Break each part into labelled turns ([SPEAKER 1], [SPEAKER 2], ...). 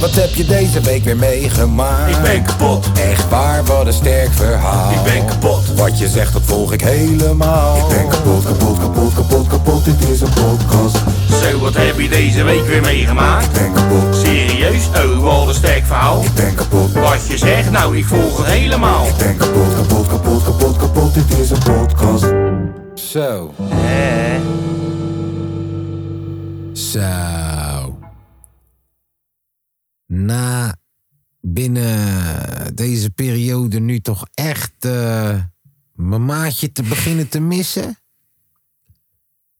[SPEAKER 1] Wat heb je deze week weer meegemaakt?
[SPEAKER 2] Ik ben kapot.
[SPEAKER 1] Echt waar, wat een sterk verhaal.
[SPEAKER 2] Ik ben kapot.
[SPEAKER 1] Wat je zegt, dat volg ik helemaal.
[SPEAKER 3] Ik ben kapot, kapot, kapot, kapot, kapot, dit is een podcast.
[SPEAKER 2] Zo, wat heb je deze week weer meegemaakt?
[SPEAKER 3] Ik ben kapot,
[SPEAKER 2] Serieus? Oh, wat een sterk verhaal.
[SPEAKER 3] ik ben kapot,
[SPEAKER 2] Wat je zegt, nou, ik volg het helemaal.
[SPEAKER 3] ik ben kapot, kapot, kapot, kapot, kapot, dit is een podcast.
[SPEAKER 1] Zo. Zo. Na binnen deze periode nu toch echt eh, mijn maatje te beginnen te missen.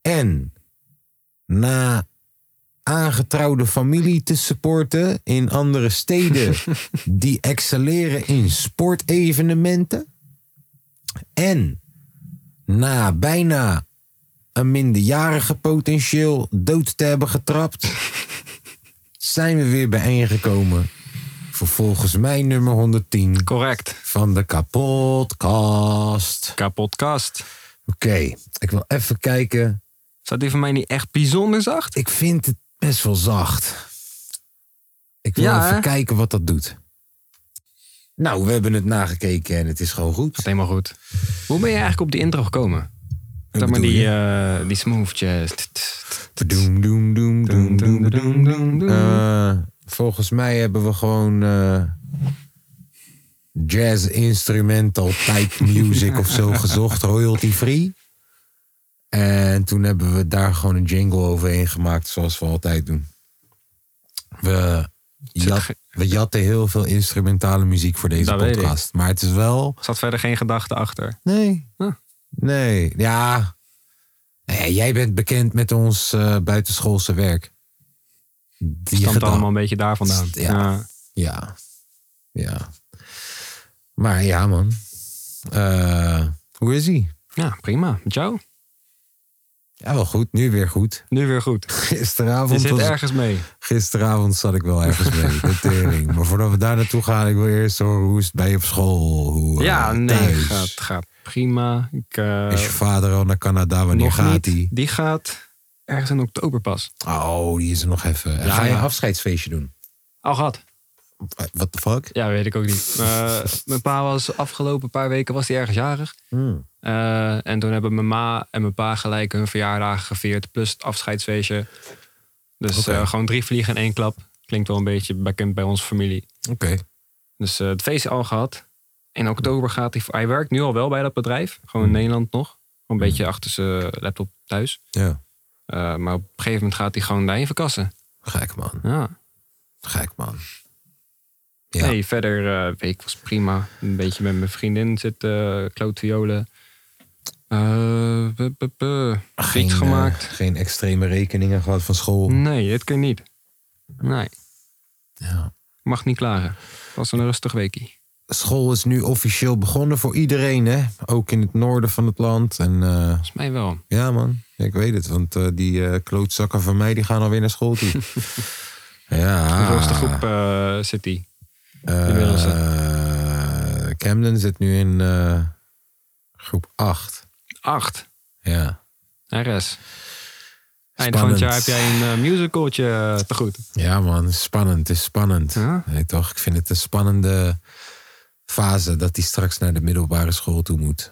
[SPEAKER 1] En na aangetrouwde familie te supporten in andere steden die excelleren in sportevenementen. En na bijna een minderjarige potentieel dood te hebben getrapt, zijn we weer bijeengekomen. Voor volgens mij nummer 110
[SPEAKER 4] Correct.
[SPEAKER 1] van de kapotkast.
[SPEAKER 4] Kapotkast.
[SPEAKER 1] Oké, ik wil even kijken.
[SPEAKER 4] Staat die van mij niet echt bijzonder zacht?
[SPEAKER 1] Ik vind het best wel zacht. Ik wil
[SPEAKER 4] Ja,
[SPEAKER 1] even
[SPEAKER 4] hè?
[SPEAKER 1] kijken wat dat doet. Nou, we hebben het nagekeken en het is gewoon goed.
[SPEAKER 4] Gaat helemaal goed. Hoe ben je eigenlijk op die intro gekomen? Zeg maar
[SPEAKER 1] bedoel
[SPEAKER 4] die,
[SPEAKER 1] je?
[SPEAKER 4] eh, die smooth jazz. T- t- t-
[SPEAKER 1] Doem, doem, doem, doem, doem,
[SPEAKER 4] Doem, doem,
[SPEAKER 1] doem.
[SPEAKER 4] doem, doem, doem.
[SPEAKER 1] Eh, volgens mij hebben we gewoon eh, jazz instrumental type music of zo gezocht, royalty free. En toen hebben we daar gewoon een jingle overheen gemaakt, zoals we altijd doen. We, jat, we jatten heel veel instrumentale muziek voor deze
[SPEAKER 4] Dat weet ik.
[SPEAKER 1] podcast. Maar het is wel.
[SPEAKER 4] Zat verder geen gedachte achter.
[SPEAKER 1] Nee.
[SPEAKER 4] Huh.
[SPEAKER 1] Nee, ja. Nou ja, Jij bent bekend met ons eh, buitenschoolse werk. Die
[SPEAKER 4] Het stamt
[SPEAKER 1] geda-
[SPEAKER 4] allemaal een beetje daar vandaan. Eh,
[SPEAKER 1] Ja. Ja. Ja. Maar ja, man. Eh, hoe is hij?
[SPEAKER 4] ja, prima. Met jou?
[SPEAKER 1] Ja, wel goed. Nu weer goed.
[SPEAKER 4] Nu weer goed. Je
[SPEAKER 1] Gisteravond,
[SPEAKER 4] zit
[SPEAKER 1] was,
[SPEAKER 4] ergens mee.
[SPEAKER 1] gisteravond zat ik wel ergens mee. De tering. Maar voordat we daar naartoe gaan, ik wil eerst horen hoe is het bij je op school? Hoe, eh,
[SPEAKER 4] Ja, nee.
[SPEAKER 1] thuis?
[SPEAKER 4] Gaat, gaat prima. Ik, eh,
[SPEAKER 1] Is je vader al naar Canada? Wanneer
[SPEAKER 4] nog
[SPEAKER 1] gaat
[SPEAKER 4] niet.
[SPEAKER 1] hij?
[SPEAKER 4] Die gaat ergens in oktober pas.
[SPEAKER 1] Oh, die is er nog even. En
[SPEAKER 4] Ja,
[SPEAKER 1] ga je
[SPEAKER 4] ja.
[SPEAKER 1] een afscheidsfeestje doen?
[SPEAKER 4] Al gehad.
[SPEAKER 1] What the fuck?
[SPEAKER 4] Ja, weet ik ook niet. Eh, mijn pa was afgelopen paar weken was hij ergens jarig.
[SPEAKER 1] Hmm.
[SPEAKER 4] Eh, en toen hebben mijn ma en mijn pa gelijk hun verjaardagen gevierd. Plus het afscheidsfeestje. Dus
[SPEAKER 1] Oké.
[SPEAKER 4] eh, gewoon drie vliegen in één klap. Klinkt wel een beetje bekend bij onze familie.
[SPEAKER 1] Oké.
[SPEAKER 4] Dus eh, het feest al gehad. In oktober gaat hij... Hij werkt nu al wel bij dat bedrijf. Gewoon
[SPEAKER 1] Hmm.
[SPEAKER 4] in Nederland nog. Een beetje achter zijn laptop thuis.
[SPEAKER 1] Ja.
[SPEAKER 4] Eh, maar op een gegeven moment gaat hij gewoon daarheen verkassen.
[SPEAKER 1] Gek man.
[SPEAKER 4] Ja.
[SPEAKER 1] Gek man. Ja.
[SPEAKER 4] Nee, verder eh week was prima. Een beetje met mijn vriendin zitten, klootviolen. Eh bu- bu- bu.
[SPEAKER 1] Geen,
[SPEAKER 4] Fiets
[SPEAKER 1] eh, oh.
[SPEAKER 4] gemaakt. Hmm.
[SPEAKER 1] geen extreme rekeningen gehad van school.
[SPEAKER 4] Nee, dit kun je niet. Nee,
[SPEAKER 1] Ja.
[SPEAKER 4] mag niet klagen. Was een rustig weekie.
[SPEAKER 1] School is nu officieel begonnen voor iedereen, hè? Ook in het noorden van het land. En eh,
[SPEAKER 4] Volgens mij wel.
[SPEAKER 1] ja, man. Ja, ik weet het, want eh, die eh, klootzakken van mij die gaan alweer naar school toe. ja.
[SPEAKER 4] De grootste groep eh, zit die. inmiddels,
[SPEAKER 1] eh, Camden zit nu in eh, groep 8.
[SPEAKER 4] Acht.
[SPEAKER 1] Ja.
[SPEAKER 4] RS. Einde van het jaar heb jij een eh, musicaltje eh, te goed.
[SPEAKER 1] Ja, man, spannend. Het is spannend.
[SPEAKER 4] Ja.
[SPEAKER 1] Nee, toch? Ik vind het een spannende fase dat hij straks naar de middelbare school toe moet.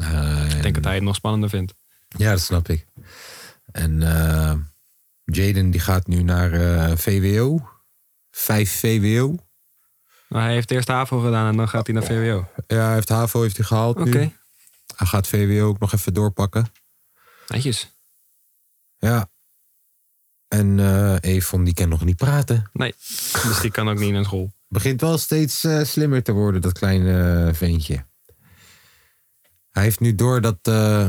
[SPEAKER 1] Eh,
[SPEAKER 4] Ik denk dat hij het nog spannender vindt.
[SPEAKER 1] Ja, dat snap ik. En eh, Jaden die gaat nu naar eh, VWO. 5 VWO.
[SPEAKER 4] Maar hij heeft eerst HAVO gedaan en dan gaat hij naar VWO. Oké.
[SPEAKER 1] Ja, hij heeft HAVO heeft hij gehaald nu. Hij gaat VWO ook nog even doorpakken.
[SPEAKER 4] Netjes.
[SPEAKER 1] Ja. En eh Evon die kan nog niet praten.
[SPEAKER 4] Nee, dus die kan ook niet naar school.
[SPEAKER 1] Begint wel steeds eh, slimmer te worden, dat kleine eh, ventje. Hij heeft nu door dat... eh,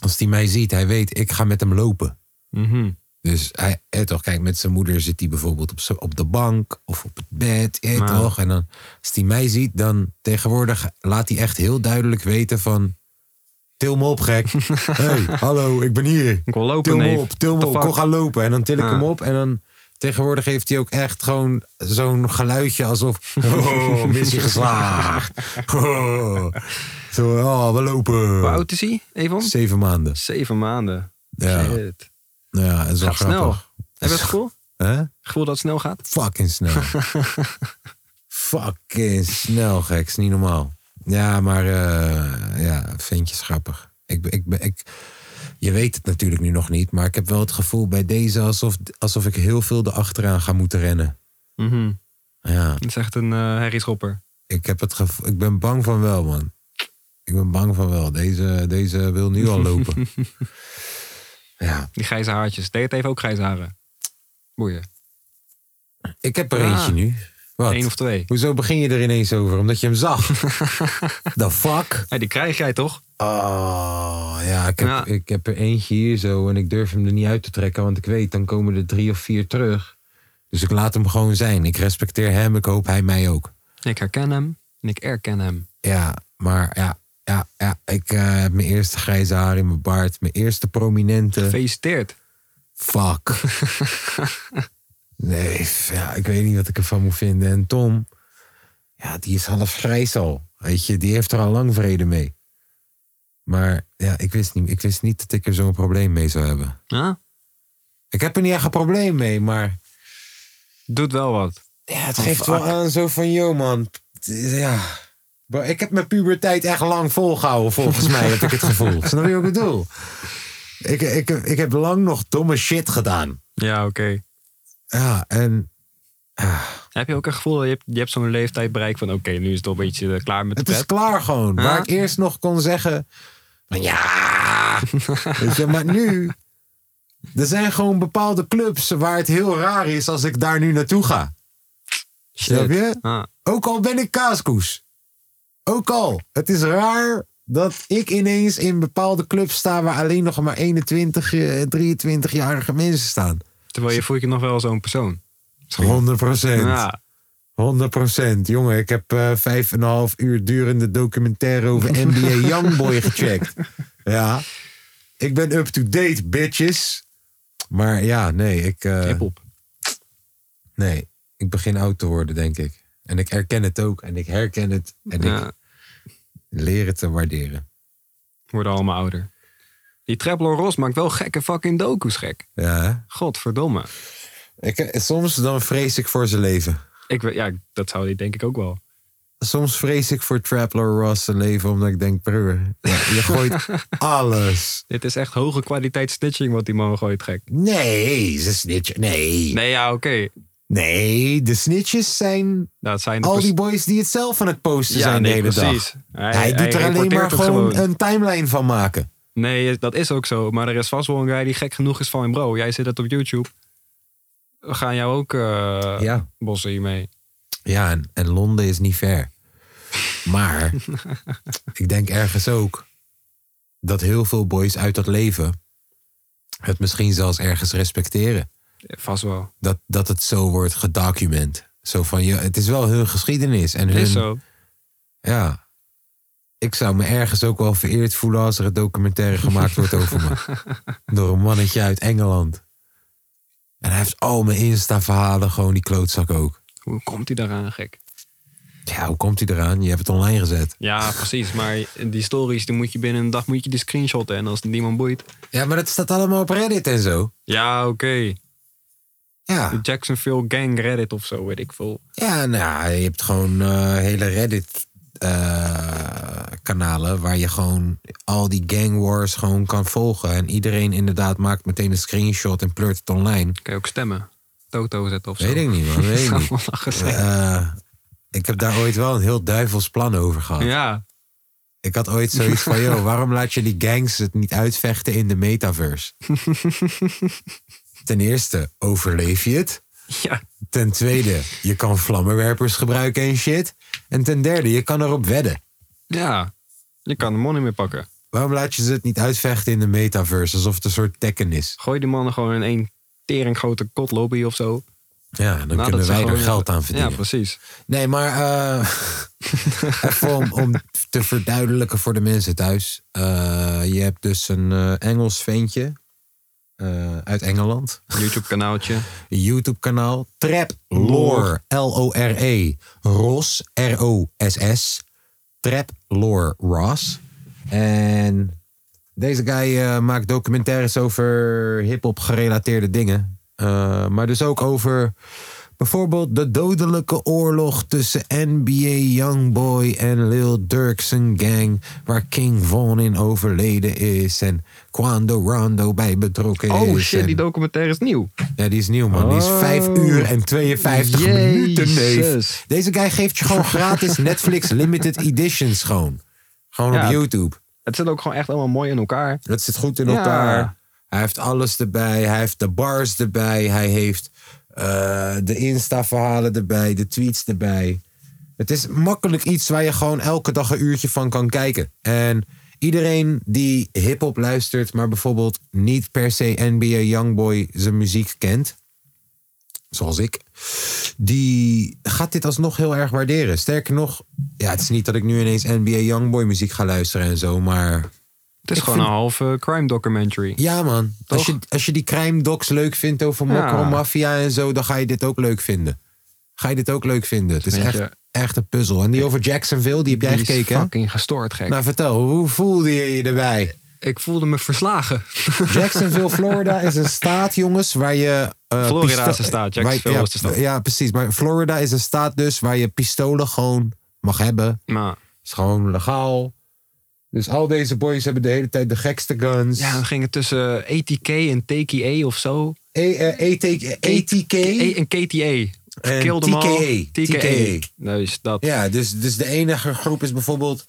[SPEAKER 1] als hij mij ziet, hij weet, ik ga met hem lopen.
[SPEAKER 4] Mhm.
[SPEAKER 1] Dus hij, eh, toch, kijk, met zijn moeder zit hij bijvoorbeeld op, z'n- op de bank of op het bed. Eh,
[SPEAKER 4] Maar-
[SPEAKER 1] toch? En dan, als hij mij ziet, dan tegenwoordig laat hij echt heel duidelijk weten van... Til me op, gek. hey, hallo, ik ben hier.
[SPEAKER 4] Ik wil lopen,
[SPEAKER 1] Til me
[SPEAKER 4] nee.
[SPEAKER 1] op, til me
[SPEAKER 4] The
[SPEAKER 1] op.
[SPEAKER 4] fuck?
[SPEAKER 1] Kom gaan lopen. En dan til ik
[SPEAKER 4] Ja.
[SPEAKER 1] hem op en dan... Tegenwoordig heeft hij ook echt gewoon zo'n geluidje alsof... Oh, missie geslaagd. Oh. Zo, oh, we lopen.
[SPEAKER 4] Hoe oud is hij, Evon?
[SPEAKER 1] Zeven maanden.
[SPEAKER 4] Zeven maanden.
[SPEAKER 1] Ja,
[SPEAKER 4] Shit.
[SPEAKER 1] ja dat is wel
[SPEAKER 4] Gaat snel.
[SPEAKER 1] grappig.
[SPEAKER 4] Heb je school?
[SPEAKER 1] Huh?
[SPEAKER 4] Gevoel dat het snel gaat?
[SPEAKER 1] Fucking snel. Fucking snel, gek. Is niet normaal. Ja, maar eh ja, ventje is grappig. Ik, ben- ik, ben- ik, je weet het natuurlijk nu nog niet, maar ik heb wel het gevoel bij deze alsof, alsof ik heel veel erachteraan ga moeten rennen.
[SPEAKER 4] Mhm.
[SPEAKER 1] Ja,
[SPEAKER 4] Het is echt een eh herrieschopper.
[SPEAKER 1] ik heb het gevoel, ik ben bang van wel, man. Ik ben bang van wel. Deze, deze wil nu al lopen. ja,
[SPEAKER 4] Die grijze haartjes. Deed het even ook grijze haren. Boeien.
[SPEAKER 1] ik heb er
[SPEAKER 4] Ja.
[SPEAKER 1] eentje nu. Wat?
[SPEAKER 4] Ah. Eén of twee.
[SPEAKER 1] Hoezo begin je er ineens over? Omdat je hem zag. The fuck?
[SPEAKER 4] Hey, die krijg jij toch?
[SPEAKER 1] Oh, ja ik, heb,
[SPEAKER 4] Ja.
[SPEAKER 1] ik heb er eentje hier zo en ik durf hem er niet uit te trekken, want ik weet, dan komen er drie of vier terug. Dus ik laat hem gewoon zijn. Ik respecteer hem, ik hoop hij mij ook.
[SPEAKER 4] Ik herken hem en ik erken hem.
[SPEAKER 1] Ja, maar ja, ja, ja ik eh, heb mijn eerste grijze haar in mijn baard, mijn eerste prominente.
[SPEAKER 4] Gefeliciteerd.
[SPEAKER 1] Fuck. nee, f- ja, ik weet niet wat ik ervan moet vinden. En Tom, ja, die is half grijs al. Weet je, die heeft er al lang vrede mee. Maar ja, ik wist niet, ik wist niet dat ik er zo'n probleem mee zou hebben.
[SPEAKER 4] Huh?
[SPEAKER 1] Ik heb er niet echt een probleem mee, maar
[SPEAKER 4] Doet wel wat.
[SPEAKER 1] ja, het geeft wel aan zo van, yo man, t- ja. Bro, ik heb mijn puberteit echt lang volgehouden, volgens mij, heb ik het gevoel. Snap je wat ik bedoel? Ik, ik, ik heb lang nog domme shit gedaan.
[SPEAKER 4] Ja, oké.
[SPEAKER 1] Ja, en
[SPEAKER 4] Heb je ook een gevoel dat je, hebt- je hebt zo'n leeftijd bereikt van... Oké, nu is het al een beetje eh, klaar met de
[SPEAKER 1] Het is
[SPEAKER 4] pret.
[SPEAKER 1] klaar gewoon.
[SPEAKER 4] Ja.
[SPEAKER 1] Waar ik eerst nog kon zeggen. van ja. weet je, maar nu. Er zijn gewoon bepaalde clubs waar het heel raar is als ik daar nu naartoe ga.
[SPEAKER 4] Shit.
[SPEAKER 1] Snap je?
[SPEAKER 4] Ah,
[SPEAKER 1] Ook al ben ik kaaskoes. Ook al. Het is raar dat ik ineens in bepaalde clubs sta waar alleen nog maar 21, eh, 23-jarige mensen staan.
[SPEAKER 4] terwijl je voelt je nog wel zo'n persoon.
[SPEAKER 1] 100 procent.
[SPEAKER 4] Ja,
[SPEAKER 1] 100%. Jongen, ik heb eh, vijf en een half uur durende documentaire over NBA Youngboy gecheckt. Ja. Ik ben up-to-date, bitches. Maar ja, nee ik, eh,
[SPEAKER 4] hip-hop.
[SPEAKER 1] nee, ik begin oud te worden, denk ik. En ik erken het ook. En ik herken het. En ik
[SPEAKER 4] Ja,
[SPEAKER 1] leer het te waarderen.
[SPEAKER 4] worden allemaal ouder. Die Traplo Ros maakt wel gekke fucking docu's gek.
[SPEAKER 1] Ja.
[SPEAKER 4] Godverdomme.
[SPEAKER 1] hè? Ik, eh, soms dan vrees ik voor zijn leven.
[SPEAKER 4] Ik, weet- ja, dat zou die denk ik ook wel.
[SPEAKER 1] Soms vrees ik voor Traveler Ross zijn leven, omdat ik denk, broer, ja, je gooit alles.
[SPEAKER 4] Dit is echt hoge kwaliteit snitching wat die man gooit gek.
[SPEAKER 1] Nee, ze snitchen. Nee.
[SPEAKER 4] Nee, ja, oké.
[SPEAKER 1] Nee, de snitches zijn
[SPEAKER 4] Dat zijn de
[SPEAKER 1] al
[SPEAKER 4] pers-
[SPEAKER 1] die boys die het zelf aan het posten
[SPEAKER 4] ja,
[SPEAKER 1] zijn
[SPEAKER 4] nee,
[SPEAKER 1] de hele
[SPEAKER 4] precies.
[SPEAKER 1] dag.
[SPEAKER 4] Hij,
[SPEAKER 1] Hij, doet er alleen
[SPEAKER 4] reporteert
[SPEAKER 1] maar
[SPEAKER 4] het eh,
[SPEAKER 1] gewoon, een timeline van maken.
[SPEAKER 4] Nee, dat is ook zo. Maar er is vast wel een guy die gek genoeg is van... Bro, jij zit dat op YouTube. We gaan jou ook eh
[SPEAKER 1] Ja,
[SPEAKER 4] bossen hiermee.
[SPEAKER 1] ja en, en Londen is niet ver. Maar ik denk ergens ook dat heel veel boys uit dat leven het misschien zelfs ergens respecteren.
[SPEAKER 4] Vast wel.
[SPEAKER 1] Dat, dat het zo wordt gedocument. Zo van, ja, het is wel hun geschiedenis. En hun,
[SPEAKER 4] Is zo.
[SPEAKER 1] Ja. Ik zou me ergens ook wel vereerd voelen als er een documentaire gemaakt wordt over me. Door een mannetje uit Engeland. En hij heeft al mijn Insta-verhalen, gewoon die klootzak ook.
[SPEAKER 4] Hoe komt hij daaraan, gek?
[SPEAKER 1] Ja, hoe komt hij eraan? Je hebt het online gezet.
[SPEAKER 4] Ja, precies. Maar die stories, die moet je binnen een dag moet je die screenshotten. En als het niemand boeit...
[SPEAKER 1] Ja, maar dat staat allemaal op Reddit en zo.
[SPEAKER 4] Ja, oké.
[SPEAKER 1] Ja,
[SPEAKER 4] De Jacksonville Gang Reddit of zo, weet ik veel.
[SPEAKER 1] ja nou, je hebt gewoon eh, hele Reddit-kanalen waar je gewoon al die gang wars gewoon kan volgen. En iedereen inderdaad maakt meteen een screenshot en pleurt het online.
[SPEAKER 4] Kan je ook stemmen. Toto zetten of zo.
[SPEAKER 1] Weet ik niet, man. Weet ik niet.
[SPEAKER 4] Allemaal gezellig.
[SPEAKER 1] Eh, ik heb daar ooit wel een heel duivels plan over gehad.
[SPEAKER 4] Ja,
[SPEAKER 1] Ik had ooit zoiets van, joh, waarom laat je die gangs het niet uitvechten in de metaverse? Ten eerste, overleef je het?
[SPEAKER 4] ja.
[SPEAKER 1] Ten tweede, je kan vlammenwerpers gebruiken en shit. En ten derde, je kan erop wedden.
[SPEAKER 4] Ja, je kan de money mee pakken.
[SPEAKER 1] Waarom laat je ze het niet uitvechten in de metaverse? Alsof het een soort tekken is.
[SPEAKER 4] Gooi die mannen gewoon in één tering grote kotlobby of zo.
[SPEAKER 1] Ja, dan
[SPEAKER 4] Nadat
[SPEAKER 1] kunnen
[SPEAKER 4] ze
[SPEAKER 1] wij er
[SPEAKER 4] gewoon-
[SPEAKER 1] geld aan verdienen.
[SPEAKER 4] Ja, precies.
[SPEAKER 1] Nee, maar eh, even om, om te verduidelijken voor de mensen thuis. Eh, je hebt dus een eh, Engels ventje eh, uit Engeland.
[SPEAKER 4] YouTube kanaaltje.
[SPEAKER 1] Een YouTube kanaal. Trap Lore. L-O-R-E. Ros. R-O-S-S. Trap Lore Ros. En deze guy eh, maakt documentaires over hip-hop gerelateerde dingen. Eh, Eh, maar dus ook over bijvoorbeeld de dodelijke oorlog tussen NBA Youngboy en Lil Durksen gang. Waar King Von in overleden is en Quando Rondo bij betrokken is.
[SPEAKER 4] Oh shit,
[SPEAKER 1] en-
[SPEAKER 4] die documentaire is nieuw.
[SPEAKER 1] ja, die is nieuw, man. Die is
[SPEAKER 4] Oh.
[SPEAKER 1] 5 uur en 52 minuten, neef.
[SPEAKER 4] Jezus.
[SPEAKER 1] Deze guy geeft je gewoon gratis Netflix Limited Editions gewoon. Gewoon
[SPEAKER 4] Ja.
[SPEAKER 1] op YouTube.
[SPEAKER 4] Het zit ook gewoon echt allemaal mooi in elkaar.
[SPEAKER 1] Het zit goed in
[SPEAKER 4] Ja.
[SPEAKER 1] elkaar. Hij heeft alles erbij. Hij heeft de bars erbij. Hij heeft eh, de Insta-verhalen erbij. De tweets erbij. Het is makkelijk iets waar je gewoon elke dag een uurtje van kan kijken. En iedereen die hip-hop luistert, maar bijvoorbeeld niet per se NBA Youngboy zijn muziek kent, zoals ik, die gaat dit alsnog heel erg waarderen. Sterker nog, ja, het is niet dat ik nu ineens NBA Youngboy muziek ga luisteren en zo, maar
[SPEAKER 4] Het is
[SPEAKER 1] Ik
[SPEAKER 4] gewoon
[SPEAKER 1] vind-
[SPEAKER 4] een halve crime documentary.
[SPEAKER 1] ja, man. Als
[SPEAKER 4] Toch?
[SPEAKER 1] je, als je die crime docs leuk vindt over mokro,
[SPEAKER 4] Ja.
[SPEAKER 1] maffia en zo, dan ga je dit ook leuk vinden. Ga je dit ook leuk vinden? Het is
[SPEAKER 4] Weet
[SPEAKER 1] echt,
[SPEAKER 4] je-
[SPEAKER 1] echt een puzzel. En die over Jacksonville, die heb jij
[SPEAKER 4] Die is
[SPEAKER 1] gekeken. hè?
[SPEAKER 4] fucking gestoord, gek.
[SPEAKER 1] Nou, vertel, hoe voelde je je erbij?
[SPEAKER 4] ik voelde me verslagen.
[SPEAKER 1] Jacksonville, Florida is een staat, jongens, waar je. eh,
[SPEAKER 4] Florida
[SPEAKER 1] pisto-
[SPEAKER 4] is een staat,
[SPEAKER 1] waar-
[SPEAKER 4] Jacksonville
[SPEAKER 1] ja,
[SPEAKER 4] is de stad.
[SPEAKER 1] Ja, precies. Maar Florida is een staat dus waar je pistolen gewoon mag hebben.
[SPEAKER 4] Maar
[SPEAKER 1] Is gewoon legaal. Dus al deze boys hebben de hele tijd de gekste guns.
[SPEAKER 4] ja, we gingen tussen ATK en TKA of zo.
[SPEAKER 1] E- eh, ATK.
[SPEAKER 4] E- en KTA.
[SPEAKER 1] En
[SPEAKER 4] Kill them all.
[SPEAKER 1] TKA. TKA.
[SPEAKER 4] Dus dat.
[SPEAKER 1] E. Ja, dus, dus de enige groep is bijvoorbeeld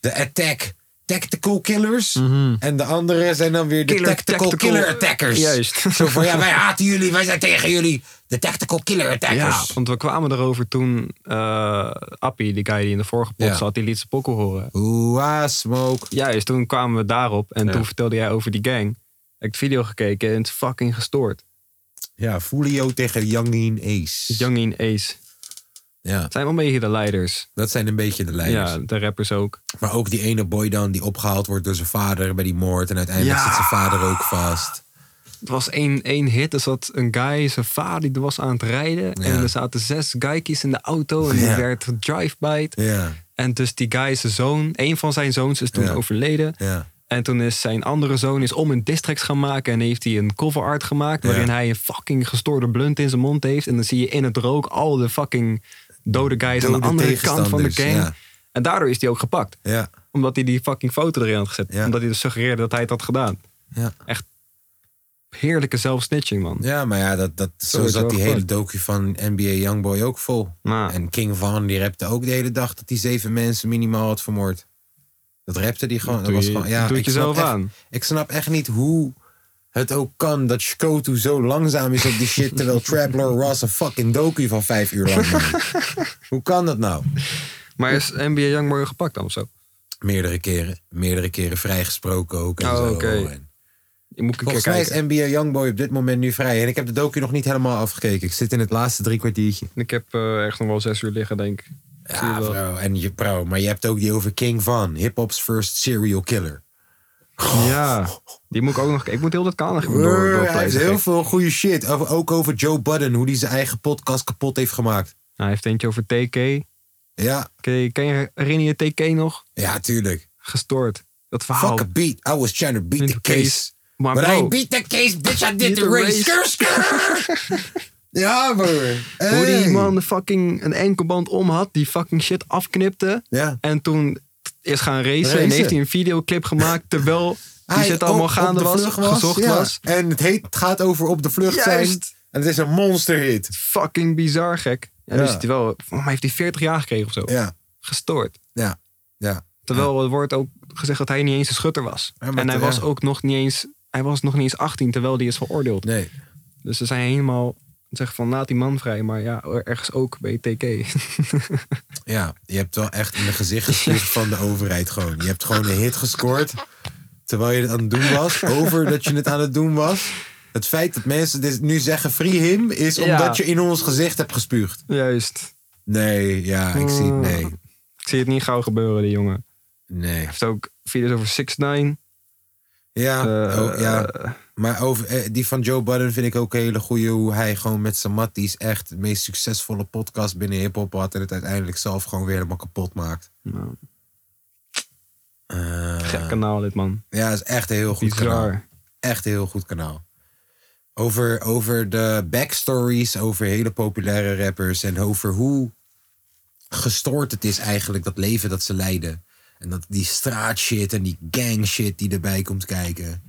[SPEAKER 1] de Attack Tactical Killers. En de andere zijn dan weer de
[SPEAKER 4] Mhm. Killer
[SPEAKER 1] Tactical,
[SPEAKER 4] Tactical-
[SPEAKER 1] Killer Attackers.
[SPEAKER 4] Juist.
[SPEAKER 1] Zo van, ja, wij haten jullie, wij zijn tegen jullie. De Tactical Killer
[SPEAKER 4] Ja,
[SPEAKER 1] Attackers.
[SPEAKER 4] want we kwamen erover toen eh Appie, die guy die in de vorige pot
[SPEAKER 1] Ja.
[SPEAKER 4] zat, die liet zijn pokken horen.
[SPEAKER 1] Oeh, smoke.
[SPEAKER 4] Juist, toen kwamen we daarop en
[SPEAKER 1] Ja.
[SPEAKER 4] toen vertelde jij over die gang. Ik heb de video gekeken en het is fucking gestoord.
[SPEAKER 1] Ja, Fulio tegen Youngin Ace.
[SPEAKER 4] Young in Ace.
[SPEAKER 1] Ja,
[SPEAKER 4] Het zijn wel een beetje de leiders.
[SPEAKER 1] dat zijn een beetje de leiders.
[SPEAKER 4] Ja, de rappers ook.
[SPEAKER 1] Maar ook die ene boy dan die opgehaald wordt door zijn vader bij die moord. En uiteindelijk
[SPEAKER 4] Ja.
[SPEAKER 1] zit zijn vader ook vast.
[SPEAKER 4] Er was één, één hit, er zat een guy, zijn vader, die was aan het rijden. En er zaten zes guykies in de auto en die
[SPEAKER 1] Ja.
[SPEAKER 4] werd drive-by.
[SPEAKER 1] Ja,
[SPEAKER 4] En dus die guy, zijn zoon, één van zijn zoons is toen
[SPEAKER 1] Ja.
[SPEAKER 4] overleden.
[SPEAKER 1] ja.
[SPEAKER 4] En toen is zijn andere zoon is om een district gaan maken. En heeft hij een cover art gemaakt.
[SPEAKER 1] Ja.
[SPEAKER 4] Waarin hij een fucking gestoorde blunt in zijn mond heeft. En dan zie je in het rook al de fucking dode guys aan
[SPEAKER 1] Dode
[SPEAKER 4] de andere kant van de gang.
[SPEAKER 1] tegenstanders, ja.
[SPEAKER 4] En daardoor is hij ook gepakt.
[SPEAKER 1] Ja,
[SPEAKER 4] Omdat hij die fucking foto erin had gezet.
[SPEAKER 1] Ja.
[SPEAKER 4] Omdat hij dus suggereerde dat hij het had gedaan.
[SPEAKER 1] ja.
[SPEAKER 4] Echt heerlijke zelfsnitching, man.
[SPEAKER 1] Ja, maar ja, dat, dat, zo
[SPEAKER 4] is
[SPEAKER 1] zat
[SPEAKER 4] wel
[SPEAKER 1] die hele
[SPEAKER 4] gepakt.
[SPEAKER 1] docu van NBA Youngboy ook vol.
[SPEAKER 4] Ja.
[SPEAKER 1] En King Van, die rapte ook de hele dag dat hij zeven mensen minimaal had vermoord. Dat rapte die gewoon. Dat
[SPEAKER 4] doe
[SPEAKER 1] was
[SPEAKER 4] je-
[SPEAKER 1] gewoon ja,
[SPEAKER 4] doe het
[SPEAKER 1] ik snap
[SPEAKER 4] jezelf
[SPEAKER 1] echt-
[SPEAKER 4] aan.
[SPEAKER 1] Ik snap echt niet hoe het ook kan dat Shkotu zo langzaam is op die shit... terwijl Traveler Ross een fucking docu van vijf uur lang maakt. Hoe kan dat nou?
[SPEAKER 4] Maar is NBA Youngboy gepakt dan of zo?
[SPEAKER 1] Meerdere keren. Meerdere keren vrijgesproken ook. En
[SPEAKER 4] Oh,
[SPEAKER 1] zo.
[SPEAKER 4] oké.
[SPEAKER 1] En-
[SPEAKER 4] Je moet ik een keer
[SPEAKER 1] Volgens mij is
[SPEAKER 4] kijken.
[SPEAKER 1] NBA Youngboy op dit moment nu vrij. En ik heb de docu nog niet helemaal afgekeken. Ik zit in het laatste drie kwartiertje.
[SPEAKER 4] Ik heb eh, echt nog wel zes uur liggen, denk ik. Ik zie
[SPEAKER 1] Ja,
[SPEAKER 4] het wel.
[SPEAKER 1] bro. En je, bro. Maar je hebt ook die over King Van. Hip-hop's first serial killer.
[SPEAKER 4] Ja, die moet ik ook nog. Ik moet heel dat kanig door,
[SPEAKER 1] Brr,
[SPEAKER 4] doorpleiten,
[SPEAKER 1] Oh. hij heeft
[SPEAKER 4] gek.
[SPEAKER 1] heel veel goede shit. Over- Ook over Joe Budden. Hoe hij zijn eigen podcast kapot heeft gemaakt.
[SPEAKER 4] Hij heeft eentje over TK.
[SPEAKER 1] Ja,
[SPEAKER 4] Ken je, ken je, herinner je TK nog?
[SPEAKER 1] ja tuurlijk.
[SPEAKER 4] Gestoord. Dat verhaal.
[SPEAKER 1] Fuck a beat. I was trying to beat
[SPEAKER 4] Niet
[SPEAKER 1] the
[SPEAKER 4] de
[SPEAKER 1] case.
[SPEAKER 4] case.
[SPEAKER 1] Maar
[SPEAKER 4] Maar
[SPEAKER 1] But I
[SPEAKER 4] bro.
[SPEAKER 1] ain't beat the case, bitch. I did
[SPEAKER 4] Did
[SPEAKER 1] the
[SPEAKER 4] the
[SPEAKER 1] race.
[SPEAKER 4] race.
[SPEAKER 1] Skur, skur. ja, bro.
[SPEAKER 4] Hoe
[SPEAKER 1] Hey.
[SPEAKER 4] die man fucking een enkelband om had, die fucking shit afknipte.
[SPEAKER 1] Ja.
[SPEAKER 4] En toen is gaan racen,
[SPEAKER 1] Racen.
[SPEAKER 4] en heeft hij een videoclip gemaakt terwijl die
[SPEAKER 1] Hij
[SPEAKER 4] shit allemaal
[SPEAKER 1] op- op
[SPEAKER 4] gaande
[SPEAKER 1] de
[SPEAKER 4] was,
[SPEAKER 1] vlucht
[SPEAKER 4] gezocht
[SPEAKER 1] ja.
[SPEAKER 4] was.
[SPEAKER 1] En het, heet, het gaat over op de vlucht zijn.
[SPEAKER 4] Juist.
[SPEAKER 1] En het is een monsterhit.
[SPEAKER 4] Fucking bizar gek. En
[SPEAKER 1] Ja.
[SPEAKER 4] dus hij wel, volgens mij heeft hij 40 jaar gekregen of zo.
[SPEAKER 1] Ja,
[SPEAKER 4] Gestoord.
[SPEAKER 1] ja, ja.
[SPEAKER 4] Terwijl er wordt ook gezegd dat hij niet eens een schutter was.
[SPEAKER 1] Ja, maar
[SPEAKER 4] en hij
[SPEAKER 1] te-
[SPEAKER 4] was
[SPEAKER 1] ja.
[SPEAKER 4] ook nog niet eens, hij was nog niet eens 18 terwijl hij is veroordeeld.
[SPEAKER 1] Nee.
[SPEAKER 4] Dus ze zijn helemaal zeggen van laat die man vrij, maar ja, ergens ook BTK.
[SPEAKER 1] Ja, je hebt wel echt in de gezicht gespuugd van de overheid gewoon. Je hebt gewoon een hit gescoord. Terwijl je het aan het doen was. Over dat je het aan het doen was. Het feit dat mensen dit nu zeggen free him. Is
[SPEAKER 4] Ja.
[SPEAKER 1] omdat je in ons gezicht hebt gespuugd.
[SPEAKER 4] Juist.
[SPEAKER 1] Nee, ja, ik zie het.
[SPEAKER 4] Mm.
[SPEAKER 1] Nee,
[SPEAKER 4] Ik zie het niet gauw gebeuren, die jongen. Hij
[SPEAKER 1] nee.
[SPEAKER 4] heeft ook video's over Eh, 6 9
[SPEAKER 1] Ja, oh, ja. maar over, eh, die van Joe Budden vind ik ook een hele goeie. Hoe hij gewoon met zijn matties echt de meest succesvolle podcast binnen hiphop had. En het uiteindelijk zelf gewoon weer helemaal kapot maakt.
[SPEAKER 4] Nou,
[SPEAKER 1] Eh,
[SPEAKER 4] gek kanaal dit, man.
[SPEAKER 1] ja, is echt een heel Eh, goed kanaal.
[SPEAKER 4] Bizar.
[SPEAKER 1] Echt een heel goed kanaal. Over, over de backstories, over hele populaire rappers en over hoe gestoord het is eigenlijk dat leven dat ze leiden. En dat die straatshit en die gangshit die erbij komt kijken.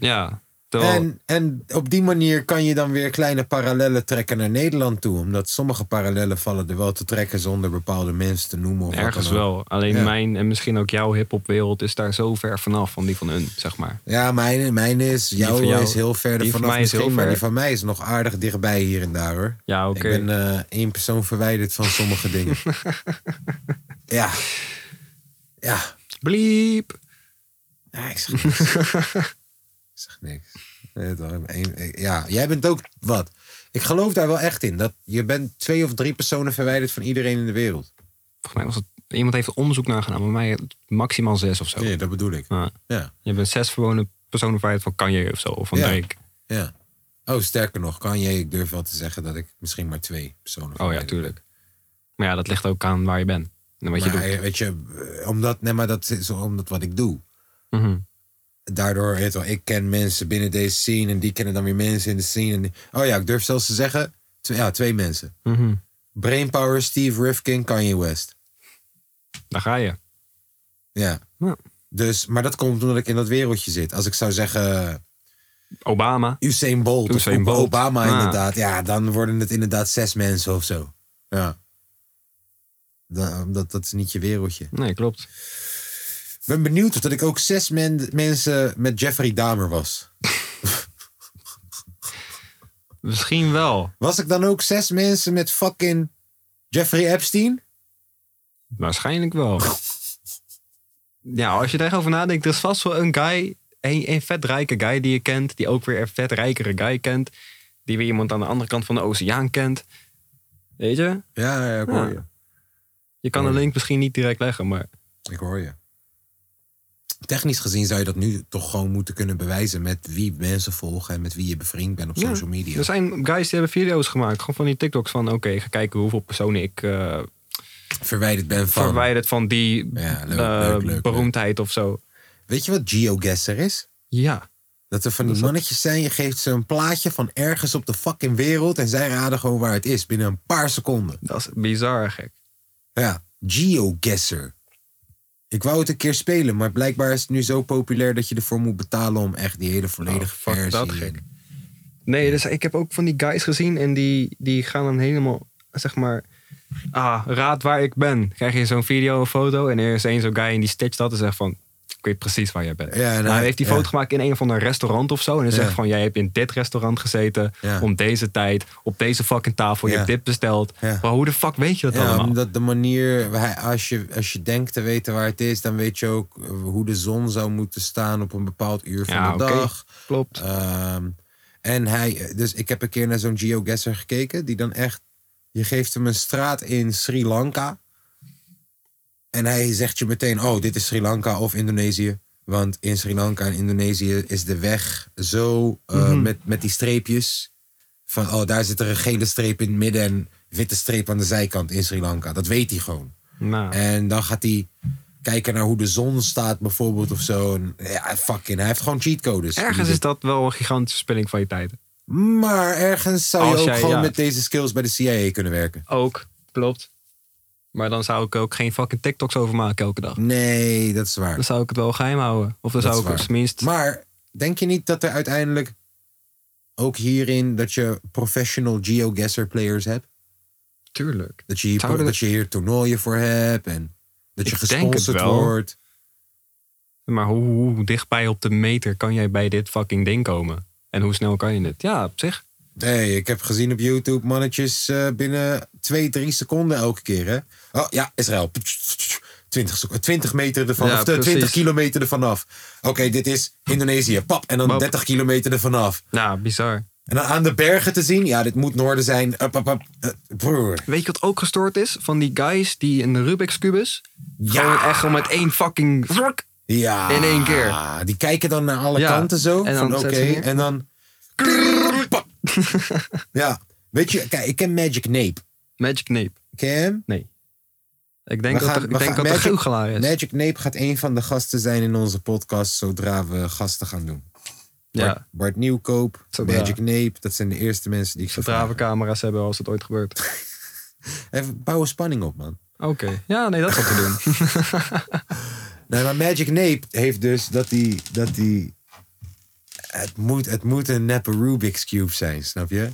[SPEAKER 4] Ja. Terwijl,
[SPEAKER 1] En, en op die manier kan je dan weer kleine parallellen trekken naar Nederland toe. Omdat sommige parallellen vallen er wel te trekken zonder bepaalde mensen te noemen. Of wat
[SPEAKER 4] Ergens
[SPEAKER 1] dan ook.
[SPEAKER 4] wel. Alleen
[SPEAKER 1] Ja.
[SPEAKER 4] mijn en misschien ook jouw hip-hopwereld is daar zo ver vanaf van die van hun, zeg maar.
[SPEAKER 1] Ja, mijn, mijn is, jouw
[SPEAKER 4] van jou-
[SPEAKER 1] is heel ver
[SPEAKER 4] die
[SPEAKER 1] ervan
[SPEAKER 4] van
[SPEAKER 1] af
[SPEAKER 4] mij is heel
[SPEAKER 1] misschien, maar
[SPEAKER 4] ver.
[SPEAKER 1] die van mij is nog aardig dichtbij hier en daar hoor.
[SPEAKER 4] Ja, oké.
[SPEAKER 1] Ik ben eh, één persoon verwijderd van sommige dingen. ja. Ja.
[SPEAKER 4] Bliep!
[SPEAKER 1] Ja, ik zeg niks. ik zeg niks. Je weet wel, één- eh, Ja, jij bent ook wat. Ik geloof daar wel echt in. Dat je bent twee of drie personen verwijderd van iedereen in de wereld.
[SPEAKER 4] Volgens mij was het... Iemand heeft er onderzoek naar gedaan, maar mij maximaal zes of zo.
[SPEAKER 1] Nee, dat bedoel ik.
[SPEAKER 4] Ja.
[SPEAKER 1] Ja.
[SPEAKER 4] Je bent zes gewone personen verwijderd van Kanye of zo, of van
[SPEAKER 1] Ja.
[SPEAKER 4] Drake.
[SPEAKER 1] ja. Oh, sterker nog, kan jij, ik durf wel te zeggen dat ik misschien maar twee personen
[SPEAKER 4] Oh ja,
[SPEAKER 1] verwijderd ben.
[SPEAKER 4] tuurlijk. Maar ja, dat ligt ook aan waar je bent. En wat je
[SPEAKER 1] maar,
[SPEAKER 4] doet.
[SPEAKER 1] eh, Weet je, eh, omdat, nee, maar dat is omdat wat ik doe.
[SPEAKER 4] Mhm.
[SPEAKER 1] Daardoor, weet je wel, ik ken mensen binnen deze scene en die kennen dan weer mensen in de scene. En die- oh ja, ik durf zelfs te zeggen, twee, ja, twee mensen.
[SPEAKER 4] Mhm.
[SPEAKER 1] Brainpower, Steve Rifkin, Kanye West.
[SPEAKER 4] Daar ga je.
[SPEAKER 1] Ja.
[SPEAKER 4] Ja.
[SPEAKER 1] Dus, maar dat komt omdat ik in dat wereldje zit. Als ik zou zeggen
[SPEAKER 4] Obama.
[SPEAKER 1] Usain Bolt
[SPEAKER 4] Usain
[SPEAKER 1] of
[SPEAKER 4] Bolt.
[SPEAKER 1] Obama
[SPEAKER 4] Ah.
[SPEAKER 1] inderdaad, ja, dan worden het inderdaad zes mensen of zo. Ja. Da- Omdat dat is niet je wereldje.
[SPEAKER 4] Nee, klopt.
[SPEAKER 1] Ik ben benieuwd of dat ik ook zes men- mensen met Jeffrey Dahmer was.
[SPEAKER 4] Misschien wel.
[SPEAKER 1] Was ik dan ook zes mensen met fucking Jeffrey Epstein?
[SPEAKER 4] Waarschijnlijk wel. ja, als je daarover nadenkt, er is vast wel een guy, een, een vet rijke guy die je kent, die ook weer een vet rijkere guy kent, die weer iemand aan de andere kant van de oceaan kent. Weet je?
[SPEAKER 1] Ja, ja, ik
[SPEAKER 4] hoor je. Je kan de link misschien niet direct leggen, maar
[SPEAKER 1] Ik hoor je. Technisch gezien zou je dat nu toch gewoon moeten kunnen bewijzen met wie mensen volgen en met wie je bevriend bent op
[SPEAKER 4] Ja, dus
[SPEAKER 1] social media.
[SPEAKER 4] er zijn guys die hebben video's gemaakt, gewoon van die TikToks van, oké, ga kijken hoeveel personen ik eh,
[SPEAKER 1] Verwijderd ben van.
[SPEAKER 4] verwijderd van die
[SPEAKER 1] Ja, leuk,
[SPEAKER 4] eh,
[SPEAKER 1] leuk, leuk, leuk.
[SPEAKER 4] beroemdheid of zo.
[SPEAKER 1] Weet je wat geoguesser is?
[SPEAKER 4] Ja,
[SPEAKER 1] Dat er van die mannetjes zijn, je geeft ze een plaatje van ergens op de fucking wereld en zij raden gewoon waar het is binnen een paar seconden.
[SPEAKER 4] dat is bizar gek.
[SPEAKER 1] Ja, GeoGuessr. Ik wou het een keer spelen, maar blijkbaar is het nu zo populair dat je ervoor moet betalen om echt die hele volledige
[SPEAKER 4] Oh, fuck
[SPEAKER 1] versie.
[SPEAKER 4] dat gek. Nee, dus ik heb ook van die guys gezien en die, die gaan dan helemaal, zeg maar, ah, raad waar ik ben. Krijg je zo'n video of foto en er is één zo'n guy en die stitcht dat en zegt van, ik weet precies waar jij bent.
[SPEAKER 1] Ja, nou,
[SPEAKER 4] nou, hij heeft die
[SPEAKER 1] ja.
[SPEAKER 4] foto gemaakt in een of ander restaurant of zo en hij
[SPEAKER 1] Ja.
[SPEAKER 4] zegt van, jij hebt in dit restaurant gezeten,
[SPEAKER 1] Ja.
[SPEAKER 4] om deze tijd, op deze fucking tafel, je
[SPEAKER 1] Ja.
[SPEAKER 4] hebt dit besteld.
[SPEAKER 1] Ja.
[SPEAKER 4] Maar hoe de fuck weet je dat
[SPEAKER 1] Ja,
[SPEAKER 4] allemaal?
[SPEAKER 1] omdat de manier, waar- als je, als je denkt te weten waar het is, dan weet je ook eh, hoe de zon zou moeten staan op een bepaald uur van
[SPEAKER 4] Ja,
[SPEAKER 1] de
[SPEAKER 4] oké.
[SPEAKER 1] dag.
[SPEAKER 4] Klopt.
[SPEAKER 1] Ehm, en hij, dus ik heb een keer naar zo'n geoguesser gekeken, die dan echt, je geeft hem een straat in Sri Lanka. En hij zegt je meteen, oh, dit is Sri Lanka of Indonesië. Want in Sri Lanka en Indonesië is de weg zo eh, met, met die streepjes. Van, oh, daar zit er een gele streep in het midden en witte streep aan de zijkant in Sri Lanka. Dat weet hij gewoon.
[SPEAKER 4] nou,
[SPEAKER 1] En dan gaat hij kijken naar hoe de zon staat bijvoorbeeld of zo. En, ja, fucking, hij heeft gewoon cheatcodes.
[SPEAKER 4] ergens is dat wel een gigantische spilling van je tijd.
[SPEAKER 1] Maar ergens zou je
[SPEAKER 4] Als
[SPEAKER 1] ook
[SPEAKER 4] jij-
[SPEAKER 1] gewoon
[SPEAKER 4] ja.
[SPEAKER 1] met deze skills bij de CIA kunnen werken.
[SPEAKER 4] Ook, klopt. Maar dan zou ik ook geen fucking TikToks over maken elke dag.
[SPEAKER 1] Nee, dat is
[SPEAKER 4] Dan
[SPEAKER 1] waar.
[SPEAKER 4] zou ik het wel geheim houden. Of dan
[SPEAKER 1] Dat
[SPEAKER 4] zou
[SPEAKER 1] is
[SPEAKER 4] ik op
[SPEAKER 1] waar.
[SPEAKER 4] zijn minst.
[SPEAKER 1] Maar denk je niet dat er uiteindelijk ook hierin dat je professional geoguesser players hebt?
[SPEAKER 4] Tuurlijk.
[SPEAKER 1] Dat je hier,
[SPEAKER 4] Zouden we-
[SPEAKER 1] dat je hier toernooien voor hebt en dat je
[SPEAKER 4] Ik denk het
[SPEAKER 1] gesponsord
[SPEAKER 4] wel.
[SPEAKER 1] wordt.
[SPEAKER 4] Maar hoe, hoe dichtbij op de meter kan jij bij dit fucking ding komen? En hoe snel kan je dit? Ja, op zich.
[SPEAKER 1] Nee, ik heb gezien op YouTube mannetjes eh, binnen 2, 3 seconden elke keer. Hè? Oh ja, Israël. 20, seconden, 20 meter ervan
[SPEAKER 4] Ja,
[SPEAKER 1] af. eh, 20
[SPEAKER 4] precies.
[SPEAKER 1] kilometer ervan af. Oké, dit is Indonesië. Pap. En dan
[SPEAKER 4] Bap.
[SPEAKER 1] 30 kilometer ervan af.
[SPEAKER 4] Nou, bizar.
[SPEAKER 1] En dan aan de bergen te zien. Ja, dit moet noorden zijn. Up, up, up. Eh, broer.
[SPEAKER 4] Weet je wat ook gestoord is? Van die guys die in de Rubik's Cubus. Ja. Gewoon echt gewoon met één fucking. vruk.
[SPEAKER 1] Ja.
[SPEAKER 4] In één keer.
[SPEAKER 1] Die kijken dan naar alle
[SPEAKER 4] Ja,
[SPEAKER 1] kanten zo.
[SPEAKER 4] en dan
[SPEAKER 1] van oké.
[SPEAKER 4] zetten ze neer.
[SPEAKER 1] En dan... Pap. ja. Weet je, kijk, ik ken Magic Nape.
[SPEAKER 4] Magic Nape.
[SPEAKER 1] Ken je hem?
[SPEAKER 4] Nee. Ik denk
[SPEAKER 1] We
[SPEAKER 4] dat
[SPEAKER 1] gaan-
[SPEAKER 4] er,
[SPEAKER 1] we
[SPEAKER 4] ik denk
[SPEAKER 1] gaan-
[SPEAKER 4] dat er
[SPEAKER 1] Magic-
[SPEAKER 4] goochelaar is.
[SPEAKER 1] Magic Nape gaat een van de gasten zijn in onze podcast zodra we gasten gaan doen.
[SPEAKER 4] Ja.
[SPEAKER 1] Bart, Bart Nieuwkoop,
[SPEAKER 4] Zodra-
[SPEAKER 1] Magic Nape. Dat zijn de eerste mensen die ik zou
[SPEAKER 4] Zodra we camera's hebben, als het ooit gebeurt.
[SPEAKER 1] vragen. Even bouwen spanning op, man.
[SPEAKER 4] Oké. Ja, nee, dat is wat te doen.
[SPEAKER 1] Nee, maar Magic Nape heeft dus dat hij... Dat die, het, moet, het moet een neppe Rubik's Cube zijn, snap je?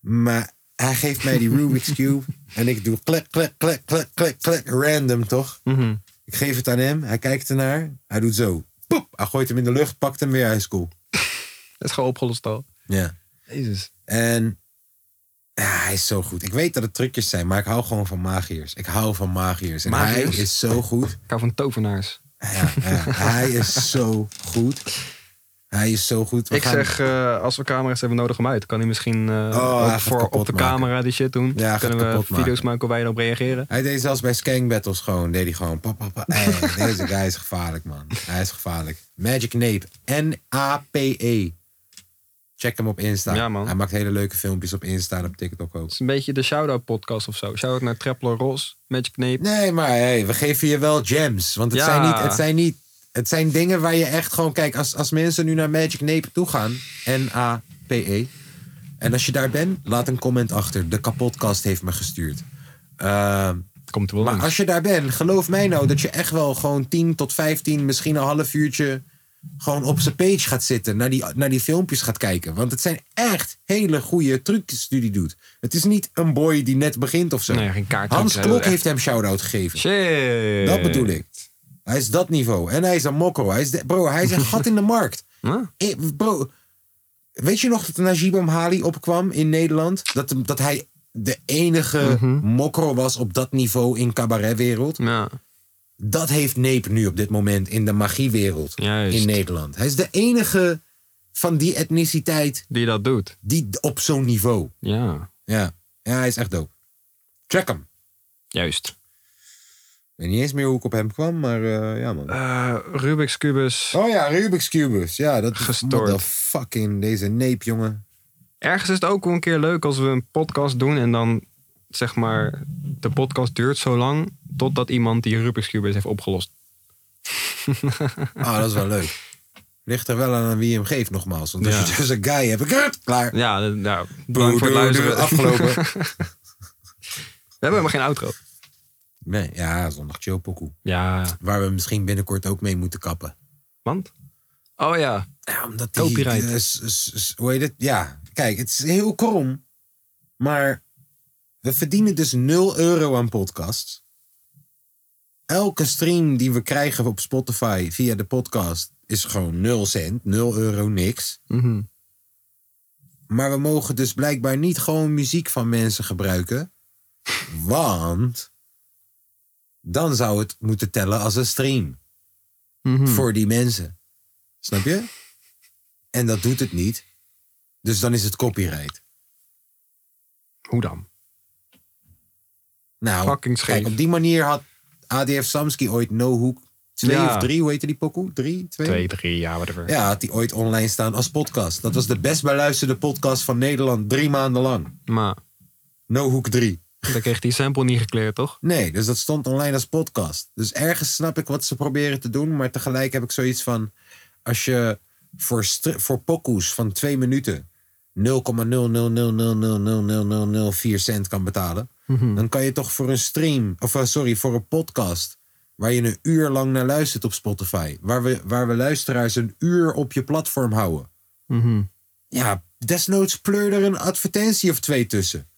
[SPEAKER 1] Maar hij geeft mij die Rubik's Cube. en ik doe klek, klek, klek, klek, klek, klek. Random, toch?
[SPEAKER 4] Mhm.
[SPEAKER 1] Ik geef het aan hem. Hij kijkt ernaar. Hij doet zo. Poep. Hij gooit hem in de lucht, pakt hem weer. Hij is cool.
[SPEAKER 4] Dat is gewoon opgelost al.
[SPEAKER 1] Ja.
[SPEAKER 4] Jezus.
[SPEAKER 1] En ja, hij is zo goed. Ik weet dat het trucjes zijn, maar ik hou gewoon van magiërs. Ik hou van magiërs. En
[SPEAKER 4] Magiërs?
[SPEAKER 1] hij is zo goed.
[SPEAKER 4] Ik hou van tovenaars.
[SPEAKER 1] Ja, ja, hij is zo goed. Hij is zo goed. We
[SPEAKER 4] ik
[SPEAKER 1] gaan-
[SPEAKER 4] zeg, eh, als we camera's hebben nodig hem uit, kan hij misschien eh,
[SPEAKER 1] Oh,
[SPEAKER 4] ook
[SPEAKER 1] hij gaat
[SPEAKER 4] voor op
[SPEAKER 1] kapot
[SPEAKER 4] de
[SPEAKER 1] maken.
[SPEAKER 4] camera die shit doen.
[SPEAKER 1] hij gaat
[SPEAKER 4] Kunnen we
[SPEAKER 1] kapot maken.
[SPEAKER 4] video's maken waar je op reageren?
[SPEAKER 1] Hij deed zelfs bij skank battles gewoon. Deed hij gewoon. Pap, pap, pap. Hey, deze guy is gevaarlijk, man. Hij is gevaarlijk. Magic Nape. N-A-P-E. E. Check hem op Insta.
[SPEAKER 4] Ja, man.
[SPEAKER 1] Hij maakt hele leuke filmpjes op Insta en op TikTok ook.
[SPEAKER 4] Het is een beetje de shout-out podcast of zo. Shout-out naar Trapler Ros, Magic Kneep.
[SPEAKER 1] Nee, maar hey, we geven je wel gems. Want het,
[SPEAKER 4] Ja.
[SPEAKER 1] zijn niet, het zijn niet. Het zijn dingen waar je echt gewoon. Kijk, als, als mensen nu naar Magic Nape toe gaan. N-A-P-E. E. En als je daar bent, laat een comment achter. De kapotkast heeft me gestuurd. Ehm,
[SPEAKER 4] Komt er wel
[SPEAKER 1] maar
[SPEAKER 4] langs.
[SPEAKER 1] als je daar bent, geloof mij nou dat je echt wel gewoon 10 tot 15, misschien een half uurtje. gewoon op zijn page gaat zitten. Naar die, naar die filmpjes gaat kijken. Want het zijn echt hele goede trucjes die hij doet. Het is niet een boy die net begint of zo.
[SPEAKER 4] Nee, geen kaart.
[SPEAKER 1] Hans
[SPEAKER 4] Hij
[SPEAKER 1] Klok
[SPEAKER 4] echt-
[SPEAKER 1] heeft hem shout-out gegeven.
[SPEAKER 4] Shit.
[SPEAKER 1] Dat bedoel ik. Hij is dat niveau. En hij is een mokko. Hij is de- bro, hij is een gat in de markt.
[SPEAKER 4] Huh?
[SPEAKER 1] Ik- Eh, Bro, weet je nog dat Najib Amhali opkwam in Nederland? Dat, dat hij de enige
[SPEAKER 4] Mhm.
[SPEAKER 1] mokro was op dat niveau in cabaretwereld.
[SPEAKER 4] Ja.
[SPEAKER 1] Dat heeft Neep nu op dit moment in de magiewereld
[SPEAKER 4] Juist.
[SPEAKER 1] in Nederland. Hij is de enige van die etniciteit
[SPEAKER 4] Die dat doet.
[SPEAKER 1] die d- op zo'n niveau.
[SPEAKER 4] Ja.
[SPEAKER 1] Ja. ja, hij is echt dope. Check hem.
[SPEAKER 4] Juist.
[SPEAKER 1] Ik weet niet eens meer hoe ik op hem kwam, maar eh, ja man.
[SPEAKER 4] Eh, Rubik's Cubus.
[SPEAKER 1] Oh ja, Rubik's Cubus. Ja, dat
[SPEAKER 4] Gestoord.
[SPEAKER 1] is fucking deze neep, jongen.
[SPEAKER 4] Ergens is het ook wel een keer leuk als we een podcast doen en dan zeg maar de podcast duurt zo lang totdat iemand die Rubik's Cubus heeft opgelost.
[SPEAKER 1] Ah, dat is wel leuk. Ligt er wel aan aan wie hem geeft, nogmaals. Want als
[SPEAKER 4] Ja.
[SPEAKER 1] je dus een guy hebt, ik klaar.
[SPEAKER 4] Ja, eh, nou, bedankt voor het luisteren.
[SPEAKER 1] Afgelopen.
[SPEAKER 4] We hebben maar geen outro.
[SPEAKER 1] Nee, ja, zondag chill pokoe.
[SPEAKER 4] Ja,
[SPEAKER 1] Waar we misschien binnenkort ook mee moeten kappen.
[SPEAKER 4] want? Oh ja,
[SPEAKER 1] Ja, omdat die...
[SPEAKER 4] Copyright.
[SPEAKER 1] eh, s- s- s- hoe heet het? Ja, kijk, het is heel krom. Maar we verdienen dus 0 euro aan podcasts. Elke stream die we krijgen op Spotify via de podcast is gewoon 0 cent. 0 euro niks.
[SPEAKER 4] Mhm.
[SPEAKER 1] Maar we mogen dus blijkbaar niet gewoon muziek van mensen gebruiken. Want dan zou het moeten tellen als een stream
[SPEAKER 4] Mhm.
[SPEAKER 1] voor die mensen. Snap je? En dat doet het niet. Dus dan is het copyright.
[SPEAKER 4] hoe dan?
[SPEAKER 1] Nou,
[SPEAKER 4] Fucking scheef.
[SPEAKER 1] kijk, op die manier had ADF Samsky ooit No Hook 2
[SPEAKER 4] Ja.
[SPEAKER 1] of 3, hoe heette die pokoe? 3, 2?
[SPEAKER 4] Twee, drie, ja, whatever.
[SPEAKER 1] Ja, had die ooit online staan als podcast. Dat was de best beluisterde podcast van Nederland drie maanden lang.
[SPEAKER 4] Maar
[SPEAKER 1] No Hook 3.
[SPEAKER 4] dan kreeg die sample niet gekleerd, toch?
[SPEAKER 1] Nee, dus dat stond online als podcast. Dus ergens snap ik wat ze proberen te doen, maar tegelijk heb ik zoiets van: als je voor, stri- voor pokoes van twee minuten 0,000000004 cent kan betalen, dan kan je toch voor een stream, of eh, sorry, voor een podcast waar je een uur lang naar luistert op Spotify, waar we, waar we luisteraars een uur op je platform houden.
[SPEAKER 4] Mhm.
[SPEAKER 1] Ja, desnoods pleur er een advertentie of twee tussen.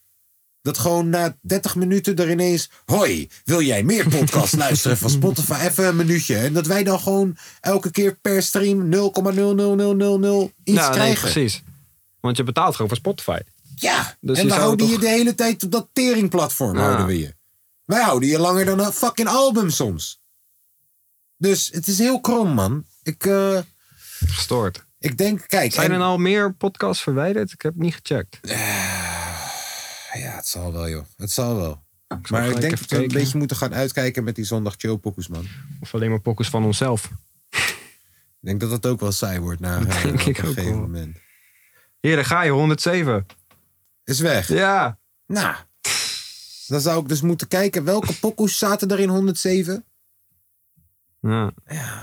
[SPEAKER 1] Dat gewoon na 30 minuten er ineens. Hoi, wil jij meer podcast luisteren van Spotify? Even een minuutje. En dat wij dan gewoon elke keer per stream 0,00000 iets
[SPEAKER 4] ja, nee,
[SPEAKER 1] krijgen.
[SPEAKER 4] precies. Want je betaalt gewoon voor Spotify.
[SPEAKER 1] ja,
[SPEAKER 4] Dus je
[SPEAKER 1] en we
[SPEAKER 4] zou
[SPEAKER 1] houden je
[SPEAKER 4] toch-
[SPEAKER 1] de hele tijd op dat teringplatform.
[SPEAKER 4] Ja.
[SPEAKER 1] Houden we je. Wij houden je langer dan een fucking album soms. Dus het is heel krom, man. Ik, eh,
[SPEAKER 4] Gestoord.
[SPEAKER 1] ik denk, kijk.
[SPEAKER 4] Zijn
[SPEAKER 1] en-
[SPEAKER 4] er nou meer podcasts verwijderd? Ik heb het niet gecheckt.
[SPEAKER 1] Eh, Ja, het zal wel, joh. Het zal wel.
[SPEAKER 4] Oh, zal
[SPEAKER 1] maar ik
[SPEAKER 4] gelijk
[SPEAKER 1] denk dat
[SPEAKER 4] even
[SPEAKER 1] we een
[SPEAKER 4] kijken.
[SPEAKER 1] beetje moeten gaan uitkijken met die zondag chillpokoes, man. Ik
[SPEAKER 4] Of alleen maar pokus van onszelf.
[SPEAKER 1] denk dat dat ook wel saai wordt na eh,
[SPEAKER 4] denk
[SPEAKER 1] op
[SPEAKER 4] ik
[SPEAKER 1] een
[SPEAKER 4] ook
[SPEAKER 1] gegeven
[SPEAKER 4] wel.
[SPEAKER 1] moment.
[SPEAKER 4] Hier, daar ga je, 107.
[SPEAKER 1] Is weg.
[SPEAKER 4] Ja.
[SPEAKER 1] Nou, dan zou ik dus moeten kijken welke pokoes zaten er in 107.
[SPEAKER 4] ja.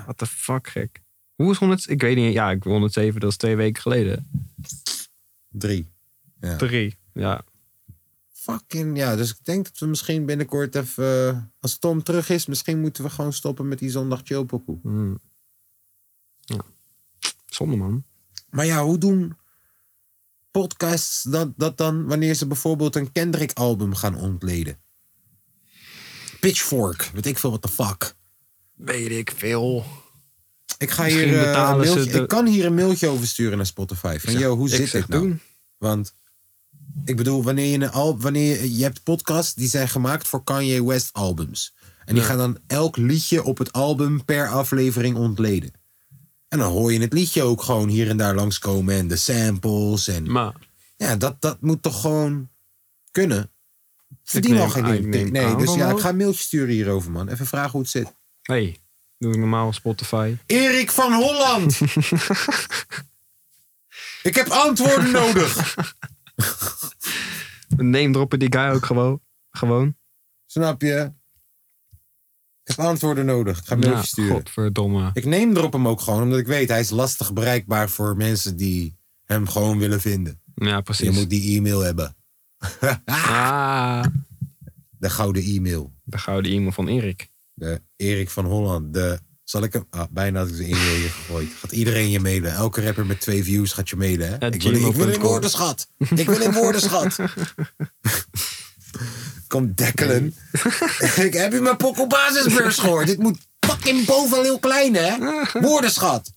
[SPEAKER 4] What the fuck, gek. Hoe is 100? Ik weet niet. Ja, ik 107, dat is twee weken geleden.
[SPEAKER 1] Drie. Ja.
[SPEAKER 4] Drie. Ja.
[SPEAKER 1] Fucking, ja. Dus ik denk dat we misschien binnenkort even... eh, als Tom terug is, misschien moeten we gewoon stoppen met die zondag chillpokoe.
[SPEAKER 4] Hmm. ja. Zonde, man.
[SPEAKER 1] Maar ja, hoe doen podcasts dat, dat dan wanneer ze bijvoorbeeld een Kendrick-album gaan ontleden? Pitchfork, weet ik veel wat de fuck.
[SPEAKER 4] Weet ik veel.
[SPEAKER 1] Ik, ga
[SPEAKER 4] Misschien
[SPEAKER 1] hier, eh,
[SPEAKER 4] betalen
[SPEAKER 1] een mailtje-
[SPEAKER 4] ze de-
[SPEAKER 1] ik kan hier een mailtje over sturen naar Spotify. Van, yo, hoe
[SPEAKER 4] ik
[SPEAKER 1] zit
[SPEAKER 4] zeg
[SPEAKER 1] dit nou?
[SPEAKER 4] doen.
[SPEAKER 1] Want ik bedoel, wanneer je een album, wanneer je, je hebt podcasts die zijn gemaakt voor Kanye West albums. En die
[SPEAKER 4] Ja.
[SPEAKER 1] gaan dan elk liedje op het album per aflevering ontleden. En dan hoor je het liedje ook gewoon hier en daar langskomen en de samples. En
[SPEAKER 4] Maar
[SPEAKER 1] ja, dat, dat moet toch gewoon kunnen. Ik Verdien
[SPEAKER 4] neem-
[SPEAKER 1] al geen
[SPEAKER 4] ah, ik
[SPEAKER 1] ding.
[SPEAKER 4] neem
[SPEAKER 1] Nee,
[SPEAKER 4] aan
[SPEAKER 1] dus
[SPEAKER 4] dan
[SPEAKER 1] ja, ik
[SPEAKER 4] ook.
[SPEAKER 1] ga een mailtje sturen hierover, man. Even vragen hoe het zit.
[SPEAKER 4] hey, doe ik normaal op Spotify.
[SPEAKER 1] Erik van Holland! ik heb antwoorden nodig!
[SPEAKER 4] Neem droppen die guy ook gewoon. Gewoon.
[SPEAKER 1] Snap je? Ik heb antwoorden nodig. Ik ga een mailtje
[SPEAKER 4] Ja,
[SPEAKER 1] sturen.
[SPEAKER 4] godverdomme.
[SPEAKER 1] Ik neem drop hem ook gewoon, omdat ik weet, hij is lastig bereikbaar voor mensen die hem gewoon willen vinden.
[SPEAKER 4] Ja,
[SPEAKER 1] Je
[SPEAKER 4] precies.
[SPEAKER 1] moet die e-mail hebben.
[SPEAKER 4] Ah,
[SPEAKER 1] De gouden e-mail.
[SPEAKER 4] de gouden e-mail van Erik.
[SPEAKER 1] De Erik van Holland. De, zal ik hem... Ah, bijna had ik zijn e-mail hier gegooid. Gaat iedereen je mailen. Elke rapper met twee views gaat je mailen, hè?
[SPEAKER 4] At
[SPEAKER 1] Ik wil, ik wil in
[SPEAKER 4] gmail.com.
[SPEAKER 1] woordenschat. Ik wil in woordenschat. Kom dekkelen. ik heb u mijn pokkel basisbeurs gehoord. Dit moet fucking boven heel klein, hè? Woordenschat.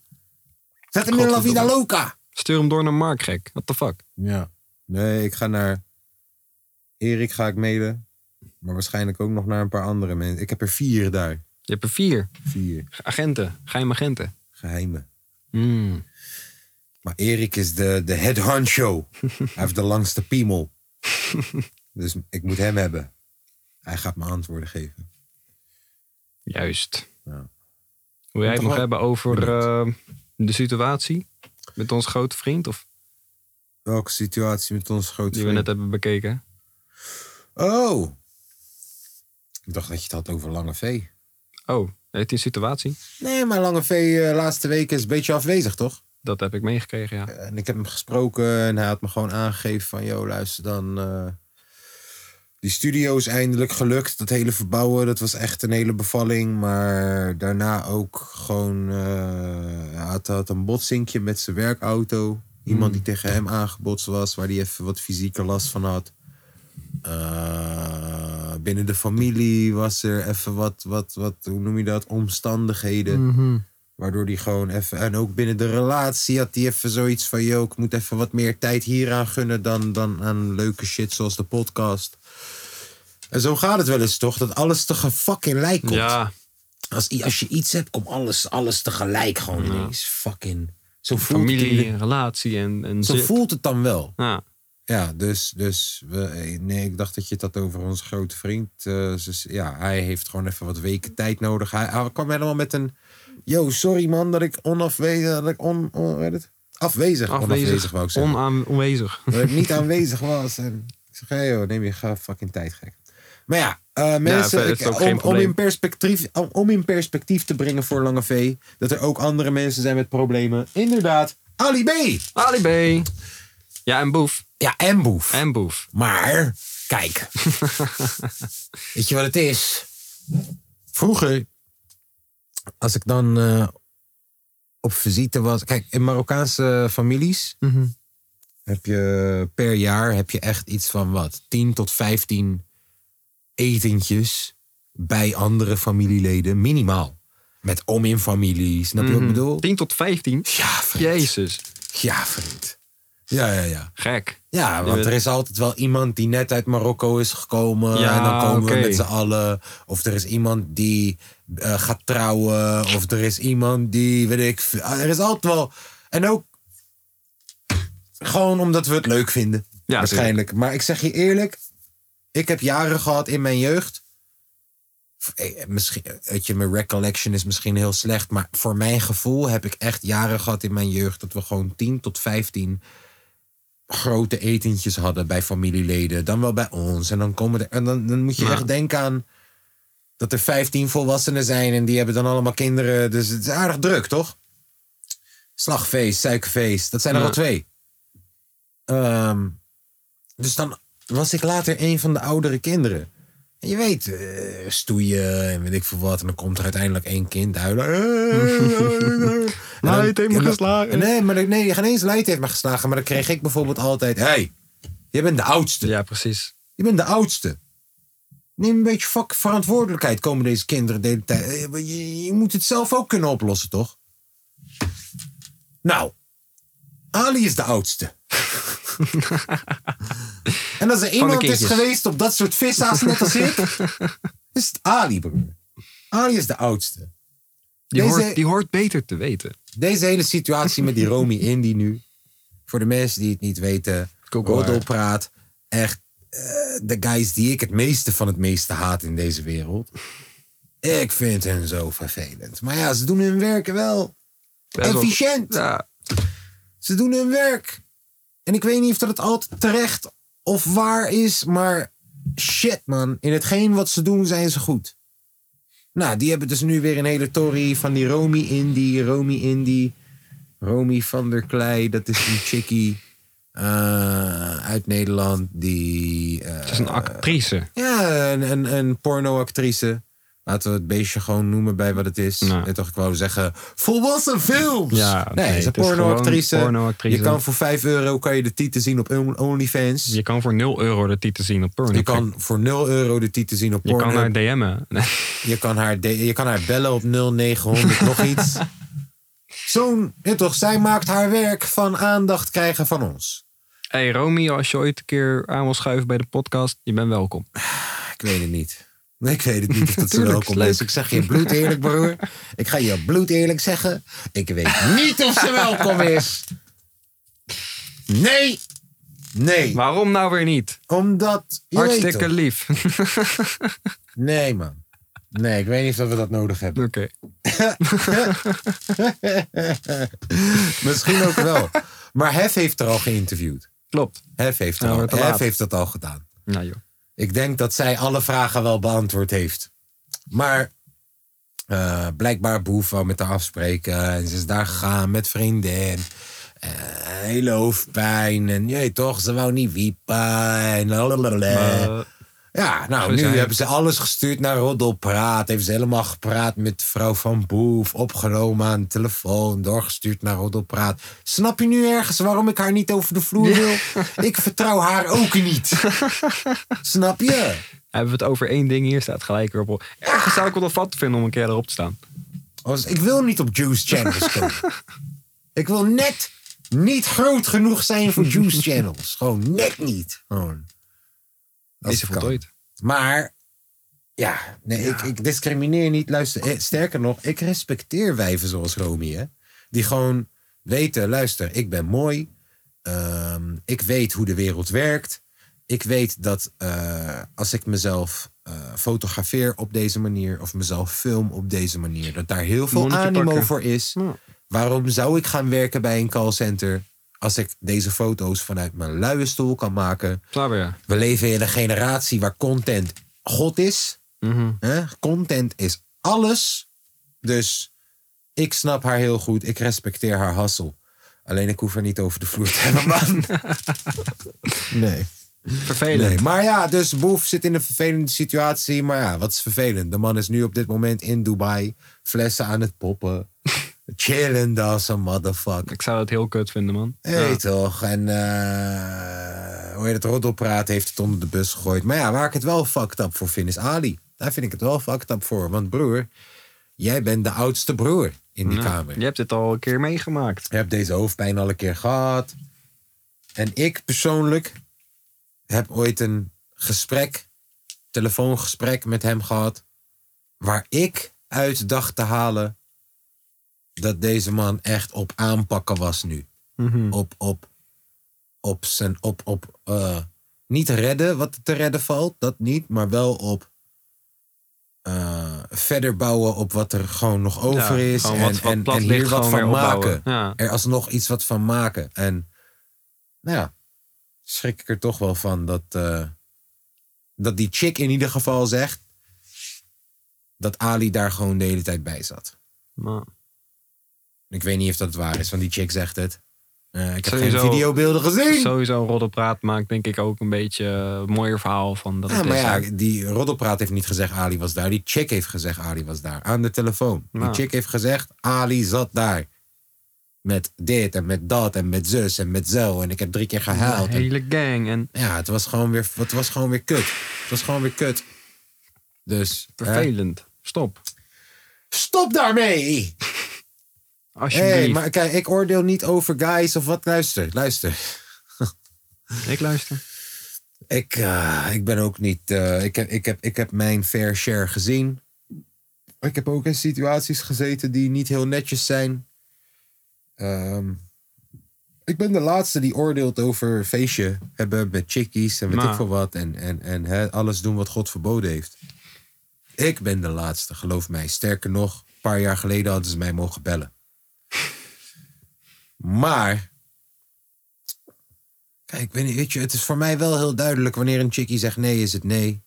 [SPEAKER 1] Zet hem in La Vida
[SPEAKER 4] Godverdomme.
[SPEAKER 1] Loca.
[SPEAKER 4] Stuur hem door naar Mark, gek. What the fuck?
[SPEAKER 1] Ja. Nee, ik ga naar... Erik ga ik mailen. Maar waarschijnlijk ook nog naar een paar andere mensen. Ik heb er vier daar.
[SPEAKER 4] Je hebt er vier.
[SPEAKER 1] Vier.
[SPEAKER 4] Agenten. Geheime agenten.
[SPEAKER 1] Geheime.
[SPEAKER 4] Hmm.
[SPEAKER 1] Maar Erik is de, de head honcho. Hij heeft de langste piemel. Dus ik moet hem hebben. Hij gaat me antwoorden geven.
[SPEAKER 4] Juist.
[SPEAKER 1] Ja.
[SPEAKER 4] Wil jij het
[SPEAKER 1] Toch
[SPEAKER 4] nog
[SPEAKER 1] wel-
[SPEAKER 4] hebben over
[SPEAKER 1] Benieuwd.
[SPEAKER 4] eh, de situatie met ons grote vriend? Of
[SPEAKER 1] Welke situatie met ons grote
[SPEAKER 4] die we
[SPEAKER 1] vriend?
[SPEAKER 4] net hebben bekeken?
[SPEAKER 1] Oh! Ik dacht dat je het had over Lange V.
[SPEAKER 4] Oh, heeft die een situatie?
[SPEAKER 1] Nee, maar Lange V eh, laatste weken is een beetje afwezig, toch?
[SPEAKER 4] Dat heb ik meegekregen, ja.
[SPEAKER 1] En ik heb hem gesproken en hij had me gewoon aangegeven van... ...joh, luister dan... eh, die studio is eindelijk gelukt. Dat hele verbouwen, dat was echt een hele bevalling. Maar daarna ook gewoon... eh, hij had, had een botsinkje met zijn werkauto. Iemand die tegen hem aangebotst was... ...waar hij even wat fysieke last van had. Eh, binnen de familie was er even wat, wat, wat... ...hoe noem je dat? Omstandigheden. Waardoor die gewoon even. En ook binnen de relatie had hij even zoiets van: yo, ik moet even wat meer tijd hieraan gunnen dan, dan aan leuke shit zoals de podcast. En zo gaat het wel eens toch? Dat alles tegelijk lijkt komt.
[SPEAKER 4] Ja,
[SPEAKER 1] Als, i- als je iets hebt, komt alles, alles tegelijk gewoon ineens. Fucking. Zo voelt, het,
[SPEAKER 4] familie,
[SPEAKER 1] in
[SPEAKER 4] relatie en, en
[SPEAKER 1] de- zo
[SPEAKER 4] zip.
[SPEAKER 1] voelt het dan wel.
[SPEAKER 4] Ja,
[SPEAKER 1] Ja, dus, dus we, nee, ik dacht dat je het had over onze grote vriend. Eh, dus, ja, hij heeft gewoon even wat weken tijd nodig. Hij, hij kwam helemaal met een... Yo, sorry man dat ik onafwezig... Dat ik on, on- hoe heet het? Afwezig. Onafwezig
[SPEAKER 4] afwezig,
[SPEAKER 1] wou ik zeggen.
[SPEAKER 4] onaan, onwezig.
[SPEAKER 1] dat ik niet aanwezig was. En ik zeg, hey, joh, neem je ga fucking tijd gek. Maar ja, eh, mensen,
[SPEAKER 4] verder is
[SPEAKER 1] ik-
[SPEAKER 4] het ook geen
[SPEAKER 1] om, om,
[SPEAKER 4] probleem.
[SPEAKER 1] in perspectief, om, om in perspectief te brengen voor Lange V... dat er ook andere mensen zijn met problemen. Inderdaad, Ali B.
[SPEAKER 4] Ali B. Ja, en boef.
[SPEAKER 1] Ja, en Boef.
[SPEAKER 4] En boef.
[SPEAKER 1] Maar, kijk. Weet je wat het is? Vroeger, als ik dan eh, op visite was... Kijk, in Marokkaanse families heb je per jaar heb je echt iets van wat? 10 tot 15 etentjes bij andere familieleden, minimaal. Met om in familie, snap je wat ik bedoel?
[SPEAKER 4] 10 Mhm. tot 15.
[SPEAKER 1] Ja, vriend.
[SPEAKER 4] Jezus,
[SPEAKER 1] Ja, vriend. Ja, ja, ja.
[SPEAKER 4] gek.
[SPEAKER 1] Ja, want
[SPEAKER 4] weet-
[SPEAKER 1] er is altijd wel iemand die net uit Marokko is gekomen.
[SPEAKER 4] Ja,
[SPEAKER 1] en dan komen
[SPEAKER 4] oké.
[SPEAKER 1] we met z'n allen. Of er is iemand die eh, gaat trouwen. Of er is iemand die, weet ik. veel. Ah, Er is altijd wel. En ook gewoon omdat we het leuk vinden.
[SPEAKER 4] Ja,
[SPEAKER 1] waarschijnlijk. Maar ik zeg je eerlijk. Ik heb jaren gehad in mijn jeugd. F- eh, Misschien, weet je, mijn recollection is misschien heel slecht. Maar voor mijn gevoel heb ik echt jaren gehad in mijn jeugd. Dat we gewoon 10 tot 15 grote etentjes hadden bij familieleden, dan wel bij ons. En dan, komen er, en dan, dan moet je
[SPEAKER 4] Ja.
[SPEAKER 1] echt denken aan dat er 15 volwassenen zijn en die hebben dan allemaal kinderen. Dus het is aardig druk, toch? Slagfeest, suikerfeest. Dat zijn er
[SPEAKER 4] Ja.
[SPEAKER 1] al twee. Ehm, dus dan was ik later een van de oudere kinderen. En je weet, eh, stoeien en weet ik veel wat. En dan komt er uiteindelijk één kind huilen. En dan-
[SPEAKER 4] Light heeft me
[SPEAKER 1] en dan-
[SPEAKER 4] geslagen.
[SPEAKER 1] Nee, maar, dan- nee, je gaat eens Light heeft me geslagen. Maar dan kreeg ik bijvoorbeeld altijd... hey, je bent de oudste.
[SPEAKER 4] Ja, precies.
[SPEAKER 1] Je bent de oudste. Neem een beetje fuck verantwoordelijkheid, komen deze kinderen de hele tijd. Eh, maar Je, je moet het zelf ook kunnen oplossen, toch? Nou, Ali is de oudste. en als er iemand is
[SPEAKER 4] kindjes.
[SPEAKER 1] geweest op dat soort vissa's net als ik, is het Ali, broer. Ali is de oudste.
[SPEAKER 4] Die,
[SPEAKER 1] Deze-
[SPEAKER 4] hoort, die hoort beter te weten.
[SPEAKER 1] Deze hele situatie met die Romy Indy nu. Voor de mensen die het niet weten.
[SPEAKER 4] Google haar.
[SPEAKER 1] Roddelpraat. Echt eh, de guys die ik het meeste van het meeste haat in deze wereld. Ik vind hen zo vervelend. Maar ja, ze doen hun werk wel
[SPEAKER 4] Best wel-
[SPEAKER 1] efficiënt.
[SPEAKER 4] Ja,
[SPEAKER 1] Ze doen hun werk. En ik weet niet of dat het altijd terecht of waar is, maar shit man. In hetgeen wat ze doen zijn ze goed. Nou, die hebben dus nu weer een hele tory van die Romy Indy, Romy Indy, Romy van der Klei. Dat is die chickie eh, uit Nederland die... eh,
[SPEAKER 4] het is een actrice.
[SPEAKER 1] ja, een, een, een pornoactrice. Laten we het beestje gewoon noemen bij wat het is.
[SPEAKER 4] Ja.
[SPEAKER 1] Ja. toch, ik wou zeggen, volwassen films.
[SPEAKER 4] Ja,
[SPEAKER 1] nee,
[SPEAKER 4] nee,
[SPEAKER 1] het is een
[SPEAKER 4] het is
[SPEAKER 1] pornoactrice.
[SPEAKER 4] gewoon pornoactrice.
[SPEAKER 1] Je kan voor 5 euro kan je de titel zien op On- OnlyFans. Je,
[SPEAKER 4] Je kan voor 0 euro de titel zien op Pornhub.
[SPEAKER 1] kan voor 0 euro de titel zien op
[SPEAKER 4] je kan
[SPEAKER 1] Pornhub.
[SPEAKER 4] haar DM'en.
[SPEAKER 1] Je, kan haar de- je kan haar bellen op 0900 nog iets. Zo'n, ja, toch, zij maakt haar werk van aandacht krijgen van ons.
[SPEAKER 4] hey Romy, als je ooit een keer aan wil schuiven bij de podcast, je bent welkom.
[SPEAKER 1] Ik weet het niet. Nee, Ik weet het niet of dat zo
[SPEAKER 4] Tuurlijk, is
[SPEAKER 1] welkom
[SPEAKER 4] leuk.
[SPEAKER 1] is. Ik zeg je bloed eerlijk, broer. Ik ga je bloed eerlijk zeggen. Ik weet niet of ze welkom is. Nee. Nee.
[SPEAKER 4] Waarom nou weer niet?
[SPEAKER 1] Omdat. Je weet
[SPEAKER 4] Hartstikke
[SPEAKER 1] toch.
[SPEAKER 4] lief.
[SPEAKER 1] Nee, man. Nee, ik weet niet of we dat nodig hebben.
[SPEAKER 4] Oké.
[SPEAKER 1] Misschien ook wel. Maar Hef heeft er al geïnterviewd.
[SPEAKER 4] Klopt.
[SPEAKER 1] Hef heeft, er
[SPEAKER 4] Ja,
[SPEAKER 1] al,
[SPEAKER 4] maar te
[SPEAKER 1] Hef
[SPEAKER 4] laat.
[SPEAKER 1] heeft dat al gedaan.
[SPEAKER 4] Nou joh.
[SPEAKER 1] Ik denk dat zij alle vragen wel beantwoord heeft. Maar eh, blijkbaar Boef wou met haar afspreken. En ze is daar gegaan met vrienden. En, eh, hele hoofdpijn. En je weet toch, ze wou niet wiepen. En lalalala.
[SPEAKER 4] Eh,
[SPEAKER 1] Ja, nou,
[SPEAKER 4] Zo
[SPEAKER 1] nu
[SPEAKER 4] zijn
[SPEAKER 1] hebben ze alles gestuurd naar Roddelpraat. Heeft ze helemaal gepraat met vrouw van Boef. Opgenomen aan de telefoon. Doorgestuurd naar Roddelpraat. Snap je nu ergens waarom ik haar niet over de vloer wil? Ik vertrouw haar ook niet. Snap je?
[SPEAKER 4] hebben we het over één ding hier, staat gelijk weer op. Ergens zou ik wel wat te vinden om een keer erop te staan.
[SPEAKER 1] Als, ik wil niet op Juice Channels komen. ik wil net niet groot genoeg zijn voor Juice Channels. Gewoon net niet. Gewoon. Als
[SPEAKER 4] Is ze
[SPEAKER 1] het kan.
[SPEAKER 4] voltooid.
[SPEAKER 1] Maar ja, nee, Ik, ik discrimineer niet. Luister, eh, sterker nog, ik respecteer wijven zoals Romy. Hè? Die gewoon weten, luister, ik ben mooi. Ehm, ik weet hoe de wereld werkt. Ik weet dat eh, als ik mezelf eh, fotografeer op deze manier... of mezelf film op deze manier... dat daar heel veel
[SPEAKER 4] Monnetje
[SPEAKER 1] animo
[SPEAKER 4] pakken.
[SPEAKER 1] voor is.
[SPEAKER 4] Ja.
[SPEAKER 1] Waarom zou ik gaan werken bij een callcenter... als ik deze foto's vanuit mijn luie stoel kan maken...
[SPEAKER 4] Klaar weer. ja.
[SPEAKER 1] We leven in een generatie waar content God is.
[SPEAKER 4] Mhm.
[SPEAKER 1] Hè? Content is alles. Dus ik snap haar heel goed. Ik respecteer haar hassel. Alleen ik hoef haar niet over de vloer te hebben, man. Nee.
[SPEAKER 4] Vervelend.
[SPEAKER 1] nee. Maar ja, dus Boef zit in een vervelende situatie. Maar ja, wat is vervelend? De man is nu op dit moment in Dubai. Flessen aan het poppen. Chillen als een motherfucker.
[SPEAKER 4] Ik zou dat heel kut vinden, man.
[SPEAKER 1] Hé,
[SPEAKER 4] Ja.
[SPEAKER 1] toch? En eh hoe je dat roddelpraat heeft het onder de bus gegooid. Maar ja, waar ik het wel fucked up voor vind is Ali. Daar vind ik het wel fucked up voor. Want broer, jij bent de oudste broer in die
[SPEAKER 4] Ja.
[SPEAKER 1] kamer.
[SPEAKER 4] Je hebt dit al een keer meegemaakt.
[SPEAKER 1] Je hebt deze hoofdpijn al een keer gehad. En ik persoonlijk heb ooit een gesprek, telefoongesprek met hem gehad. Waar ik uit dacht te halen dat deze man echt op aanpakken was nu
[SPEAKER 4] Mhm.
[SPEAKER 1] op, op, op zijn, op, op, eh, niet redden wat te redden valt, dat niet, maar wel op eh, verder bouwen op wat er gewoon nog over
[SPEAKER 4] Ja,
[SPEAKER 1] is
[SPEAKER 4] gewoon
[SPEAKER 1] en,
[SPEAKER 4] wat- wat
[SPEAKER 1] en,
[SPEAKER 4] plat
[SPEAKER 1] en
[SPEAKER 4] ligt,
[SPEAKER 1] hier wat
[SPEAKER 4] gewoon
[SPEAKER 1] van
[SPEAKER 4] weer opbouwen.
[SPEAKER 1] maken.
[SPEAKER 4] Ja.
[SPEAKER 1] Er alsnog iets wat van maken. En nou ja, schrik ik er toch wel van dat, eh, dat die chick in ieder geval zegt dat Ali daar gewoon de hele tijd bij zat.
[SPEAKER 4] Maar
[SPEAKER 1] Ik weet niet of dat waar is, want die chick zegt het. Eh, ik heb
[SPEAKER 4] Sowieso-
[SPEAKER 1] geen videobeelden gezien.
[SPEAKER 4] Sowieso roddelpraat maakt denk ik ook een beetje eh, een mooier verhaal van dat
[SPEAKER 1] Ja,
[SPEAKER 4] het
[SPEAKER 1] Ah, maar
[SPEAKER 4] is.
[SPEAKER 1] ja, die roddelpraat heeft niet gezegd Ali was daar. Die chick heeft gezegd Ali was daar. Aan de telefoon. Die
[SPEAKER 4] Nou.
[SPEAKER 1] chick heeft gezegd Ali zat daar. Met dit en met dat en met zus en met zo. En ik heb drie keer gehuild.
[SPEAKER 4] De
[SPEAKER 1] En-
[SPEAKER 4] hele gang. En
[SPEAKER 1] ja, het was gewoon weer, het was gewoon weer kut. Het was gewoon weer kut. Dus hè?
[SPEAKER 4] vervelend. Stop.
[SPEAKER 1] stop daarmee!
[SPEAKER 4] Alsjeblieft.
[SPEAKER 1] Hey, maar kijk, ik oordeel niet over guys of wat. Luister, luister.
[SPEAKER 4] Ik luister.
[SPEAKER 1] Ik, eh, ik ben ook niet. eh, ik, heb, ik, heb, ik heb mijn fair share gezien. Ik heb ook in situaties gezeten die niet heel netjes zijn. Ehm, ik ben de laatste die oordeelt over feestje hebben met chickies en weet
[SPEAKER 4] Maar-
[SPEAKER 1] ik veel wat. En, en, en hè, alles doen wat God verboden heeft. Ik ben de laatste, geloof mij. Sterker nog, een paar jaar geleden hadden ze mij mogen bellen. Maar Kijk, ik weet, niet, weet je, het is voor mij wel heel duidelijk wanneer een chickie zegt nee, is het nee.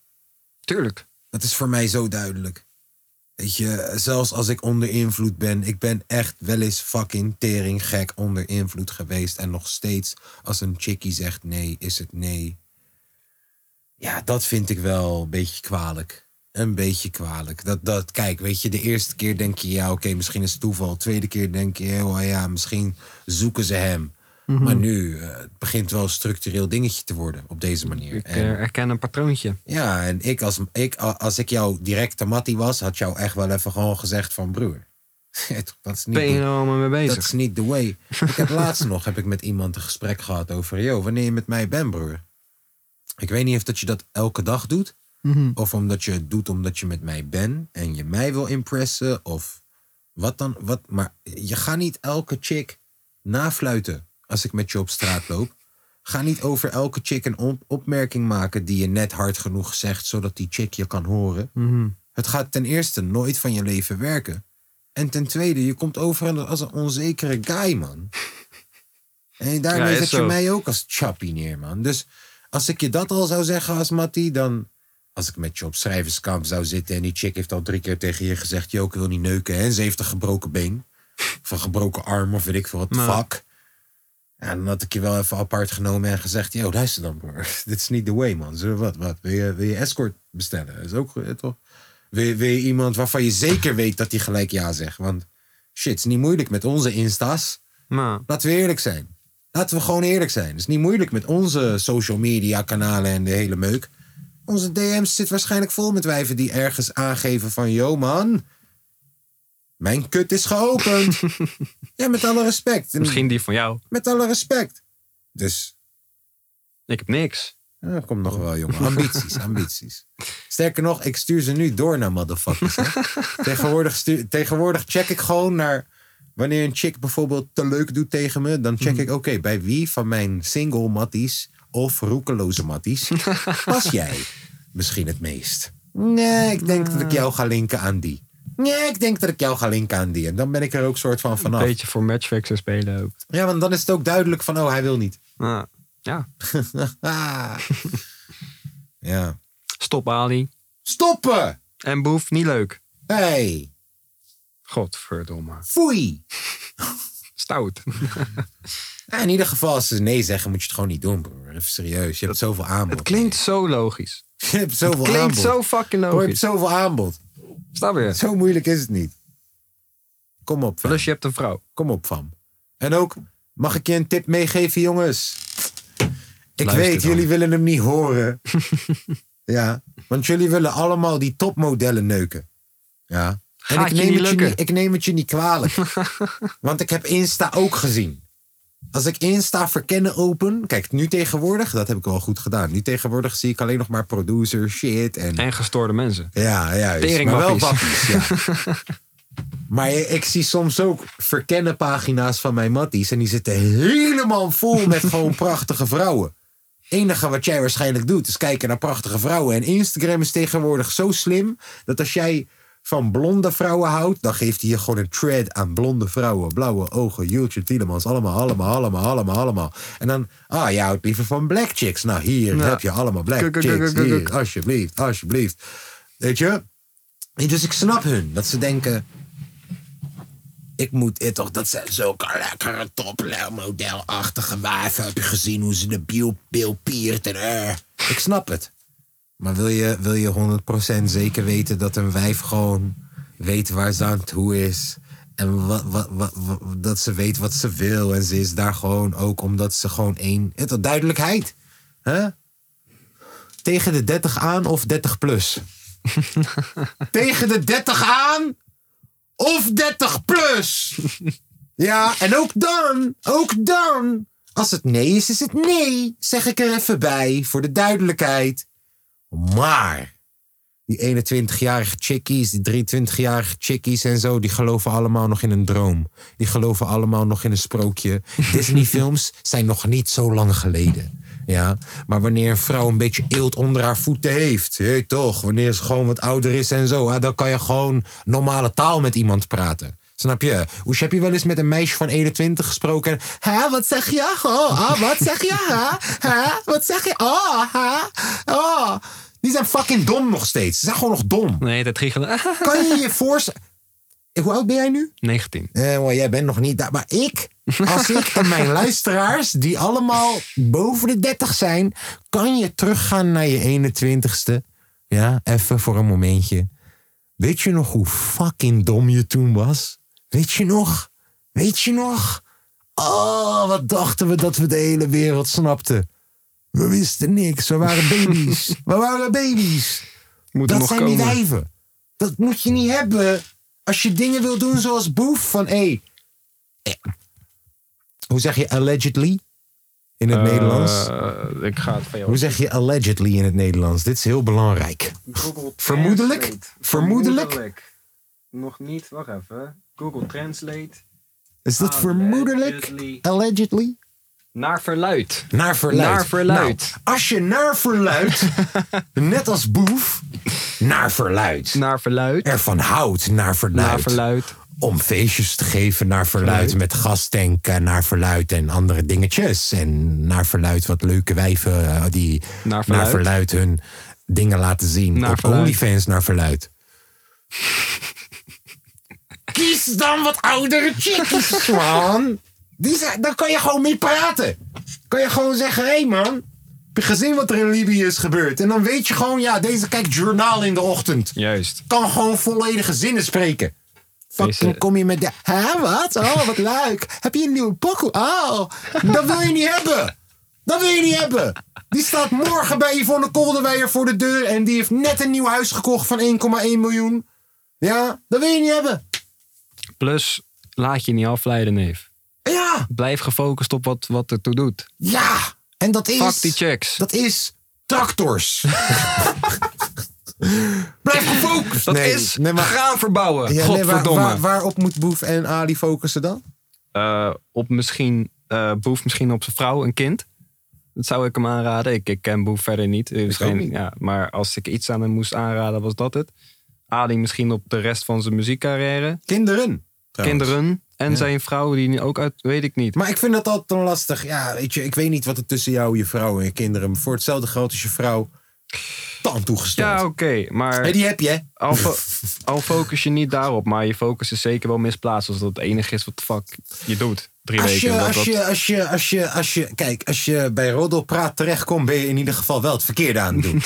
[SPEAKER 4] Tuurlijk.
[SPEAKER 1] Dat is voor mij zo duidelijk. Weet je, zelfs als ik onder invloed ben, ik ben echt wel eens fucking tering gek onder invloed geweest. En nog steeds, als een chickie zegt nee, is het nee. Ja, dat vind ik wel een beetje kwalijk. Een beetje kwalijk. Dat, dat, kijk, weet je, de eerste keer denk je, ja, oké, misschien is het toeval. Tweede keer denk je, oh ja, misschien zoeken ze hem.
[SPEAKER 4] Mhm.
[SPEAKER 1] Maar nu, eh, het begint wel een structureel dingetje te worden op deze manier.
[SPEAKER 4] Ik eh,
[SPEAKER 1] En-
[SPEAKER 4] herken een patroontje.
[SPEAKER 1] ja, en ik als, ik, a- als ik jouw directe mattie was, had jou echt wel even gewoon gezegd van broer. dat, is niet
[SPEAKER 4] Ben je
[SPEAKER 1] de,
[SPEAKER 4] er allemaal mee
[SPEAKER 1] dat
[SPEAKER 4] bezig?
[SPEAKER 1] is niet the way. Ik heb laatst nog heb ik met iemand een gesprek gehad over, yo, wanneer je met mij bent, broer. Ik weet niet of dat je dat elke dag doet, of omdat je het doet omdat je met mij bent en je mij wil impressen, of wat dan, wat. Maar je gaat niet elke chick nafluiten als ik met je op straat loop. Ga niet over elke chick een op- opmerking maken die je net hard genoeg zegt, zodat die chick je kan horen. Het gaat ten eerste nooit van je leven werken. En ten tweede, je komt over als een onzekere guy, man. En daarmee
[SPEAKER 4] Ja, is
[SPEAKER 1] zet je
[SPEAKER 4] zo.
[SPEAKER 1] mij ook als chappie neer, man. Dus als ik je dat al zou zeggen als Mattie, dan... Als ik met je op schrijverskamp zou zitten en die chick heeft al drie keer tegen je gezegd... ...joh, ik wil niet neuken, hè? Ze heeft een gebroken been. Of een gebroken arm, of weet ik veel wat.
[SPEAKER 4] Nou.
[SPEAKER 1] Fuck. En dan had ik je wel even apart genomen en gezegd... ...joh, luister dan, broer. Dit is niet the way, man. Zullen we wat, wat? Wil je, wil je escort bestellen? Dat is ook, eh, toch? Wil je, wil je iemand waarvan je zeker weet dat hij gelijk ja zegt? Want shit, is niet moeilijk met onze insta's.
[SPEAKER 4] Maar
[SPEAKER 1] Laten we eerlijk zijn. Laten we gewoon eerlijk zijn. Het is niet moeilijk met onze social media kanalen en de hele meuk. Onze DM's zit waarschijnlijk vol met wijven die ergens aangeven van... Yo man, mijn kut is geopend. ja, met alle respect. En
[SPEAKER 4] misschien die van jou.
[SPEAKER 1] Met alle respect. Dus
[SPEAKER 4] Ik heb niks.
[SPEAKER 1] ja, dat komt nog wel, jongen. Ambities, ambities. Sterker nog, ik stuur ze nu door naar motherfuckers. hè. tegenwoordig, stu- tegenwoordig check ik gewoon naar... Wanneer een chick bijvoorbeeld te leuk doet tegen me... dan
[SPEAKER 4] Mhm.
[SPEAKER 1] check ik, oké, bij wie van mijn single matties... of roekeloze matties pas jij misschien het meest? Nee, ik denk dat ik jou ga linken aan die. Nee, ik denk dat ik jou ga linken aan die. En dan ben ik er ook soort van
[SPEAKER 4] Een
[SPEAKER 1] vanaf.
[SPEAKER 4] beetje voor matchfixen spelen ook.
[SPEAKER 1] Ja, want dan is het ook duidelijk van... oh, hij wil niet.
[SPEAKER 4] Maar, ja,
[SPEAKER 1] ja.
[SPEAKER 4] stop Ali.
[SPEAKER 1] Stoppen!
[SPEAKER 4] En boef, niet leuk.
[SPEAKER 1] Hey,
[SPEAKER 4] Godverdomme.
[SPEAKER 1] foei.
[SPEAKER 4] Stout.
[SPEAKER 1] Ja, in ieder geval, als ze nee zeggen, moet je het gewoon niet doen, broer. Even serieus. Je hebt zoveel aanbod.
[SPEAKER 4] Het klinkt zo logisch.
[SPEAKER 1] je hebt zoveel
[SPEAKER 4] Klinkt
[SPEAKER 1] aanbod.
[SPEAKER 4] zo fucking
[SPEAKER 1] Broer, je hebt
[SPEAKER 4] logisch.
[SPEAKER 1] zoveel aanbod.
[SPEAKER 4] Snap je?
[SPEAKER 1] Zo moeilijk is het niet. Kom op, fam.
[SPEAKER 4] Plus je hebt een vrouw.
[SPEAKER 1] Kom op, fam. En ook, mag ik je een tip meegeven, jongens? Ik
[SPEAKER 4] Luister
[SPEAKER 1] weet,
[SPEAKER 4] dan.
[SPEAKER 1] jullie willen hem niet horen. ja, want jullie willen allemaal die topmodellen neuken. Ja.
[SPEAKER 4] Gaat
[SPEAKER 1] ik
[SPEAKER 4] je
[SPEAKER 1] neem,
[SPEAKER 4] niet
[SPEAKER 1] het je
[SPEAKER 4] lukken.
[SPEAKER 1] niet, ik neem het je niet kwalijk. want ik heb Insta ook gezien. Als ik Insta verkennen open... Kijk, nu tegenwoordig, dat heb ik wel goed gedaan. Nu tegenwoordig zie ik alleen nog maar producer shit en...
[SPEAKER 4] En gestoorde mensen.
[SPEAKER 1] Ja, juist. Maar wel wappies, ja. Maar ik zie soms ook verkennen pagina's van mijn matties. En die zitten helemaal vol met gewoon prachtige vrouwen. enige wat jij waarschijnlijk doet is kijken naar prachtige vrouwen. En Instagram is tegenwoordig zo slim dat als jij van blonde vrouwen houdt, dan geeft hij je gewoon een thread aan blonde vrouwen, blauwe ogen, Jultje Tielemans, allemaal, allemaal, allemaal, allemaal, allemaal. En dan, ah, jij houdt liever van black chicks. Nou, hier
[SPEAKER 4] Ja.
[SPEAKER 1] heb je allemaal black
[SPEAKER 4] Kuk, kuk,
[SPEAKER 1] chicks.
[SPEAKER 4] kuk, kuk,
[SPEAKER 1] hier,
[SPEAKER 4] kuk.
[SPEAKER 1] alsjeblieft, alsjeblieft. Weet je? En Dus ik snap hun dat ze denken, Ik moet dit toch, dat zijn zulke lekkere topmodelachtige wijven. Heb je gezien hoe ze de biel, biel piert en eh. Ik snap het. Maar wil je, wil je 100% zeker weten dat een wijf gewoon weet waar ze aan toe is? En wat, wat, wat, wat- dat ze weet wat ze wil. En ze is daar gewoon ook omdat ze gewoon één. Het, duidelijkheid. hè? Tegen de 30 aan of 30 plus? Tegen de 30 aan of 30 plus. Ja, en ook dan, ook dan. Als het nee is, is het nee. Zeg ik er even bij, voor de duidelijkheid. Maar, die 21-jarige chickies, die 23-jarige chickies en zo, die geloven allemaal nog in een droom. Die geloven allemaal nog in een sprookje. Disney-films zijn nog niet zo lang geleden. Ja, maar wanneer een vrouw een beetje eelt onder haar voeten heeft, je weet toch, wanneer ze gewoon wat ouder is en zo, hè, dan kan je gewoon normale taal met iemand praten. Snap je? Oes, heb je wel eens met een meisje van 21 gesproken? Hè, wat zeg je? Oh, ah, wat zeg je? Hè? Hè? Wat zeg je? Oh, hè? Oh. Die zijn fucking dom nog steeds. Ze zijn gewoon nog dom.
[SPEAKER 4] Nee, dat giechelen.
[SPEAKER 1] Kan je je voorstellen... Hoe oud ben jij nu?
[SPEAKER 4] 19.
[SPEAKER 1] Eh, well, jij bent nog niet daar. Maar ik, als ik en mijn luisteraars, die allemaal boven de 30 zijn, kan je teruggaan naar je 21ste. Ja, even voor een momentje. Weet je nog hoe fucking dom je toen was? Weet je nog? Weet je nog? Oh, wat dachten we dat we de hele wereld snapten. We wisten niks. We waren baby's. We waren baby's.
[SPEAKER 4] Moet
[SPEAKER 1] Dat
[SPEAKER 4] er nog
[SPEAKER 1] zijn
[SPEAKER 4] komen.
[SPEAKER 1] die wijven. Dat moet je niet hebben. Als je dingen wil doen zoals boef van hé. eh, Hoe zeg je allegedly in het Nederlands?
[SPEAKER 4] Eh, ik ga het van jou.
[SPEAKER 1] Hoe zeg je allegedly in het Nederlands? Dit is heel belangrijk. Vermoedelijk? Translate. Vermoedelijk?
[SPEAKER 4] Nog niet, wacht even. Google Translate.
[SPEAKER 1] Is dat vermoedelijk?
[SPEAKER 4] Allegedly.
[SPEAKER 1] Allegedly?
[SPEAKER 4] Naar verluid.
[SPEAKER 1] Naar verluid.
[SPEAKER 4] Naar verluid.
[SPEAKER 1] Nou, als je naar verluid, net als boef, naar verluid.
[SPEAKER 4] Naar verluid.
[SPEAKER 1] Ervan houdt naar verluid.
[SPEAKER 4] Nou. Naar verluid.
[SPEAKER 1] om feestjes te geven naar verluid met gastanken, naar verluid en andere dingetjes. En naar verluid wat leuke wijven eh, die naar
[SPEAKER 4] Naar
[SPEAKER 1] verluid,
[SPEAKER 4] verluid.
[SPEAKER 1] hun dingen laten zien.
[SPEAKER 4] Naar
[SPEAKER 1] op
[SPEAKER 4] verluid.
[SPEAKER 1] OnlyFans naar verluid. Kies dan wat oudere chickies, man. Die zijn, dan kan je gewoon mee praten. Kan je gewoon zeggen, hé hey man, heb je gezien wat er in Libië is gebeurd? En dan weet je gewoon, ja, deze kijkt journaal in de ochtend
[SPEAKER 4] Juist.
[SPEAKER 1] kan gewoon volledige zinnen spreken. Fucking
[SPEAKER 4] Deze-
[SPEAKER 1] kom je met de... Hè, wat? Oh, wat leuk. Heb je een nieuwe pokoe? Oh, dat wil je niet hebben. Dat wil je niet hebben. Die staat morgen bij Yvonne Kolderweijer voor de deur... en die heeft net een nieuw huis gekocht van 1,1 miljoen. Ja, dat wil je niet hebben.
[SPEAKER 4] Plus, laat je niet afleiden, neef.
[SPEAKER 1] Ja,
[SPEAKER 4] Blijf gefocust op wat, wat ertoe doet.
[SPEAKER 1] ja. En dat is...
[SPEAKER 4] Fuck die checks.
[SPEAKER 1] Dat is tractors. Blijf gefocust.
[SPEAKER 4] Dat
[SPEAKER 1] Nee,
[SPEAKER 4] is
[SPEAKER 1] nee, maar-
[SPEAKER 4] gaan verbouwen.
[SPEAKER 1] Ja, nee, waar,
[SPEAKER 4] Godverdomme.
[SPEAKER 1] waar, waarop moet Boef en Ali focussen dan?
[SPEAKER 4] Eh, op misschien, eh, Boef misschien op zijn vrouw, een kind. Dat zou ik hem aanraden. Ik, ik ken Boef verder niet. Eh, misschien-
[SPEAKER 1] niet.
[SPEAKER 4] Ja, maar als ik iets aan hem moest aanraden, was dat het. Ali misschien op de rest van zijn muziekcarrière.
[SPEAKER 1] Kinderen.
[SPEAKER 4] Kinderen. En zijn vrouw, die nu ook uit, weet ik niet.
[SPEAKER 1] Maar ik vind dat altijd dan lastig. Ja, weet je, ik weet niet wat er tussen jou, je vrouw en je kinderen. Maar voor hetzelfde geld is je vrouw tand toegestopt.
[SPEAKER 4] Ja,
[SPEAKER 1] Ja,
[SPEAKER 4] oké. maar
[SPEAKER 1] die heb je, hè?
[SPEAKER 4] al, fo- al focus je niet daarop. Maar je focus is zeker wel misplaatst. Als dat het enige is wat de fuck je doet. Drie
[SPEAKER 1] Als
[SPEAKER 4] weken.
[SPEAKER 1] je,
[SPEAKER 4] dat
[SPEAKER 1] als,
[SPEAKER 4] dat-
[SPEAKER 1] je, als, je, als, je, als je, kijk, als je bij roddelpraat terechtkomt, ben je in ieder geval wel het verkeerde aan het doen.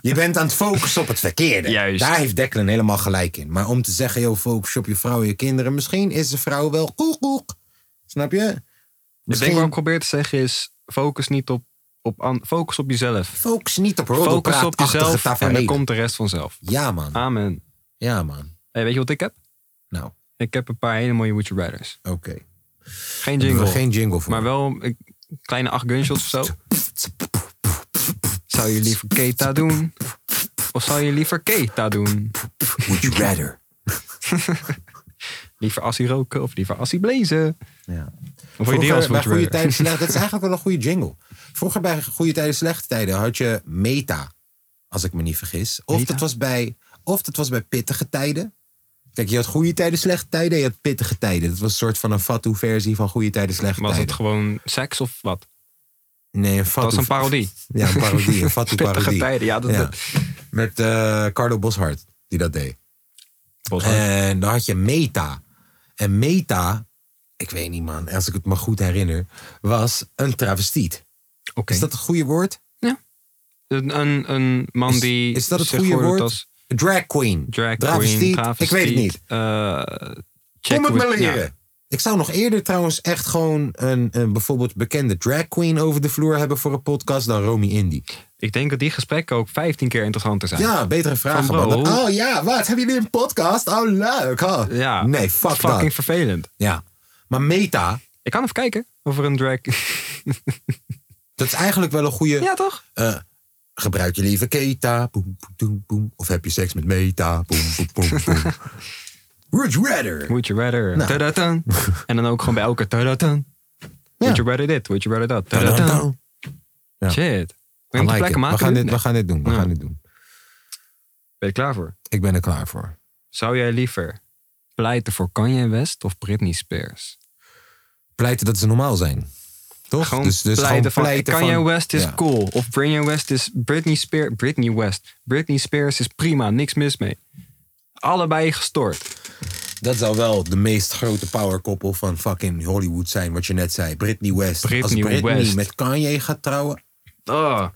[SPEAKER 1] je bent aan het focussen op het verkeerde.
[SPEAKER 4] Juist.
[SPEAKER 1] Daar heeft Declan helemaal gelijk in. Maar om te zeggen, joh, focus op je vrouw en je kinderen. Misschien is de vrouw wel koek, koek. Snap je?
[SPEAKER 4] Ik denk wat ik
[SPEAKER 1] Misschien
[SPEAKER 4] probeer te zeggen is, focus niet op, op an- focus op jezelf.
[SPEAKER 1] focus niet op roddelpraat.
[SPEAKER 4] Focus op jezelf en dan komt de rest vanzelf.
[SPEAKER 1] Ja, man.
[SPEAKER 4] Amen.
[SPEAKER 1] Ja, man.
[SPEAKER 4] Hey, weet je wat ik heb?
[SPEAKER 1] Nou,
[SPEAKER 4] Ik heb een paar hele mooie Would You Riders.
[SPEAKER 1] oké.
[SPEAKER 4] Geen
[SPEAKER 1] Hebben we
[SPEAKER 4] jingle,
[SPEAKER 1] Geen jingle voor.
[SPEAKER 4] maar wel een kleine acht gunshots of zo. Zou je liever Keta doen? Of zou je liever Keta doen?
[SPEAKER 1] Would you rather?
[SPEAKER 4] Liever Assie roken of liever Assie blazen?
[SPEAKER 1] Ja.
[SPEAKER 4] Of wil je die als
[SPEAKER 1] bij
[SPEAKER 4] Would You
[SPEAKER 1] goede
[SPEAKER 4] Rather?
[SPEAKER 1] tijden slecht. Dat is eigenlijk wel een goede jingle. Vroeger bij goede tijden slechte tijden had je meta, als ik me niet vergis. Of
[SPEAKER 4] Meta?
[SPEAKER 1] dat was bij, of dat was bij pittige tijden. Kijk, je had goede tijden slechte tijden, je had pittige tijden. Dat was een soort van een fatu versie van goede tijden slechte
[SPEAKER 4] Was het
[SPEAKER 1] tijden.
[SPEAKER 4] gewoon seks of wat?
[SPEAKER 1] Nee, een
[SPEAKER 4] Dat
[SPEAKER 1] fatu.
[SPEAKER 4] was een parodie.
[SPEAKER 1] Ja, een parodie, een fatu
[SPEAKER 4] Pittige
[SPEAKER 1] parodie.
[SPEAKER 4] tijden, ja. Dat,
[SPEAKER 1] Ja.
[SPEAKER 4] dat-
[SPEAKER 1] Met eh Carlo Boshart die dat deed.
[SPEAKER 4] Bos,
[SPEAKER 1] En dan had je Meta. En Meta, ik weet niet man, als ik het me goed herinner, was een travestiet.
[SPEAKER 4] Oké.
[SPEAKER 1] Is dat het goede woord?
[SPEAKER 4] Een, een, een man
[SPEAKER 1] Is-
[SPEAKER 4] die.
[SPEAKER 1] is dat het
[SPEAKER 4] zich
[SPEAKER 1] goede
[SPEAKER 4] voordoet
[SPEAKER 1] woord?
[SPEAKER 4] Als
[SPEAKER 1] Drag queen.
[SPEAKER 4] drag
[SPEAKER 1] Travestiet,
[SPEAKER 4] queen,
[SPEAKER 1] Ik weet het niet.
[SPEAKER 4] travestiet, eh, check
[SPEAKER 1] Kom het
[SPEAKER 4] with-
[SPEAKER 1] me
[SPEAKER 4] ja.
[SPEAKER 1] leren. Ik zou nog eerder trouwens echt gewoon een, een bijvoorbeeld bekende drag queen over de vloer hebben voor een podcast dan Romy Indy.
[SPEAKER 4] Ik denk dat die gesprekken ook 15 keer interessanter zijn.
[SPEAKER 1] Ja, betere vraag.
[SPEAKER 4] Van bro, hoe-
[SPEAKER 1] Oh ja, wat? Hebben jullie een podcast? Oh leuk. ha.
[SPEAKER 4] Ja.
[SPEAKER 1] Nee, fuck
[SPEAKER 4] Fucking
[SPEAKER 1] dat.
[SPEAKER 4] vervelend.
[SPEAKER 1] Ja. Maar Meta,
[SPEAKER 4] Ik kan even kijken of er een drag.
[SPEAKER 1] dat is eigenlijk wel een goede.
[SPEAKER 4] ja, toch?
[SPEAKER 1] eh, gebruik je liever Keta? Boem, boem, boem, boem. Of heb je seks met Meta? Boem, boem, boem, boem. Would you rather?
[SPEAKER 4] Would you rather?
[SPEAKER 1] Nou.
[SPEAKER 4] Tadatan. en dan ook gewoon bij elke. Tadatan. Would you rather dit? Would you rather dat? Tadatan.
[SPEAKER 1] Ja.
[SPEAKER 4] Shit.
[SPEAKER 1] I
[SPEAKER 4] We gaan
[SPEAKER 1] like it.
[SPEAKER 4] plekken maken.
[SPEAKER 1] We gaan,
[SPEAKER 4] nu?
[SPEAKER 1] dit,
[SPEAKER 4] Nee.
[SPEAKER 1] we gaan dit doen. We
[SPEAKER 4] Ja.
[SPEAKER 1] gaan dit doen.
[SPEAKER 4] Ben je klaar voor?
[SPEAKER 1] Ik ben er klaar voor.
[SPEAKER 4] Zou jij liever pleiten voor Kanye West of Britney Spears?
[SPEAKER 1] Pleiten dat ze normaal zijn. Toch? Dus-
[SPEAKER 4] Dus- Gewoon pleiten van Kanye West is
[SPEAKER 1] ja.
[SPEAKER 4] cool. Of Kanye West is Britney Spears. Britney West. Britney Spears is prima. Niks mis mee. Allebei gestoord.
[SPEAKER 1] Dat zou wel de meest grote powerkoppel van fucking Hollywood zijn, wat je net zei. Britney West. Als
[SPEAKER 4] Britney
[SPEAKER 1] Britney
[SPEAKER 4] West.
[SPEAKER 1] met Kanye gaat trouwen,
[SPEAKER 4] Oh.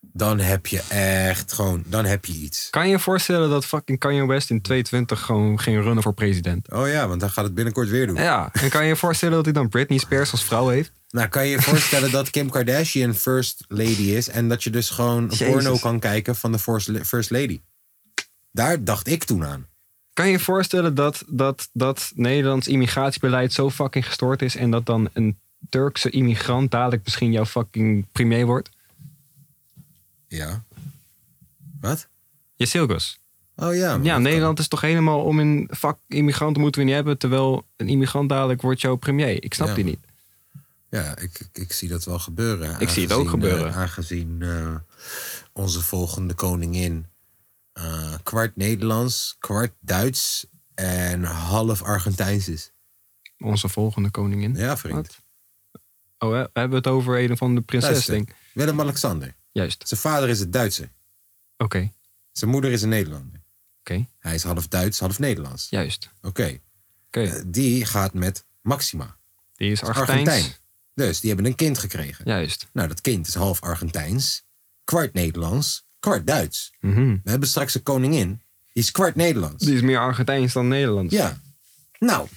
[SPEAKER 1] dan heb je echt gewoon, dan heb je iets.
[SPEAKER 4] Kan je je voorstellen dat fucking Kanye West in 2020 gewoon ging runnen voor president?
[SPEAKER 1] Oh ja, want dan gaat het binnenkort weer doen.
[SPEAKER 4] Ja, en kan je je voorstellen dat hij dan Britney Spears als vrouw heeft?
[SPEAKER 1] Nou, kan je je voorstellen dat Kim Kardashian first lady is en dat je dus gewoon een
[SPEAKER 4] Jezus.
[SPEAKER 1] porno kan kijken van de first, first lady? Daar dacht ik toen aan.
[SPEAKER 4] Kan je je voorstellen dat, dat, dat Nederlands immigratiebeleid zo fucking gestoord is en dat dan een Turkse immigrant dadelijk misschien jouw fucking premier wordt?
[SPEAKER 1] Ja. Wat?
[SPEAKER 4] Jezilgus.
[SPEAKER 1] Oh ja. maar dat
[SPEAKER 4] Ja,
[SPEAKER 1] kan.
[SPEAKER 4] Nederland is toch helemaal om een vak immigranten moeten we niet hebben, terwijl een immigrant dadelijk wordt jouw premier. Ik snap
[SPEAKER 1] Ja.
[SPEAKER 4] die niet.
[SPEAKER 1] Ja, ik, ik, ik zie dat wel gebeuren.
[SPEAKER 4] Ik zie het ook
[SPEAKER 1] Aangezien,
[SPEAKER 4] gebeuren.
[SPEAKER 1] eh, aangezien eh, onze volgende koningin eh, kwart Nederlands, kwart Duits en half Argentijns is.
[SPEAKER 4] Onze volgende koningin.
[SPEAKER 1] Ja, vriend.
[SPEAKER 4] Wat? Oh, we we hebben het over een van de prinses
[SPEAKER 1] Luister.
[SPEAKER 4] ding.
[SPEAKER 1] Willem-Alexander.
[SPEAKER 4] Juist.
[SPEAKER 1] Zijn vader is een Duitser.
[SPEAKER 4] Oké,
[SPEAKER 1] Zijn moeder is een Nederlander.
[SPEAKER 4] oké,
[SPEAKER 1] Hij is half Duits, half Nederlands.
[SPEAKER 4] juist.
[SPEAKER 1] Oké.
[SPEAKER 4] Oké,
[SPEAKER 1] Eh, die gaat met Maxima.
[SPEAKER 4] die is Argentijns.
[SPEAKER 1] Argentijn. Dus die hebben een kind gekregen.
[SPEAKER 4] Juist.
[SPEAKER 1] Nou, dat kind is half Argentijns, kwart Nederlands, kwart Duits.
[SPEAKER 4] Mhm.
[SPEAKER 1] We hebben straks een koningin. Die is kwart Nederlands.
[SPEAKER 4] Die is meer Argentijns dan Nederlands.
[SPEAKER 1] Ja. Nou,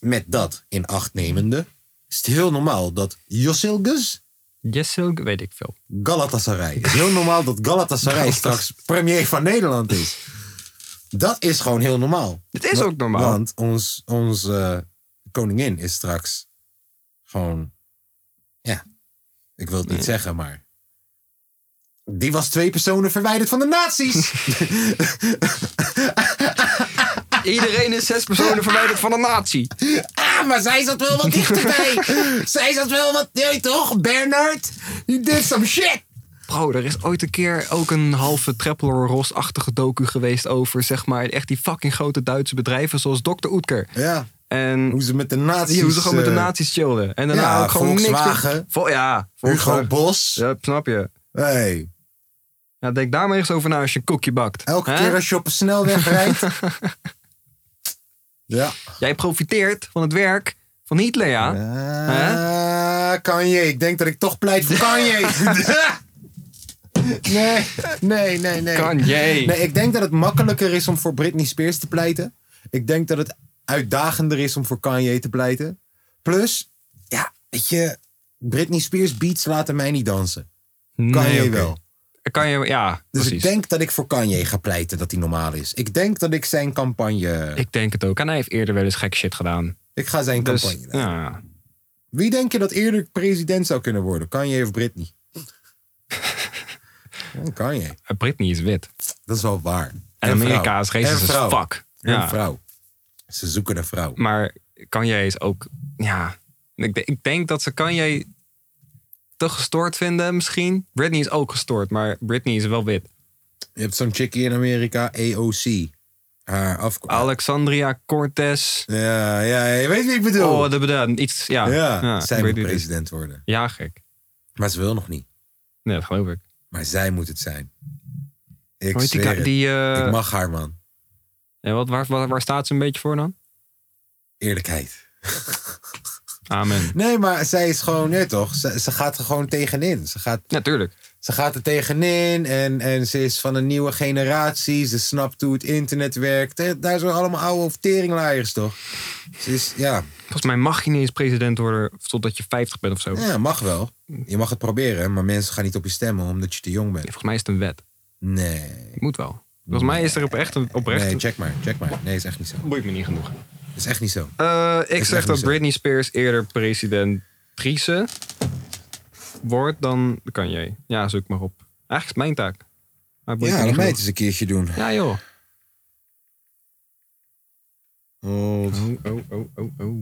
[SPEAKER 1] met dat in acht nemende is het heel normaal dat Josilgus
[SPEAKER 4] Jessil, weet ik veel.
[SPEAKER 1] Galatasaray. Het is heel normaal dat Galatasaray straks premier van Nederland is. Dat is gewoon heel normaal.
[SPEAKER 4] Het is
[SPEAKER 1] Wa-
[SPEAKER 4] ook normaal.
[SPEAKER 1] Want ons, onze koningin is straks gewoon, ja, ik wil het niet zeggen, maar die was twee personen verwijderd van de nazi's.
[SPEAKER 4] Iedereen is zes personen verwijderd van een natie.
[SPEAKER 1] Ah, maar zij zat wel wat dichterbij. zij zat wel wat, nee toch, Bernard? You did some shit.
[SPEAKER 4] Bro, er is ooit een keer ook een halve Treppler Ross-achtige docu geweest over, zeg maar, echt die fucking grote Duitse bedrijven zoals Dr. Oetker.
[SPEAKER 1] Ja,
[SPEAKER 4] En
[SPEAKER 1] hoe ze met de nazi's...
[SPEAKER 4] die hoe ze gewoon met de
[SPEAKER 1] eh,
[SPEAKER 4] nazi's chillden. En daarna
[SPEAKER 1] ja,
[SPEAKER 4] ook gewoon niks meer-
[SPEAKER 1] Volkswagen.
[SPEAKER 4] Vol, ja,
[SPEAKER 1] Hugo
[SPEAKER 4] Volkswagen.
[SPEAKER 1] Bos.
[SPEAKER 4] Ja, snap je.
[SPEAKER 1] Hey,
[SPEAKER 4] Ja, denk daar maar eens over na als je een koekje bakt.
[SPEAKER 1] elke
[SPEAKER 4] Hè?
[SPEAKER 1] keer als je op een snelweg rijdt. ja.
[SPEAKER 4] Jij profiteert van het werk van Hitler, ja.
[SPEAKER 1] Ah, Kanye, ik denk dat ik toch pleit voor Kanye. nee, nee, nee, nee.
[SPEAKER 4] Kanye.
[SPEAKER 1] Nee, ik denk dat het makkelijker is om voor Britney Spears te pleiten. Ik denk dat het uitdagender is om voor Kanye te pleiten. Plus, ja, weet je, Britney Spears beats laten mij niet dansen. Kanye
[SPEAKER 4] Nee, oké.
[SPEAKER 1] wel.
[SPEAKER 4] Kan je, ja,
[SPEAKER 1] Dus
[SPEAKER 4] precies.
[SPEAKER 1] ik denk dat ik voor Kanye ga pleiten dat hij normaal is. Ik denk dat ik zijn campagne. Ik,
[SPEAKER 4] Ik denk het ook. En hij heeft eerder wel eens gek shit gedaan.
[SPEAKER 1] ga zijn
[SPEAKER 4] Dus,
[SPEAKER 1] campagne.
[SPEAKER 4] ja.
[SPEAKER 1] Wie denk je dat eerder president zou kunnen worden? Kanye of Britney? Ja, Kanye.
[SPEAKER 4] Britney is wit.
[SPEAKER 1] Dat is wel waar.
[SPEAKER 4] En, Amerika
[SPEAKER 1] vrouw.
[SPEAKER 4] is racist
[SPEAKER 1] En vrouw.
[SPEAKER 4] as fuck.
[SPEAKER 1] En
[SPEAKER 4] Ja.
[SPEAKER 1] vrouw. Ze zoeken een vrouw.
[SPEAKER 4] Maar Kanye is ook, ja. Ik, de- ik denk dat ze Kanye te gestoord vinden misschien. Britney is ook gestoord, maar Britney is wel wit.
[SPEAKER 1] Je hebt zo'n chickie in Amerika, AOC. Haar afkomst.
[SPEAKER 4] Alexandria Cortez.
[SPEAKER 1] Ja, ja, je weet wie ik bedoel.
[SPEAKER 4] Oh, de, de, iets, ja.
[SPEAKER 1] ja, zij
[SPEAKER 4] ik
[SPEAKER 1] moet
[SPEAKER 4] weet niet.
[SPEAKER 1] president worden.
[SPEAKER 4] Ja, gek.
[SPEAKER 1] Maar ze wil nog niet.
[SPEAKER 4] Nee, dat geloof ik.
[SPEAKER 1] Maar zij moet het zijn. Ik
[SPEAKER 4] Hoe heet die
[SPEAKER 1] zweer
[SPEAKER 4] ka-
[SPEAKER 1] het.
[SPEAKER 4] die, eh,
[SPEAKER 1] Ik mag haar, man.
[SPEAKER 4] en wat, waar, waar, waar staat ze een beetje voor dan?
[SPEAKER 1] Eerlijkheid.
[SPEAKER 4] Amen.
[SPEAKER 1] Nee, maar zij is gewoon, net toch? Ze, ze gaat er gewoon tegenin. Ze gaat,
[SPEAKER 4] Natuurlijk.
[SPEAKER 1] ze gaat er tegenin en, en ze is van een nieuwe generatie. Ze snapt hoe het internet werkt. Eh, Daar zijn allemaal oude teringlaaiers, toch? Ze is, ja,
[SPEAKER 4] Volgens mij mag je niet eens president worden totdat je 50 bent of zo.
[SPEAKER 1] ja, mag wel. Je mag het proberen, maar mensen gaan niet op je stemmen omdat je te jong bent.
[SPEAKER 4] Volgens mij is het een wet.
[SPEAKER 1] Nee.
[SPEAKER 4] Moet wel. Volgens mij is er op echt een oprecht.
[SPEAKER 1] Nee, check maar, check maar. Nee, is echt niet zo.
[SPEAKER 4] Boeit me niet genoeg.
[SPEAKER 1] Is echt niet zo.
[SPEAKER 4] Eh, ik
[SPEAKER 1] echt
[SPEAKER 4] zeg
[SPEAKER 1] niet
[SPEAKER 4] dat
[SPEAKER 1] zo.
[SPEAKER 4] Britney Spears eerder presidentrice wordt dan kan jij. Ja, zoek maar op. Eigenlijk is het mijn taak. Maar boeit me
[SPEAKER 1] Ja,
[SPEAKER 4] niet
[SPEAKER 1] laat mij het
[SPEAKER 4] genoeg.
[SPEAKER 1] eens een keertje doen.
[SPEAKER 4] ja joh.
[SPEAKER 1] Hold.
[SPEAKER 4] Oh, oh, oh, oh, oh. Oh,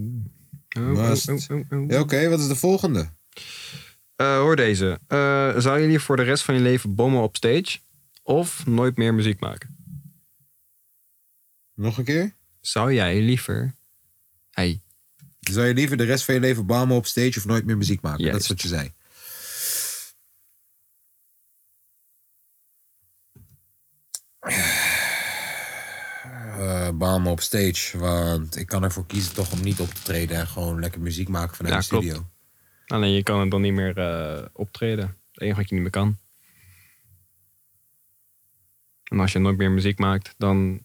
[SPEAKER 4] oh,
[SPEAKER 1] Must.
[SPEAKER 4] oh, oh, oh.
[SPEAKER 1] Ja, Oké, wat is de volgende?
[SPEAKER 4] Eh, hoor deze. Eh, zou jullie voor de rest van je leven bommen op stage? Of nooit meer muziek maken?
[SPEAKER 1] Nog een keer?
[SPEAKER 4] Zou jij liever... Hey,
[SPEAKER 1] Zou je liever de rest van je leven bamen op stage of nooit meer muziek maken? Dat is
[SPEAKER 4] Juist.
[SPEAKER 1] wat je zei. Eh bamen op stage, want ik kan ervoor kiezen toch om niet op te treden en gewoon lekker muziek maken vanuit
[SPEAKER 4] Ja,
[SPEAKER 1] de studio.
[SPEAKER 4] alleen je kan het dan niet meer eh, optreden. Het enige wat je niet meer kan. En als je nooit meer muziek maakt, dan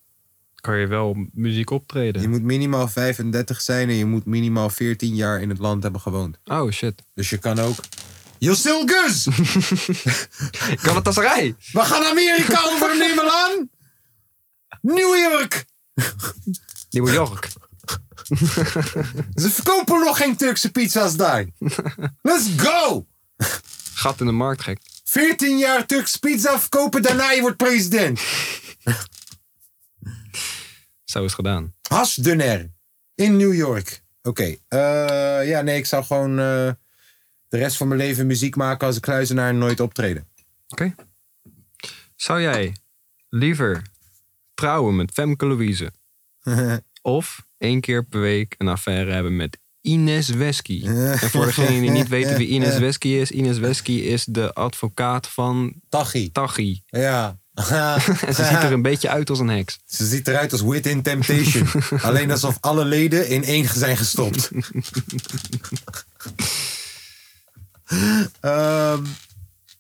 [SPEAKER 4] kan je wel muziek optreden.
[SPEAKER 1] Je moet minimaal 35 zijn en je moet minimaal 14 jaar in het land hebben gewoond.
[SPEAKER 4] Oh shit.
[SPEAKER 1] Dus je kan ook. Josilkus!
[SPEAKER 4] Ik kan het als rij.
[SPEAKER 1] We gaan Amerika overnemen aan! New York!
[SPEAKER 4] Nieuwe York.
[SPEAKER 1] Ze verkopen nog geen Turkse pizza's daar. Let's go!
[SPEAKER 4] Gat in de markt, gek.
[SPEAKER 1] 14 jaar Turkse pizza verkopen, daarna je wordt president.
[SPEAKER 4] Zo is het gedaan.
[SPEAKER 1] Hasdunner in New York. Oké, eh, ja, nee, ik zou gewoon eh, de rest van mijn leven muziek maken als een kluizenaar en nooit optreden.
[SPEAKER 4] Oké. Zou jij liever trouwen met Femke Louise of één keer per week een affaire hebben met Ines Wesky? En voor degenen die niet weten wie Ines Wesky is, Ines Wesky is de advocaat van
[SPEAKER 1] Tachi.
[SPEAKER 4] Tachi.
[SPEAKER 1] Ja.
[SPEAKER 4] En ze ziet er een beetje uit als een heks.
[SPEAKER 1] Ze ziet eruit als Wit in Temptation. Alleen alsof alle leden in één zijn gestopt. Ehm,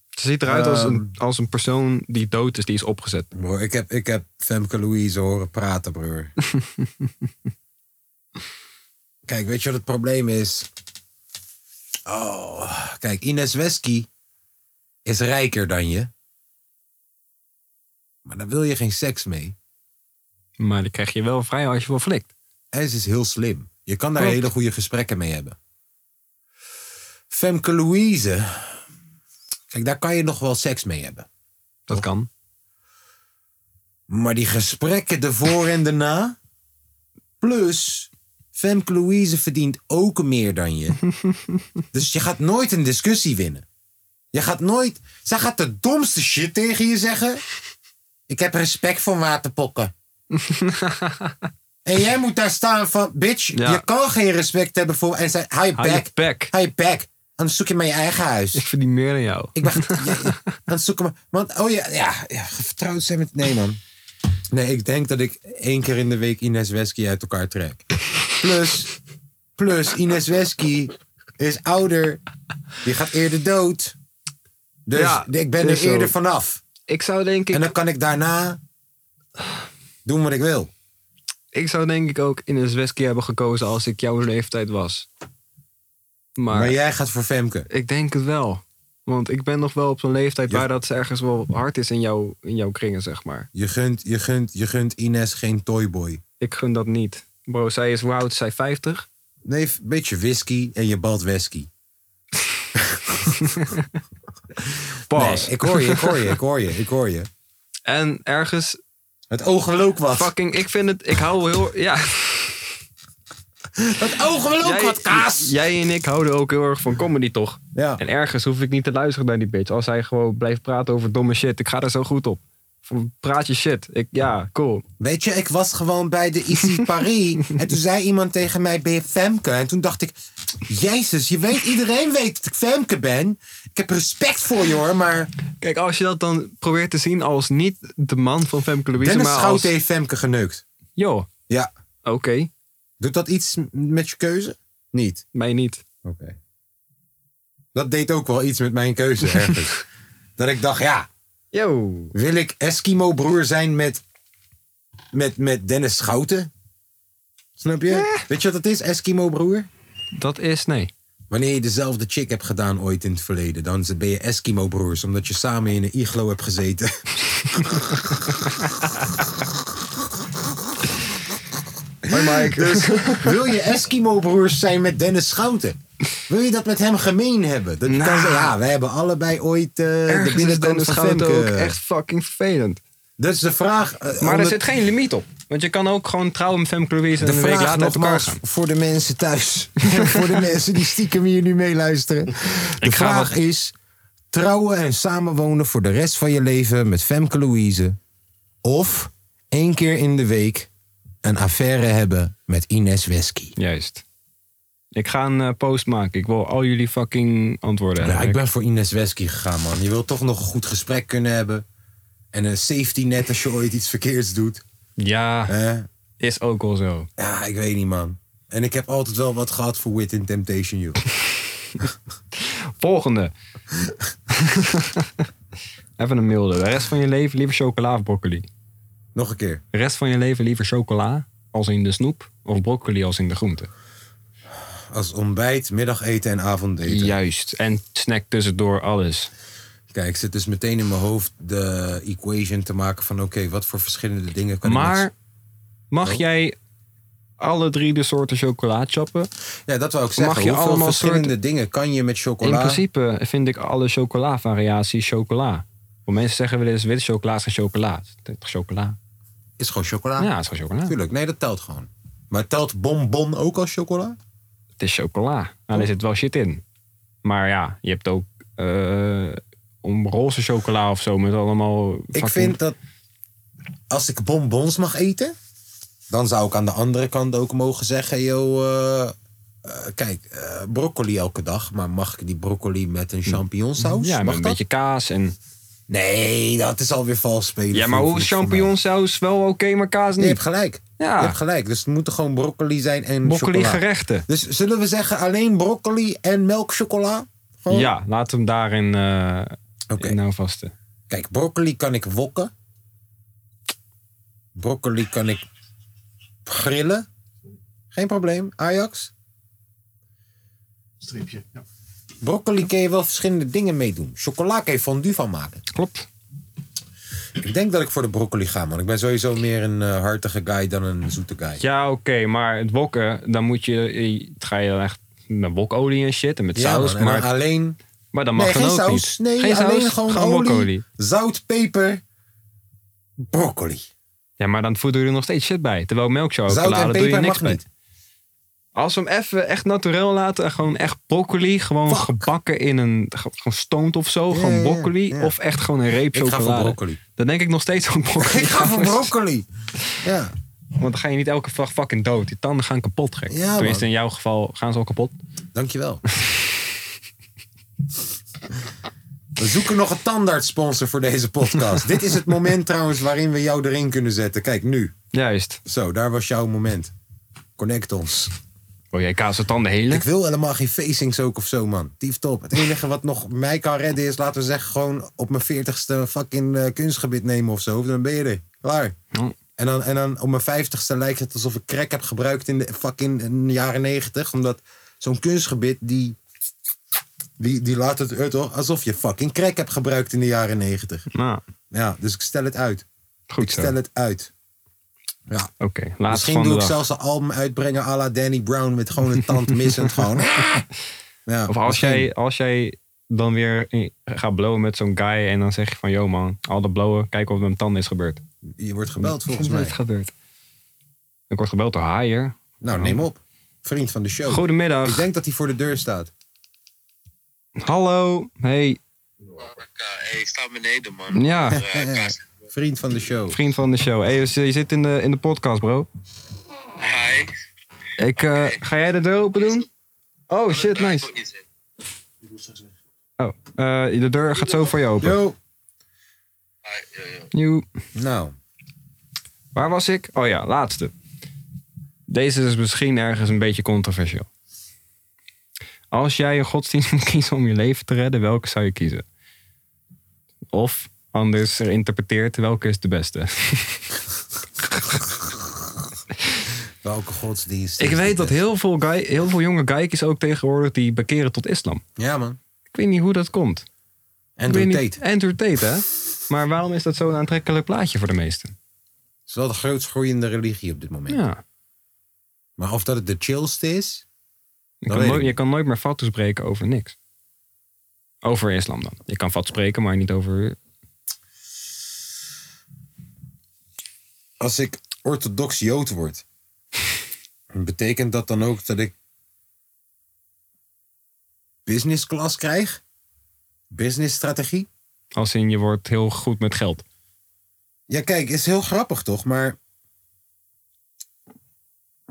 [SPEAKER 4] Ze ziet eruit als een,
[SPEAKER 1] Ehm.
[SPEAKER 4] als een persoon die dood is, die is opgezet.
[SPEAKER 1] broer, ik, heb, ik heb Femke Louise horen praten, broer. kijk, weet je wat het probleem is? Oh, kijk, Ines Wesky is rijker dan je. Maar daar wil je geen seks mee.
[SPEAKER 4] Maar die krijg je wel vrij als je wel flikt.
[SPEAKER 1] En ze is heel slim. Je kan daar
[SPEAKER 4] Klopt.
[SPEAKER 1] hele goede gesprekken mee hebben. Femke Louise. Kijk, daar kan je nog wel seks mee hebben.
[SPEAKER 4] Dat kan.
[SPEAKER 1] Maar die gesprekken ervoor en daarna. Plus, Femke Louise verdient ook meer dan je. dus je gaat nooit een discussie winnen. Je gaat nooit. Zij gaat de domste shit tegen je zeggen. Ik heb respect voor waterpokken. en jij moet daar staan van. Bitch,
[SPEAKER 4] Ja.
[SPEAKER 1] je kan geen respect hebben voor. En zij. Hou je
[SPEAKER 4] Hou je
[SPEAKER 1] bek.
[SPEAKER 4] bek.
[SPEAKER 1] Hou je bek. Anders zoek je maar je eigen huis.
[SPEAKER 4] Ik verdien meer dan jou.
[SPEAKER 1] Ik ben ja, ja, aan het zoeken. maar- Want, oh ja, ja, ja, vertrouwd zijn met. Nee, man. Nee, ik denk dat ik één keer in de week Ines Wesky uit elkaar trek. Plus, plus Ines Wesky is ouder. Die gaat eerder dood. Dus
[SPEAKER 4] Ja,
[SPEAKER 1] ik ben er
[SPEAKER 4] is zo.
[SPEAKER 1] eerder vanaf.
[SPEAKER 4] Ik zou denk ik...
[SPEAKER 1] En dan kan ik daarna doen wat ik wil.
[SPEAKER 4] Ik zou denk ik ook in een Zvezki hebben gekozen als ik jouw leeftijd was. Maar,
[SPEAKER 1] Maar jij gaat voor Femke.
[SPEAKER 4] ik denk het wel. Want ik ben nog wel op zo'n leeftijd
[SPEAKER 1] Ja.
[SPEAKER 4] waar dat ergens wel hard is in, jou, in jouw kringen, zeg maar.
[SPEAKER 1] Je gunt, je, gunt, je gunt Ines geen toyboy.
[SPEAKER 4] Ik gun dat niet. Bro, zij is, hoe oud is zij? 50?
[SPEAKER 1] Nee, een beetje whisky en je balt whisky.
[SPEAKER 4] Pas.
[SPEAKER 1] Nee, ik hoor je, ik hoor je, ik hoor je, ik hoor je.
[SPEAKER 4] En ergens,
[SPEAKER 1] Het ogenlookwas.
[SPEAKER 4] fucking, ik vind het, ik hou heel, ja.
[SPEAKER 1] Het ogenlookwas, kaas.
[SPEAKER 4] jij en ik houden ook heel erg van comedy, toch?
[SPEAKER 1] Ja.
[SPEAKER 4] En ergens hoef ik niet te luisteren naar die bitch. Als hij gewoon blijft praten over domme shit, ik ga daar zo goed op. Van, Praat je shit. Ik, ja, cool.
[SPEAKER 1] Weet je, ik was gewoon bij de IC Paris. en toen zei iemand tegen mij, ben je Femke? En toen dacht ik, jezus, je weet, iedereen weet dat ik Femke ben. Ik heb respect voor je hoor, maar
[SPEAKER 4] Kijk, als je dat dan probeert te zien als niet de man van Femke Louise,
[SPEAKER 1] Dennis
[SPEAKER 4] maar
[SPEAKER 1] Schout
[SPEAKER 4] als...
[SPEAKER 1] heeft Femke geneukt.
[SPEAKER 4] Joh,
[SPEAKER 1] Ja,
[SPEAKER 4] oké.
[SPEAKER 1] Doet dat iets m- met je keuze? Niet.
[SPEAKER 4] Mij niet.
[SPEAKER 1] Oké. Dat deed ook wel iets met mijn keuze ergens. dat ik dacht, ja,
[SPEAKER 4] Yo.
[SPEAKER 1] wil ik Eskimo-broer zijn met, met, met Dennis Schouten? Snap je? Weet je wat dat is, Eskimo-broer?
[SPEAKER 4] Dat is, nee.
[SPEAKER 1] Wanneer je dezelfde chick hebt gedaan ooit in het verleden, dan ben je Eskimo-broers, omdat je samen in een iglo hebt gezeten.
[SPEAKER 4] Hoi Mike.
[SPEAKER 1] Dus wil je Eskimo-broers zijn met Dennis Schouten? Wil je dat met hem gemeen hebben? Dat je kan zeggen, ja, wij hebben allebei ooit eh, de
[SPEAKER 4] Nou. Ergens is
[SPEAKER 1] binnenkant
[SPEAKER 4] Dennis
[SPEAKER 1] van
[SPEAKER 4] Schouten
[SPEAKER 1] Femke.
[SPEAKER 4] ook echt fucking vervelend.
[SPEAKER 1] Dat is de vraag. eh,
[SPEAKER 4] Maar
[SPEAKER 1] omdat-
[SPEAKER 4] er zit geen limiet op. Want je kan ook gewoon trouwen met Femke Louise en
[SPEAKER 1] de
[SPEAKER 4] een week
[SPEAKER 1] vraag
[SPEAKER 4] later uit elkaar
[SPEAKER 1] nogmaals
[SPEAKER 4] gaan.
[SPEAKER 1] voor de mensen thuis. voor de mensen die stiekem hier nu meeluisteren. De
[SPEAKER 4] Ik ga
[SPEAKER 1] vraag is, trouwen en samenwonen voor de rest van je leven met Femke Louise... of één keer in de week een affaire hebben met Ines Wesky?
[SPEAKER 4] Juist. Ik ga een eh, post maken. Ik wil al jullie fucking antwoorden
[SPEAKER 1] Ja,
[SPEAKER 4] hebben.
[SPEAKER 1] Nou, ik ben voor Ines Wesky gegaan, man. Je wilt toch nog een goed gesprek kunnen hebben. En een safety net als je ooit iets verkeerds doet.
[SPEAKER 4] Ja,
[SPEAKER 1] Hè?
[SPEAKER 4] is ook wel zo.
[SPEAKER 1] Ja, ik weet niet, man. En ik heb altijd wel wat gehad voor Wit in Temptation You.
[SPEAKER 4] Volgende. Even een milde. De rest van je leven liever chocola of broccoli?
[SPEAKER 1] Nog een keer.
[SPEAKER 4] De rest van je leven liever chocola als in de snoep of broccoli als in de groente?
[SPEAKER 1] Als ontbijt, middageten en avondeten.
[SPEAKER 4] Juist. En snack tussendoor alles.
[SPEAKER 1] Kijk, ik zit dus meteen in mijn hoofd de equation te maken van... oké, wat voor verschillende dingen kan ik...
[SPEAKER 4] maar
[SPEAKER 1] met-
[SPEAKER 4] mag jij alle drie de soorten chocola chappen?
[SPEAKER 1] Ja, dat wou ik zeggen.
[SPEAKER 4] mag je
[SPEAKER 1] Hoeveel
[SPEAKER 4] allemaal
[SPEAKER 1] verschillende
[SPEAKER 4] soorten-
[SPEAKER 1] dingen kan je met chocola...
[SPEAKER 4] In principe vind ik alle chocola-variaties chocola. Want mensen zeggen wel eens wit chocola is geen chocola. Het is toch chocola?
[SPEAKER 1] Is gewoon chocola.
[SPEAKER 4] Ja, het is gewoon chocola.
[SPEAKER 1] Tuurlijk, nee, dat telt gewoon. Maar telt bonbon ook als chocola?
[SPEAKER 4] Het is chocola.
[SPEAKER 1] Oh.
[SPEAKER 4] Nou, er zit wel shit in. Maar ja, je hebt ook eh, om roze chocola of zo met allemaal...
[SPEAKER 1] Ik
[SPEAKER 4] fucking-
[SPEAKER 1] vind dat als ik bonbons mag eten, dan zou ik aan de andere kant ook mogen zeggen: yo, eh, eh, kijk, eh, broccoli elke dag, maar mag ik die broccoli met een champignonsaus?
[SPEAKER 4] Ja,
[SPEAKER 1] mag
[SPEAKER 4] met een
[SPEAKER 1] dat?
[SPEAKER 4] beetje kaas en...
[SPEAKER 1] Nee, dat is alweer vals spelen.
[SPEAKER 4] Ja, maar
[SPEAKER 1] voor-
[SPEAKER 4] hoe is
[SPEAKER 1] voor mij.
[SPEAKER 4] champignonsaus wel oké, maar kaas
[SPEAKER 1] Nee, je hebt
[SPEAKER 4] niet?
[SPEAKER 1] gelijk.
[SPEAKER 4] Ja.
[SPEAKER 1] Je hebt gelijk. Dus het moeten gewoon broccoli zijn en
[SPEAKER 4] Broccoli
[SPEAKER 1] chocola.
[SPEAKER 4] gerechten.
[SPEAKER 1] Dus zullen we zeggen alleen broccoli en melkchocola? Gewoon?
[SPEAKER 4] Ja, laat hem daarin eh
[SPEAKER 1] Oh. Oké.
[SPEAKER 4] in nou vasten.
[SPEAKER 1] Kijk, broccoli kan ik wokken. Broccoli kan ik grillen. Geen probleem. Ajax.
[SPEAKER 5] Streepje. Ja.
[SPEAKER 1] Broccoli kun je wel verschillende dingen mee doen. Chocola kun je fondue van maken.
[SPEAKER 4] Klopt.
[SPEAKER 1] Ik denk dat ik voor de broccoli ga, man. Ik ben sowieso meer een eh, hartige guy dan een zoete guy.
[SPEAKER 4] Ja, oké, maar het wokken, dan moet je... eh, Het ga je dan echt met wokolie en shit en met
[SPEAKER 1] Ja,
[SPEAKER 4] saus.
[SPEAKER 1] man. En dan
[SPEAKER 4] maar,
[SPEAKER 1] alleen...
[SPEAKER 4] maar dan mag
[SPEAKER 1] nee,
[SPEAKER 4] dan
[SPEAKER 1] geen
[SPEAKER 4] ook
[SPEAKER 1] saus.
[SPEAKER 4] niet.
[SPEAKER 1] Nee,
[SPEAKER 4] geen
[SPEAKER 1] alleen
[SPEAKER 4] saus,
[SPEAKER 1] gewoon, olie,
[SPEAKER 4] wokolie.
[SPEAKER 1] zout, peper, broccoli.
[SPEAKER 4] Ja, maar dan voeden we er nog steeds shit bij. Terwijl
[SPEAKER 1] Zout en
[SPEAKER 4] melkchocolade doe je
[SPEAKER 1] peper
[SPEAKER 4] niks
[SPEAKER 1] mag
[SPEAKER 4] mee.
[SPEAKER 1] niet.
[SPEAKER 4] Als we hem even echt naturel laten en gewoon echt broccoli, gewoon
[SPEAKER 1] Fuck.
[SPEAKER 4] gebakken in een ge- gestoond of zo,
[SPEAKER 1] ja,
[SPEAKER 4] gewoon
[SPEAKER 1] ja,
[SPEAKER 4] broccoli
[SPEAKER 1] ja.
[SPEAKER 4] of echt gewoon een reep
[SPEAKER 1] Ik ga
[SPEAKER 4] chocolade.
[SPEAKER 1] voor broccoli.
[SPEAKER 4] Dan denk ik nog steeds van broccoli.
[SPEAKER 1] Ik ga voor broccoli. Ja.
[SPEAKER 4] Want dan ga je niet elke dag fucking dood. Die tanden gaan kapot, gek.
[SPEAKER 1] Ja,
[SPEAKER 4] Tenminste,
[SPEAKER 1] man.
[SPEAKER 4] in jouw geval gaan ze al kapot.
[SPEAKER 1] Dankjewel. We zoeken nog een tandartssponsor voor deze podcast. Dit is het moment trouwens waarin we jou erin kunnen zetten. Kijk, nu.
[SPEAKER 4] Juist.
[SPEAKER 1] Zo, daar was jouw moment. Connect ons.
[SPEAKER 4] Wil Oh, jij kaas de tanden hele?
[SPEAKER 1] Ik wil helemaal geen facings ook of zo, man. Tief top. Het enige wat nog mij kan redden is, laten we zeggen, gewoon op mijn veertigste fucking eh, kunstgebit nemen of zo. Dan ben je er. Klaar.
[SPEAKER 4] Ja.
[SPEAKER 1] En dan, en dan op mijn vijftigste lijkt het alsof ik crack heb gebruikt in de fucking in de jaren negentig. Omdat zo'n kunstgebit, die, die, die laat het uit toch? Alsof je fucking crack hebt gebruikt in de jaren negentig.
[SPEAKER 4] Nou,
[SPEAKER 1] Ja, dus ik stel het uit.
[SPEAKER 4] goed
[SPEAKER 1] Ik
[SPEAKER 4] zo.
[SPEAKER 1] stel
[SPEAKER 4] Oké,
[SPEAKER 1] het uit. Ja.
[SPEAKER 4] laatste
[SPEAKER 1] Misschien
[SPEAKER 4] van de
[SPEAKER 1] doe ik
[SPEAKER 4] dag.
[SPEAKER 1] zelfs een album uitbrengen à la Danny Brown met gewoon een tand missend. gewoon. Ja,
[SPEAKER 4] Of als
[SPEAKER 1] misschien.
[SPEAKER 4] jij, als jij dan weer eh, gaat blowen met zo'n guy en dan zeg je van... Yo man, al dat blowen, kijk of het met mijn tanden is gebeurd.
[SPEAKER 1] Je wordt gebeld volgens
[SPEAKER 4] Wat
[SPEAKER 1] mij.
[SPEAKER 4] is gebeurd? Ik word gebeld door Haier.
[SPEAKER 1] Nou,
[SPEAKER 4] Oh.
[SPEAKER 1] neem op. Vriend van de show. Oh. Ik
[SPEAKER 4] Goedemiddag.
[SPEAKER 1] denk dat hij voor de deur staat.
[SPEAKER 4] Hallo. Hey,
[SPEAKER 6] Hey, sta beneden, man. Eh,
[SPEAKER 4] ja,
[SPEAKER 1] Vriend van de show.
[SPEAKER 4] vriend van de show. Hey, dus, eh, je zit in de, in de podcast, bro.
[SPEAKER 6] Hi.
[SPEAKER 4] Ik, eh, ga jij de deur open doen? Oh, shit, nice. Oh, eh, de deur gaat zo voor je open.
[SPEAKER 1] Yo.
[SPEAKER 4] Nieuw.
[SPEAKER 6] eh,
[SPEAKER 1] Nou,
[SPEAKER 4] Waar was ik? Oh ja, laatste. Deze is misschien ergens een beetje controversieel. Als jij een godsdienst moet kiezen om je leven te redden, welke zou je kiezen? Of anders geïnterpreteerd, welke is de beste?
[SPEAKER 1] Welke godsdienst?
[SPEAKER 4] Ik
[SPEAKER 1] is
[SPEAKER 4] weet
[SPEAKER 1] dit?
[SPEAKER 4] dat heel veel, guy, heel veel jonge geikjes ook tegenwoordig die bekeren tot islam.
[SPEAKER 1] Ja, man.
[SPEAKER 4] Ik weet niet hoe dat komt.
[SPEAKER 1] En
[SPEAKER 4] Ik weet
[SPEAKER 1] Tate.
[SPEAKER 4] niet- Andrew Tate, hè? Maar waarom is dat zo'n aantrekkelijk plaatje voor de meesten?
[SPEAKER 1] Het is wel de grootst groeiende religie op dit moment.
[SPEAKER 4] Ja.
[SPEAKER 1] Maar of dat het de chillste is?
[SPEAKER 4] Je
[SPEAKER 1] Dat
[SPEAKER 4] kan,
[SPEAKER 1] weet
[SPEAKER 4] nooit,
[SPEAKER 1] ik
[SPEAKER 4] je kan nooit meer fatwas breken over niks. Over islam dan. Je kan fatwas spreken, maar niet over...
[SPEAKER 1] Als ik orthodox jood word, betekent dat dan ook dat ik business class krijg? Business strategie?
[SPEAKER 4] Als in je wordt heel goed met geld.
[SPEAKER 1] Ja, kijk, is heel grappig toch, maar.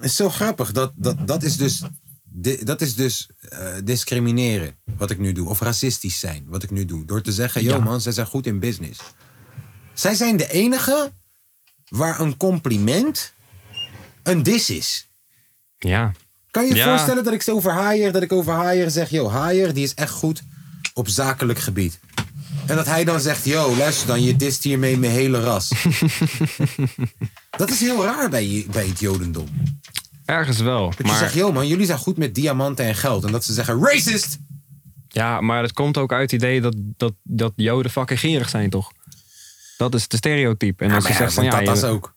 [SPEAKER 1] is zo grappig. Dat, dat, dat is dus, di- dat is dus eh, discrimineren wat ik nu doe. Of racistisch zijn wat ik nu doe. Door te zeggen: yo
[SPEAKER 4] Ja.
[SPEAKER 1] man, zij zijn goed in business. Zij zijn de enige waar een compliment een dis is.
[SPEAKER 4] Ja.
[SPEAKER 1] Kan je je
[SPEAKER 4] Ja.
[SPEAKER 1] voorstellen dat ik zo over Haier, dat ik over Haier zeg, yo, Haier, die is echt goed op zakelijk gebied. En dat hij dan zegt, yo, luister dan, je dist hiermee mijn hele ras. dat is heel raar bij, je- bij het jodendom.
[SPEAKER 4] Ergens wel.
[SPEAKER 1] Dat je
[SPEAKER 4] Maar,
[SPEAKER 1] zegt, yo man, jullie zijn goed met diamanten en geld. En dat ze zeggen, racist!
[SPEAKER 4] ja, maar dat komt ook uit het idee dat, dat, dat joden fucking gierig zijn, toch? Dat is de stereotype. En als
[SPEAKER 1] maar
[SPEAKER 4] je
[SPEAKER 1] ja,
[SPEAKER 4] zegt van
[SPEAKER 1] zijn
[SPEAKER 4] ja...
[SPEAKER 1] tata's
[SPEAKER 4] je-
[SPEAKER 1] ook,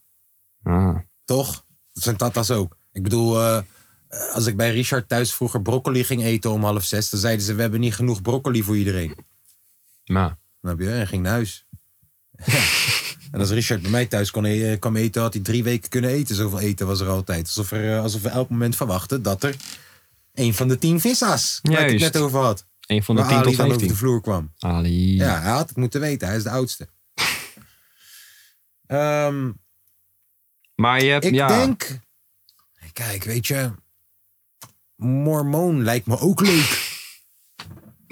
[SPEAKER 4] Ah.
[SPEAKER 1] toch? Dat zijn tata's ook. Ik bedoel, eh, als ik bij Richard thuis vroeger broccoli ging eten om half zes... dan zeiden ze, we hebben niet genoeg broccoli voor iedereen.
[SPEAKER 4] Maar,
[SPEAKER 1] Dan heb je en ging naar huis. Ja. en als Richard bij mij thuis kon, eh, kwam eten, had hij drie weken kunnen eten. Zoveel eten was er altijd. Alsof, er, eh, alsof we elk moment verwachten dat er een van de tien vissa's, waar ik het
[SPEAKER 4] Juist.
[SPEAKER 1] net over had,
[SPEAKER 4] een van de
[SPEAKER 1] waar
[SPEAKER 4] 10
[SPEAKER 1] Ali
[SPEAKER 4] tot
[SPEAKER 1] dan over de
[SPEAKER 4] 15.
[SPEAKER 1] vloer kwam.
[SPEAKER 4] Ali.
[SPEAKER 1] Ja, hij had het moeten weten. Hij is de oudste. Ehm,
[SPEAKER 4] Maar je hebt...
[SPEAKER 1] ik
[SPEAKER 4] ja.
[SPEAKER 1] denk... Kijk, weet je... Mormoon lijkt me ook leuk.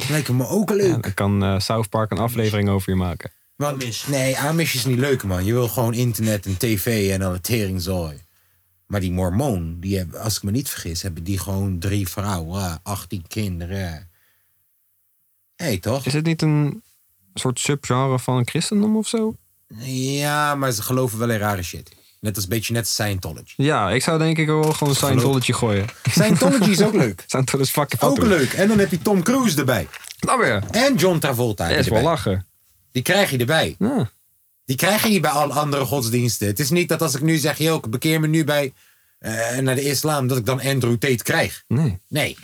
[SPEAKER 1] lijkt me ook leuk.
[SPEAKER 4] Ja, dan kan eh, South Park een aflevering over je maken.
[SPEAKER 1] Want, nee, Amish is niet leuk, man. Je wil gewoon internet en tv en alle teringzooi. Maar die mormoon, die hebben, als ik me niet vergis, hebben die gewoon drie vrouwen, 18 kinderen. Hé, hey, toch?
[SPEAKER 4] Is het niet een soort subgenre van christendom of zo?
[SPEAKER 1] Ja, maar ze geloven wel in rare shit. Net als beetje net Scientology.
[SPEAKER 4] Ja, ik zou denk ik wel gewoon een Scientology gooien.
[SPEAKER 1] Scientology is ook leuk.
[SPEAKER 4] Scientology is fucking
[SPEAKER 1] Ook
[SPEAKER 4] fatsoen.
[SPEAKER 1] leuk. En dan heb je Tom Cruise erbij.
[SPEAKER 4] Nou weer.
[SPEAKER 1] En John Travolta. heb
[SPEAKER 4] Dat
[SPEAKER 1] je
[SPEAKER 4] is wel
[SPEAKER 1] erbij.
[SPEAKER 4] lachen.
[SPEAKER 1] Die krijg je erbij.
[SPEAKER 4] Ja.
[SPEAKER 1] Die krijg je niet bij alle andere godsdiensten. Het is niet dat als ik nu zeg, joh, ik bekeer me nu bij eh, naar de islam, dat ik dan Andrew Tate krijg.
[SPEAKER 4] Nee.
[SPEAKER 1] Nee.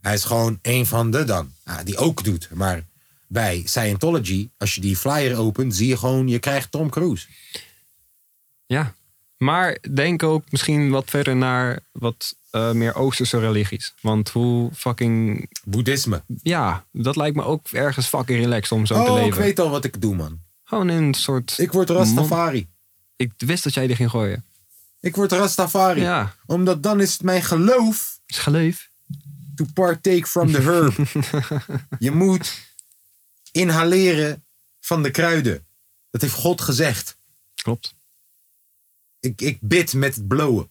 [SPEAKER 1] Hij is gewoon een van de dan. Ah, die ook doet. Maar bij Scientology, als je die flyer opent, zie je gewoon, je krijgt Tom Cruise.
[SPEAKER 4] Ja. Maar denk ook misschien wat verder naar wat eh, meer Oosterse religies. Want hoe fucking...
[SPEAKER 1] Boeddhisme.
[SPEAKER 4] Ja, dat lijkt me ook ergens fucking relaxed om zo te
[SPEAKER 1] Oh, ik
[SPEAKER 4] leven.
[SPEAKER 1] weet al wat ik doe, man.
[SPEAKER 4] Gewoon een soort...
[SPEAKER 1] Ik word Rastafari.
[SPEAKER 4] Ik wist dat jij die ging gooien.
[SPEAKER 1] Ik word Rastafari.
[SPEAKER 4] Ja.
[SPEAKER 1] Omdat dan is het mijn geloof
[SPEAKER 4] Is geleef.
[SPEAKER 1] to partake from the herb. je moet inhaleren van de kruiden. Dat heeft God gezegd.
[SPEAKER 4] Klopt.
[SPEAKER 1] Ik, ik bid met het blowen.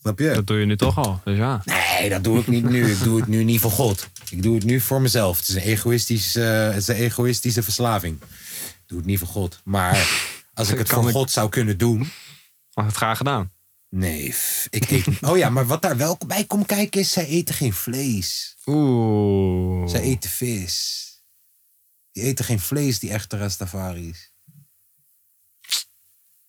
[SPEAKER 1] Snap je?
[SPEAKER 4] Dat doe je nu toch al. Dus ja.
[SPEAKER 1] Nee, dat doe ik niet nu. Ik doe het nu niet voor God. Ik doe het nu voor mezelf. Het is een egoïstische, eh, het is een egoïstische verslaving. Ik doe het niet voor God. Maar als ik het
[SPEAKER 4] Kan
[SPEAKER 1] voor
[SPEAKER 4] ik-
[SPEAKER 1] God zou kunnen doen.
[SPEAKER 4] Had het graag gedaan.
[SPEAKER 1] Nee, f- ik eet. Oh ja, maar wat daar wel bij komt kijken is: zij eten geen vlees.
[SPEAKER 4] Oeh.
[SPEAKER 1] Zij eten vis. Die eten geen vlees, die echte Rastafari's.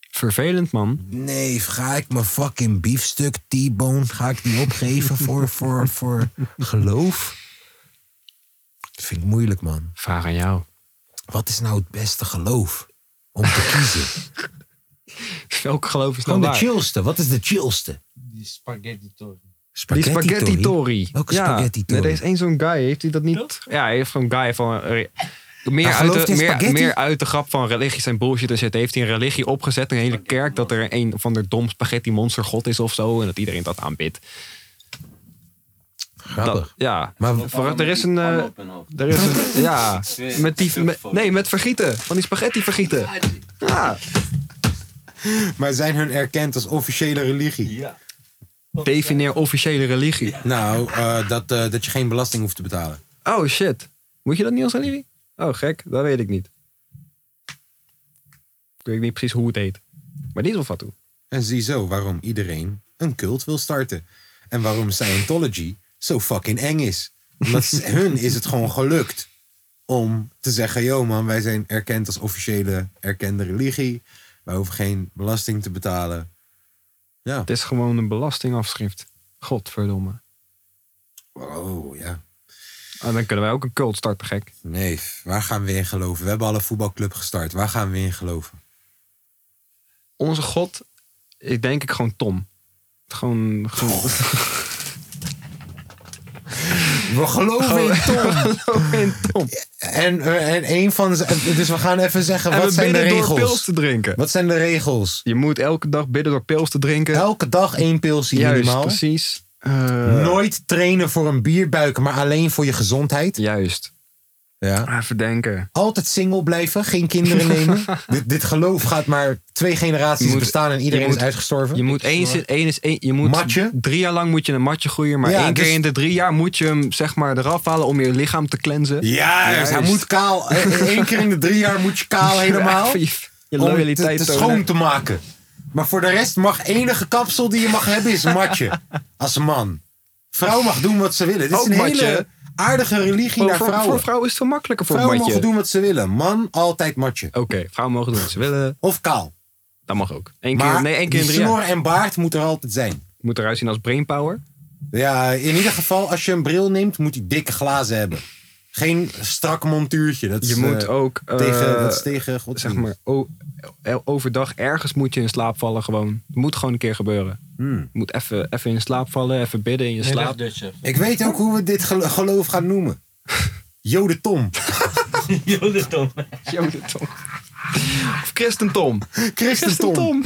[SPEAKER 4] Vervelend, man.
[SPEAKER 1] Nee, ga ik mijn fucking biefstuk T-bone, ga ik die opgeven voor, voor, voor geloof? Dat vind ik moeilijk, man.
[SPEAKER 4] Vraag aan jou.
[SPEAKER 1] wat is nou het beste geloof om te kiezen?
[SPEAKER 4] Welk geloof is nou
[SPEAKER 1] Gewoon de
[SPEAKER 4] waar?
[SPEAKER 1] chillste. Wat is de chillste?
[SPEAKER 5] Die spaghetti toch.
[SPEAKER 4] Die
[SPEAKER 1] Spaghetti
[SPEAKER 4] spaghetti
[SPEAKER 1] Tory.
[SPEAKER 4] Tori.
[SPEAKER 1] Welke spaghetti Tory?
[SPEAKER 4] Er is één zo'n guy, heeft hij dat niet? Ja, hij heeft zo'n guy van... eh, Meer
[SPEAKER 1] Hij
[SPEAKER 4] uit,
[SPEAKER 1] gelooft
[SPEAKER 4] de,
[SPEAKER 1] in
[SPEAKER 4] meer,
[SPEAKER 1] spaghetti?
[SPEAKER 4] meer uit de grap van religies en bullshit te zitten. Heeft hij een religie opgezet, een hele kerk, dat er een of ander dom spaghetti monster god is of zo. En dat iedereen dat aanbidt.
[SPEAKER 1] Grappig.
[SPEAKER 4] Dat- ja.
[SPEAKER 1] Maar-
[SPEAKER 4] Voor- er is een... eh, er is een ja. Met die, met- nee, met vergieten. Van die spaghetti vergieten. Ah. Ja.
[SPEAKER 1] Maar zijn hun erkend als officiële religie?
[SPEAKER 5] Ja.
[SPEAKER 4] Defineer officiële religie.
[SPEAKER 1] Nou, eh, dat, eh, dat je geen belasting hoeft te betalen.
[SPEAKER 4] Oh shit. Moet je dat niet als religie? Oh gek, dat weet ik niet. Ik weet niet precies hoe het heet. Maar die is wel wat toe.
[SPEAKER 1] En zie zo waarom iedereen een cult wil starten. En waarom Scientology zo fucking eng is. Omdat ze- hun is het gewoon gelukt om te zeggen... yo man, wij zijn erkend als officiële erkende religie. Wij hoeven geen belasting te betalen. Ja.
[SPEAKER 4] Het is gewoon een belastingafschrift. Godverdomme.
[SPEAKER 1] Oh, ja.
[SPEAKER 4] Ah, dan kunnen wij ook een cult starten, gek.
[SPEAKER 1] Nee, waar gaan we in geloven? We hebben al een voetbalclub gestart. Waar gaan we in geloven?
[SPEAKER 4] Onze god is denk ik gewoon Tom. Gewoon... gewoon
[SPEAKER 1] We geloven in Tom.
[SPEAKER 4] in Tom.
[SPEAKER 1] En, eh, en een van... ze- Dus we gaan even zeggen,
[SPEAKER 4] En
[SPEAKER 1] wat
[SPEAKER 4] we
[SPEAKER 1] zijn de
[SPEAKER 4] bidden door pils
[SPEAKER 1] regels?
[SPEAKER 4] te drinken.
[SPEAKER 1] Wat zijn de regels?
[SPEAKER 4] Je moet elke dag bidden door pils te drinken.
[SPEAKER 1] Elke dag één pilsje
[SPEAKER 4] Juist,
[SPEAKER 1] minimaal.
[SPEAKER 4] precies. Eh,
[SPEAKER 1] Nooit trainen voor een bierbuik, maar alleen voor je gezondheid.
[SPEAKER 4] Juist.
[SPEAKER 1] Ja.
[SPEAKER 4] Ah, Even denken.
[SPEAKER 1] Altijd single blijven, geen kinderen nemen. dit, dit geloof gaat maar twee generaties
[SPEAKER 4] Je moet-
[SPEAKER 1] bestaan en iedereen
[SPEAKER 4] je moet-
[SPEAKER 1] is uitgestorven.
[SPEAKER 4] Je moet eens, één is één, je moet
[SPEAKER 1] Matje?
[SPEAKER 4] drie jaar lang moet je een matje groeien, maar
[SPEAKER 1] Ja,
[SPEAKER 4] één
[SPEAKER 1] dus-
[SPEAKER 4] keer in de drie jaar moet je hem zeg maar eraf halen om je lichaam te cleansen.
[SPEAKER 1] Juist, hij moet kaal. Eén keer in de drie jaar moet je kaal helemaal.
[SPEAKER 4] Even
[SPEAKER 1] Om
[SPEAKER 4] je, je
[SPEAKER 1] het te,
[SPEAKER 4] loyaliteit
[SPEAKER 1] te
[SPEAKER 4] tonen.
[SPEAKER 1] schoon te maken. Maar voor de rest mag enige kapsel die je mag hebben is matje. Als man. Vrouw mag doen wat ze willen. Dit is
[SPEAKER 4] Ook
[SPEAKER 1] een hele
[SPEAKER 4] matje?
[SPEAKER 1] aardige religie
[SPEAKER 4] Maar
[SPEAKER 1] naar
[SPEAKER 4] voor,
[SPEAKER 1] vrouwen.
[SPEAKER 4] voor vrouwen is het veel makkelijker voor
[SPEAKER 1] Vrouwen
[SPEAKER 4] een matje.
[SPEAKER 1] mogen doen wat ze willen. Man, altijd matje.
[SPEAKER 4] Oké, vrouwen mogen doen wat ze willen.
[SPEAKER 1] Of kaal.
[SPEAKER 4] Dat mag ook. Eén keer,
[SPEAKER 1] Maar
[SPEAKER 4] nee, één keer in
[SPEAKER 1] die
[SPEAKER 4] drie jaar.
[SPEAKER 1] snor en baard moet er altijd zijn.
[SPEAKER 4] Moet eruit zien als brainpower.
[SPEAKER 1] Ja, in ieder geval, als je een bril neemt, moet hij dikke glazen hebben. Geen strak montuurtje. Dat is,
[SPEAKER 4] Je moet
[SPEAKER 1] eh,
[SPEAKER 4] ook eh,
[SPEAKER 1] tegen, dat is tegen God.
[SPEAKER 4] zeg maar o- o- overdag ergens moet je in slaap vallen gewoon. Het moet gewoon een keer gebeuren.
[SPEAKER 1] Hmm.
[SPEAKER 4] Je moet even even in slaap vallen, even bidden in je slaap.
[SPEAKER 5] Dutje.
[SPEAKER 1] Ik weet ook hoe we dit gelo- geloof gaan noemen. Jodentom.
[SPEAKER 5] Jodentom.
[SPEAKER 4] Jodentom. Of Christentom.
[SPEAKER 1] Christentom.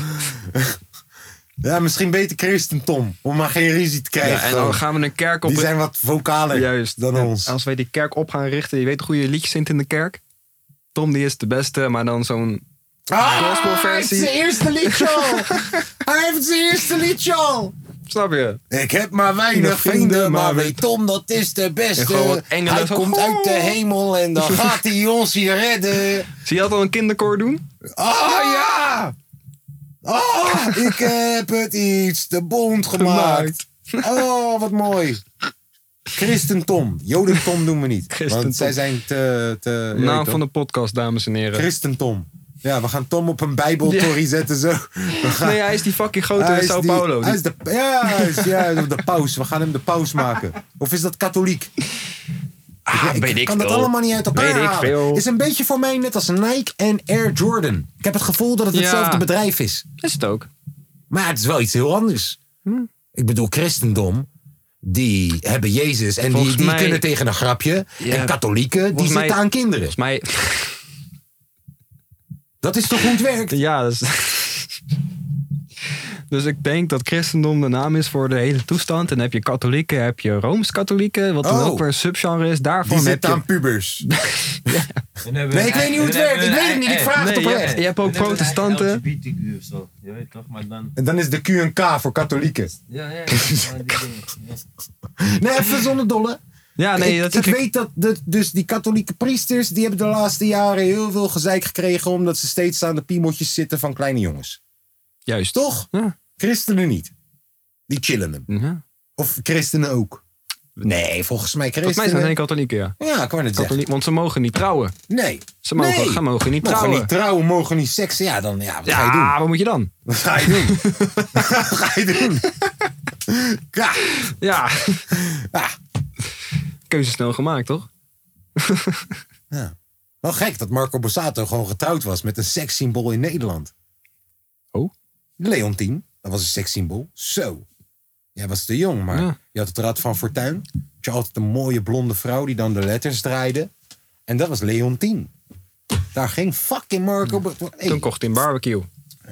[SPEAKER 1] Ja, misschien beter Christentom. Om maar geen ruzie te
[SPEAKER 4] Ja,
[SPEAKER 1] krijgen.
[SPEAKER 4] en dan gaan we een kerk op.
[SPEAKER 1] die zijn wat vocaler
[SPEAKER 4] Juist.
[SPEAKER 1] dan
[SPEAKER 4] En
[SPEAKER 1] ons.
[SPEAKER 4] Als wij die kerk op gaan richten, je weet hoe je liedjes zingt in de kerk. Tom die is de beste, maar dan zo'n
[SPEAKER 1] Ah, hij heeft
[SPEAKER 4] gospelversie.
[SPEAKER 1] zijn eerste liedje al. Hij heeft zijn eerste liedje al.
[SPEAKER 4] snap je?
[SPEAKER 1] Ik heb maar weinig vrienden, maar weet Tom, dat is de
[SPEAKER 4] En gewoon
[SPEAKER 1] beste.
[SPEAKER 4] wat engelen
[SPEAKER 1] Hij
[SPEAKER 4] zo-
[SPEAKER 1] komt uit de hemel en dan gaat hij ons hier redden.
[SPEAKER 4] Zie je dat al een kinderkoor doen?
[SPEAKER 1] Ah ja! Ah, ik heb het iets te bond gemaakt. Oh, wat mooi. Christentom. Jodentom doen we niet. Want
[SPEAKER 4] Christentom.
[SPEAKER 1] zij zijn te... te je
[SPEAKER 4] Naam
[SPEAKER 1] weet
[SPEAKER 4] van
[SPEAKER 1] toch?
[SPEAKER 4] de podcast, dames en heren.
[SPEAKER 1] Christentom. Ja, we gaan Tom op een bijbeltory zetten zo. We gaan...
[SPEAKER 4] Nee, hij is die fucking grote in Sao
[SPEAKER 1] die-
[SPEAKER 4] Paulo.
[SPEAKER 1] Hij is de, ja, hij is, ja, hij is de paus. We gaan hem de paus maken. Of is dat katholiek? ik
[SPEAKER 4] Ah, weet ik
[SPEAKER 1] kan dat
[SPEAKER 4] veel.
[SPEAKER 1] allemaal niet uit elkaar
[SPEAKER 4] Weet ik
[SPEAKER 1] halen.
[SPEAKER 4] veel.
[SPEAKER 1] Is een beetje voor mij net als Nike en Air Jordan. Ik heb het gevoel dat het
[SPEAKER 4] Ja.
[SPEAKER 1] hetzelfde bedrijf is.
[SPEAKER 4] Is het ook?
[SPEAKER 1] Maar het is wel iets heel anders.
[SPEAKER 4] Hm?
[SPEAKER 1] Ik bedoel, christendom, die hebben Jezus. En die,
[SPEAKER 4] Volgens
[SPEAKER 1] die
[SPEAKER 4] mij-
[SPEAKER 1] kunnen tegen een grapje.
[SPEAKER 4] Ja.
[SPEAKER 1] En katholieken, die
[SPEAKER 4] Volgens mij-
[SPEAKER 1] zitten aan kinderen.
[SPEAKER 4] Volgens mij.
[SPEAKER 1] Dat is toch hoe het werkt?
[SPEAKER 4] Ja, dus. Dus ik denk dat christendom de naam is voor de hele toestand. En dan heb je katholieken, heb je rooms-katholieken, wat dan
[SPEAKER 1] Oh.
[SPEAKER 4] ook weer een subgenre is. Daarvan
[SPEAKER 1] Die
[SPEAKER 4] heb
[SPEAKER 1] zitten
[SPEAKER 4] je...
[SPEAKER 1] aan pubers.
[SPEAKER 5] Nee,
[SPEAKER 1] ik weet niet hoe het werkt. Ik weet het niet. Ik vraag het
[SPEAKER 4] Nee, je
[SPEAKER 1] oprecht.
[SPEAKER 4] hebt, je hebt ook protestanten.
[SPEAKER 5] LGBTQ of zo. Je weet toch, maar dan...
[SPEAKER 1] En dan is de Q&K voor katholieken.
[SPEAKER 5] Ja, ja, ja. maar die dingen, ja.
[SPEAKER 1] Nee, even zonder dolle.
[SPEAKER 4] Ja, Ah, nee,
[SPEAKER 1] ik,
[SPEAKER 4] dat
[SPEAKER 1] ik
[SPEAKER 4] heb ik-
[SPEAKER 1] weet dat de, dus die katholieke priesters... die hebben de laatste jaren heel veel gezeik gekregen... omdat ze steeds aan de piemeltjes zitten van kleine jongens.
[SPEAKER 4] Juist.
[SPEAKER 1] Toch?
[SPEAKER 4] Ja.
[SPEAKER 1] Christenen niet. Die chillen hem.
[SPEAKER 4] Ja.
[SPEAKER 1] Of christenen ook. Nee, volgens mij
[SPEAKER 4] Volgens mij zijn
[SPEAKER 1] christenen...
[SPEAKER 4] het katholieken, ja.
[SPEAKER 1] ja, ik wou net zeggen.
[SPEAKER 4] Katholiek, want ze mogen niet trouwen.
[SPEAKER 1] Nee.
[SPEAKER 4] Ze mogen,
[SPEAKER 1] Nee.
[SPEAKER 4] gaan mogen niet
[SPEAKER 1] Mogen
[SPEAKER 4] trouwen.
[SPEAKER 1] niet trouwen, mogen niet seksen. Ja, dan ja, wat ga je doen?
[SPEAKER 4] ja, wat moet je dan?
[SPEAKER 1] Wat ga je doen? wat ga je doen? ja, Ah.
[SPEAKER 4] Ja,
[SPEAKER 1] ja.
[SPEAKER 4] keuze snel gemaakt, toch?
[SPEAKER 1] Wel gek dat Marco Borsato gewoon getrouwd was met een sekssymbool in Nederland.
[SPEAKER 4] Oh?
[SPEAKER 1] Leontien, dat was een sekssymbool. Zo. Jij was te jong, maar
[SPEAKER 4] Ja.
[SPEAKER 1] je had het rad van fortuin. Je had je altijd een mooie blonde vrouw die dan de letters draaide. En dat was Leontien. Daar ging fucking Marco... Bor- Hey.
[SPEAKER 4] Toen kocht hij een barbecue.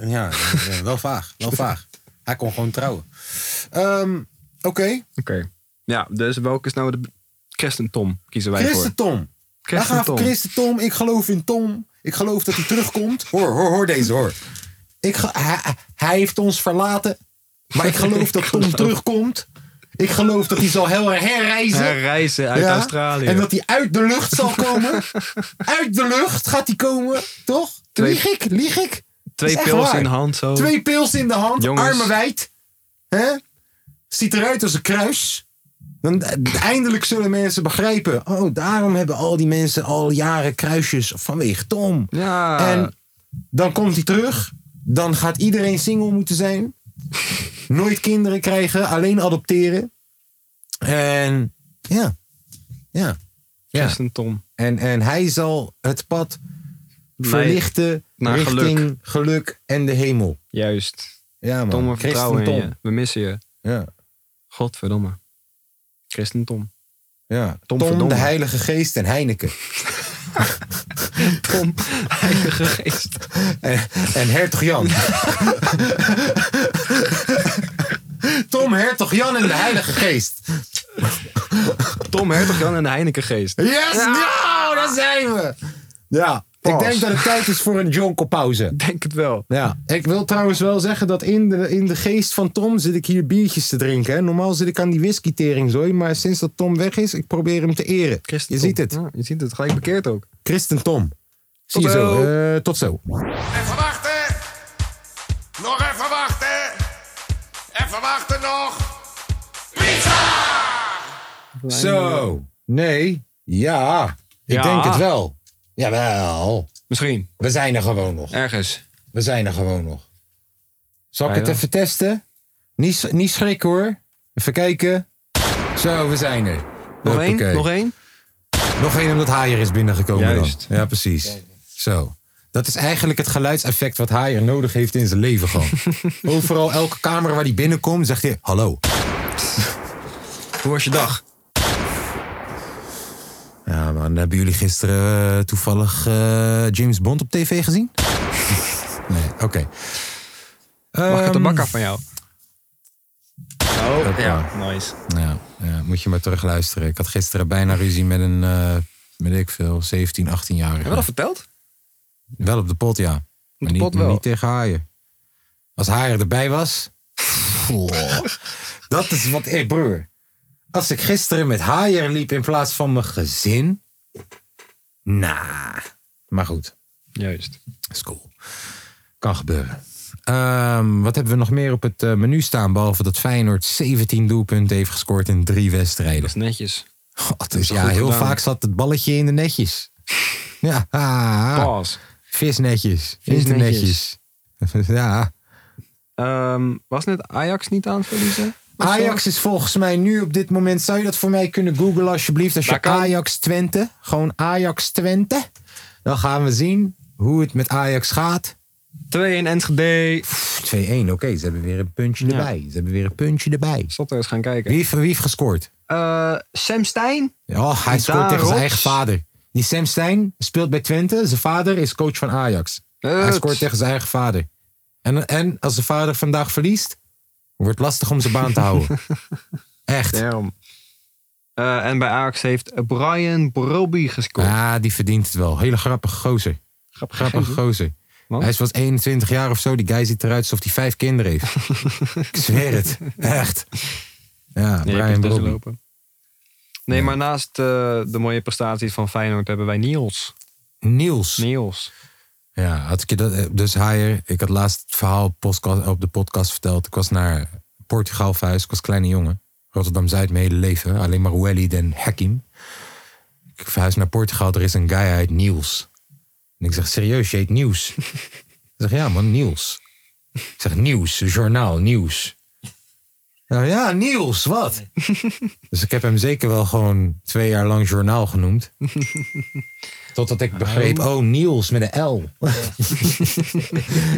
[SPEAKER 1] Ja, ja, wel vaag, wel vaag. Hij kon gewoon trouwen. Ehm, Oké,
[SPEAKER 4] Oké. Ja, dus welke is nou de christentom? Kiezen wij voor.
[SPEAKER 1] Christentom. Wij gaan voor Christentom. Ik geloof in Tom. Ik geloof dat hij terugkomt. Hoor, hoor, hoor deze, hoor. Ik ge- hij, hij heeft ons verlaten. Maar ik geloof dat Tom terugkomt. Ik geloof dat hij zal heel herreizen.
[SPEAKER 4] Herreizen uit
[SPEAKER 1] Ja.
[SPEAKER 4] Australië.
[SPEAKER 1] En dat hij uit de lucht zal komen. uit de lucht gaat hij komen, toch?
[SPEAKER 4] Twee-
[SPEAKER 1] lieg ik, lieg ik.
[SPEAKER 4] Twee
[SPEAKER 1] Is echt
[SPEAKER 4] pils
[SPEAKER 1] waar.
[SPEAKER 4] in de hand zo.
[SPEAKER 1] Twee pils in de hand,
[SPEAKER 4] Jongens.
[SPEAKER 1] armen wijd. Hè? Ziet eruit als een kruis. Dan, eh, eindelijk zullen mensen begrijpen. Oh, daarom hebben al die mensen al jaren kruisjes vanwege Tom.
[SPEAKER 4] Ja.
[SPEAKER 1] En dan komt hij terug. Dan gaat iedereen single moeten zijn. Nooit kinderen krijgen, alleen adopteren. En ja. Ja. ja.
[SPEAKER 4] Just een Tom.
[SPEAKER 1] En, en hij zal het pad verlichten
[SPEAKER 4] naar
[SPEAKER 1] richting geluk. en de hemel.
[SPEAKER 4] Juist.
[SPEAKER 1] Ja, man.
[SPEAKER 4] Tom, we vertrouwen in
[SPEAKER 1] Christentom.
[SPEAKER 4] je. We missen je.
[SPEAKER 1] Ja.
[SPEAKER 4] Godverdomme. Christen Tom.
[SPEAKER 1] Ja.
[SPEAKER 4] Tom
[SPEAKER 1] Tom,
[SPEAKER 4] Verdomme.
[SPEAKER 1] de Heilige Geest en Heineken.
[SPEAKER 4] Tom, heilige geest.
[SPEAKER 1] En, en Hertog Jan. Tom, Hertog Jan en de Heilige Geest.
[SPEAKER 4] Tom Hertogjan en de Heineken geest.
[SPEAKER 1] Yes! Nou, daar zijn we! Ja, ik
[SPEAKER 4] Pas.
[SPEAKER 1] denk dat het tijd is voor een jonkelpauze.
[SPEAKER 4] Denk het wel.
[SPEAKER 1] Ja, ik wil trouwens wel zeggen dat in de, in de geest van Tom zit ik hier biertjes te drinken. Hè. Normaal zit ik aan die whisky-tering zooi, maar sinds dat Tom weg is, ik probeer hem te eren.
[SPEAKER 4] Christen
[SPEAKER 1] je
[SPEAKER 4] Tom.
[SPEAKER 1] ziet het.
[SPEAKER 4] Ja, je ziet het. Gelijk bekeerd ook.
[SPEAKER 1] Christen Tom. Zie je
[SPEAKER 4] Tot
[SPEAKER 1] zo.
[SPEAKER 4] zo.
[SPEAKER 1] Eh, tot zo.
[SPEAKER 7] Even wachten. Nog even wachten. Even wachten nog. Pizza!
[SPEAKER 1] Zo. Nee. Ja. Ik
[SPEAKER 4] Ja.
[SPEAKER 1] denk het wel. Jawel.
[SPEAKER 4] Misschien.
[SPEAKER 1] We zijn er gewoon nog.
[SPEAKER 4] Ergens.
[SPEAKER 1] We zijn er gewoon nog. Zal ik
[SPEAKER 4] Ja,
[SPEAKER 1] het
[SPEAKER 4] ja.
[SPEAKER 1] even testen? Niet, s- niet schrikken hoor. Even kijken. Zo, we zijn er.
[SPEAKER 4] Nog één?
[SPEAKER 1] Hoppakee.
[SPEAKER 4] Nog één?
[SPEAKER 1] Nog één omdat Haier is binnengekomen
[SPEAKER 4] Juist.
[SPEAKER 1] dan. Ja, precies. Zo. Dat is eigenlijk het geluidseffect wat Haier nodig heeft in zijn leven gewoon. Overal, elke kamer waar hij binnenkomt, zegt hij hallo.
[SPEAKER 4] Hoe was je dag?
[SPEAKER 1] Ja man, hebben jullie gisteren eh, toevallig eh, James Bond op tv gezien? nee, oké.
[SPEAKER 4] Mag ik het de
[SPEAKER 1] Ehm,
[SPEAKER 4] bak af van jou? Oh, ja. Nice.
[SPEAKER 1] Ja, ja, moet je maar terugluisteren. Ik had gisteren bijna ruzie met een, eh weet ik veel, 17, 18-jarige.
[SPEAKER 4] Heb je dat verteld?
[SPEAKER 1] Wel op de pot, ja. Maar
[SPEAKER 4] de
[SPEAKER 1] niet,
[SPEAKER 4] pot wel.
[SPEAKER 1] niet tegen haaien. Als haaien erbij was. Goh. dat is wat. Hé, broer. Als ik gisteren met haaien liep in plaats van mijn gezin. Nou. Maar goed,
[SPEAKER 4] Juist.
[SPEAKER 1] is cool. Kan gebeuren. Ehm, wat hebben we nog meer op het eh, menu staan? Behalve dat Feyenoord 17 doelpunten heeft gescoord in drie wedstrijden.
[SPEAKER 4] Dat is netjes.
[SPEAKER 1] God, dus
[SPEAKER 4] is
[SPEAKER 1] ja,
[SPEAKER 4] goed
[SPEAKER 1] heel
[SPEAKER 4] gedaan.
[SPEAKER 1] vaak zat het balletje in de netjes. Ja, ah, ah.
[SPEAKER 4] Pas.
[SPEAKER 1] visnetjes.
[SPEAKER 4] Oh. Visnetjes.
[SPEAKER 1] Visnetjes. ja.
[SPEAKER 4] Ehm, was net Ajax niet aan het verliezen?
[SPEAKER 1] Ajax is volgens mij nu op dit moment. Zou je dat voor mij kunnen googlen alsjeblieft? Als je
[SPEAKER 4] Dat kan.
[SPEAKER 1] Ajax Twente, gewoon Ajax Twente. Dan gaan we zien hoe het met Ajax gaat.
[SPEAKER 4] 2 in Enschede.
[SPEAKER 1] 2-1, oké. Ze hebben weer een puntje
[SPEAKER 4] Ja.
[SPEAKER 1] erbij. Ze hebben weer een puntje erbij.
[SPEAKER 4] Zat er eens gaan kijken.
[SPEAKER 1] Wie heeft, wie heeft gescoord?
[SPEAKER 4] Eh, Sam Stein?
[SPEAKER 1] Oh, hij scoort
[SPEAKER 4] Daar
[SPEAKER 1] tegen zijn
[SPEAKER 4] Rots.
[SPEAKER 1] eigen vader. Die Sam Stein speelt bij Twente. Zijn vader is coach van Ajax. Hij
[SPEAKER 4] Het.
[SPEAKER 1] scoort tegen zijn eigen vader. En, en als zijn vader vandaag verliest, wordt het lastig om zijn baan te houden. Echt.
[SPEAKER 4] Damn. Eh, en bij Ajax heeft Brian Broby gescoord.
[SPEAKER 1] Ja, die verdient het wel. Hele grappige gozer.
[SPEAKER 4] Grappig.
[SPEAKER 1] Grappige gozer.
[SPEAKER 4] Want?
[SPEAKER 1] Hij is was 21 jaar of zo. Die guy ziet eruit alsof hij vijf kinderen heeft. Ik zweer het. Echt. Ja,
[SPEAKER 4] Nee,
[SPEAKER 1] Brian Brobby.
[SPEAKER 4] lopen. Nee, maar naast eh, de mooie prestaties van Feyenoord hebben wij Niels.
[SPEAKER 1] Niels.
[SPEAKER 4] Niels.
[SPEAKER 1] Ja, had ik je dat. eh, Dus Haier, ik had laatst het verhaal op, podcast, op de podcast verteld. Ik was naar Portugal verhuisd. Ik was kleine jongen. Rotterdam Zuid mijn hele leven. Alleen maar Walid en Hakim. Ik verhuis naar Portugal. Er is een guy uit Niels. En ik zeg, serieus, je heet Nieuws? Hij zegt, ja man, Niels. Ik zeg, nieuws, een journaal, nieuws. Nou ja, Niels, wat? Dus ik heb hem zeker wel gewoon twee jaar lang journaal genoemd. Totdat ik begreep, oh, Niels met een L.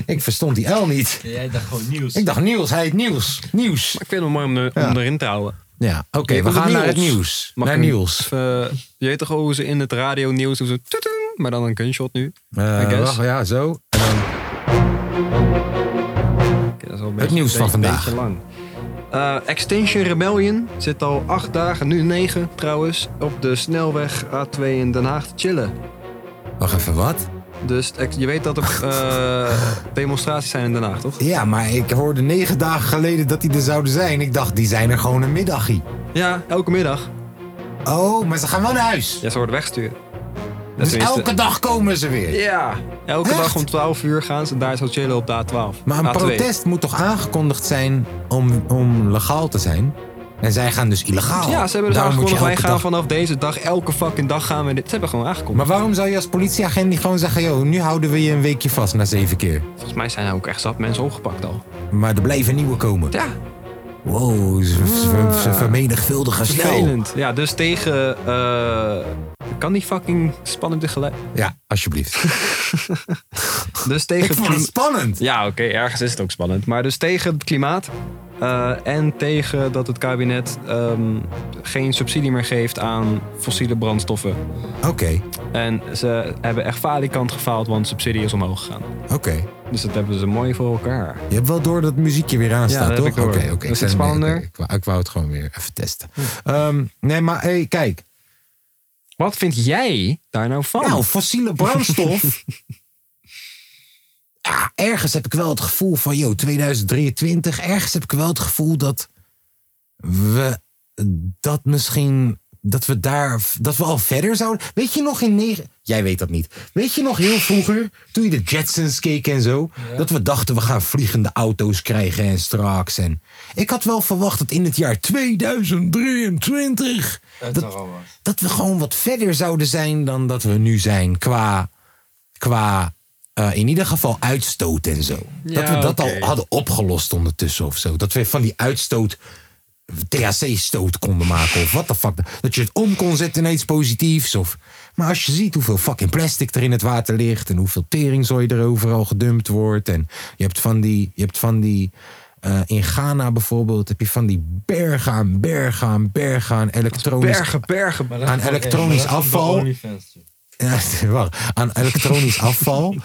[SPEAKER 1] ik verstond die L niet.
[SPEAKER 5] Ja, Jij dacht gewoon nieuws.
[SPEAKER 1] Ik dacht, Niels, hij heet Niels. Nieuws.
[SPEAKER 4] Maar ik vind hem mooi om, er- om erin te houden.
[SPEAKER 1] Ja, oké,
[SPEAKER 4] Je
[SPEAKER 1] we
[SPEAKER 4] moet
[SPEAKER 1] gaan naar het
[SPEAKER 4] Niels.
[SPEAKER 1] nieuws.
[SPEAKER 4] Mag
[SPEAKER 1] naar
[SPEAKER 4] ik hem
[SPEAKER 1] Niels.
[SPEAKER 4] even- eh, je weet toch wel hoe ze in het radio nieuws doen? Zo, tutung, maar dan een gunshot nu. I
[SPEAKER 1] Eh
[SPEAKER 4] guess.
[SPEAKER 1] wacht, ja, zo. En dan
[SPEAKER 4] Oké, dat is al een beetje-
[SPEAKER 1] nieuws van
[SPEAKER 4] beetje-
[SPEAKER 1] vandaag.
[SPEAKER 4] beetje lang. Eh, Extinction Rebellion zit al acht dagen, nu negen trouwens, op de snelweg A2 in Den Haag te chillen.
[SPEAKER 1] Wacht even, wat?
[SPEAKER 4] Dus het ex- je weet dat er eh, demonstraties zijn in Den Haag, toch?
[SPEAKER 1] Ja, maar ik hoorde negen dagen geleden dat die er zouden zijn. Ik dacht, die zijn er gewoon een middagje.
[SPEAKER 4] Ja, elke middag.
[SPEAKER 1] Oh, maar ze gaan wel naar huis.
[SPEAKER 4] Ja, ze worden weggestuurd. Ja,
[SPEAKER 1] dus
[SPEAKER 4] tenminste-
[SPEAKER 1] elke dag komen ze weer.
[SPEAKER 4] Ja, elke
[SPEAKER 1] Echt?
[SPEAKER 4] dag om 12 uur gaan ze daar zo chillen op de A12.
[SPEAKER 1] Maar een
[SPEAKER 4] A2.
[SPEAKER 1] protest moet toch aangekondigd zijn om, om legaal te zijn? En zij gaan dus illegaal.
[SPEAKER 4] Ja, ze hebben dus
[SPEAKER 1] Daarom moet je
[SPEAKER 4] aangekondigd, wij
[SPEAKER 1] elke
[SPEAKER 4] gaan
[SPEAKER 1] dag-
[SPEAKER 4] vanaf deze dag, elke fucking dag gaan we dit. Ze hebben gewoon aangekondigd.
[SPEAKER 1] Maar waarom zou je als politieagent niet gewoon zeggen... joh, nu houden we je een weekje vast na zeven keer.
[SPEAKER 4] Volgens mij zijn er ook echt zat mensen opgepakt al.
[SPEAKER 1] Maar er blijven nieuwe komen.
[SPEAKER 4] Ja,
[SPEAKER 1] Wow, ze, ze, ze vermenigvuldigen snel.
[SPEAKER 4] vervelend. Ja, dus tegen... eh, kan die fucking spannend tegelijk...
[SPEAKER 1] Ja, alsjeblieft.
[SPEAKER 4] Dus
[SPEAKER 1] Ik
[SPEAKER 4] tegen...
[SPEAKER 1] vond het
[SPEAKER 4] klima-
[SPEAKER 1] spannend.
[SPEAKER 4] Ja, oké, ergens is het ook spannend. Maar dus tegen het klimaat eh, en tegen dat het kabinet ehm, geen subsidie meer geeft aan fossiele brandstoffen.
[SPEAKER 1] Oké,
[SPEAKER 4] En ze hebben echt falikant gefaald, want subsidie is omhoog gegaan.
[SPEAKER 1] oké.
[SPEAKER 4] Dus dat hebben ze mooi voor elkaar.
[SPEAKER 1] Je hebt wel door dat muziekje weer aan
[SPEAKER 4] Ja,
[SPEAKER 1] staat,
[SPEAKER 4] dat
[SPEAKER 1] toch?
[SPEAKER 4] heb ik door.
[SPEAKER 1] Oké, oké. Ik
[SPEAKER 4] Is het
[SPEAKER 1] ben-
[SPEAKER 4] spannender?
[SPEAKER 1] Ik, wou- ik wou het gewoon weer even testen. Ehm, nee, maar hey, kijk.
[SPEAKER 4] Wat vind jij daar nou van?
[SPEAKER 1] Nou, fossiele brandstof. ja, ergens heb ik wel het gevoel van, joh, 2023. Ergens heb ik wel het gevoel dat we dat misschien. Dat we daar. Dat we al verder zouden. Weet je nog in negen. Jij weet dat niet. Weet je nog heel vroeger, toen je de Jetsons keek en zo. Dat we dachten we gaan vliegende auto's krijgen en straks. En ik had wel verwacht dat in het jaar 2023
[SPEAKER 5] Het
[SPEAKER 1] Dat-
[SPEAKER 5] toch al was.
[SPEAKER 1] dat we gewoon wat verder zouden zijn dan dat we nu zijn. Qua, qua eh, in ieder geval uitstoot en zo. dat we dat al hadden opgelost ondertussen of zo. Dat we van die uitstoot THC-stoot konden maken of wat de fuck. Dat je het om kon zetten in iets positiefs. Of... Maar als je ziet hoeveel fucking plastic er in het water ligt... en hoeveel teringzooi er overal gedumpt wordt... en je hebt van die... Je hebt van die eh, in Ghana bijvoorbeeld heb je van die bergen aan bergen aan bergen aan elektronisch
[SPEAKER 4] Bergen, bergen.
[SPEAKER 5] Maar dat
[SPEAKER 1] Aan
[SPEAKER 5] is voor-
[SPEAKER 1] elektronisch
[SPEAKER 5] maar dat is voor
[SPEAKER 1] afval.
[SPEAKER 5] de OnlyFans, joh.
[SPEAKER 1] ja, wacht, aan elektronisch afval.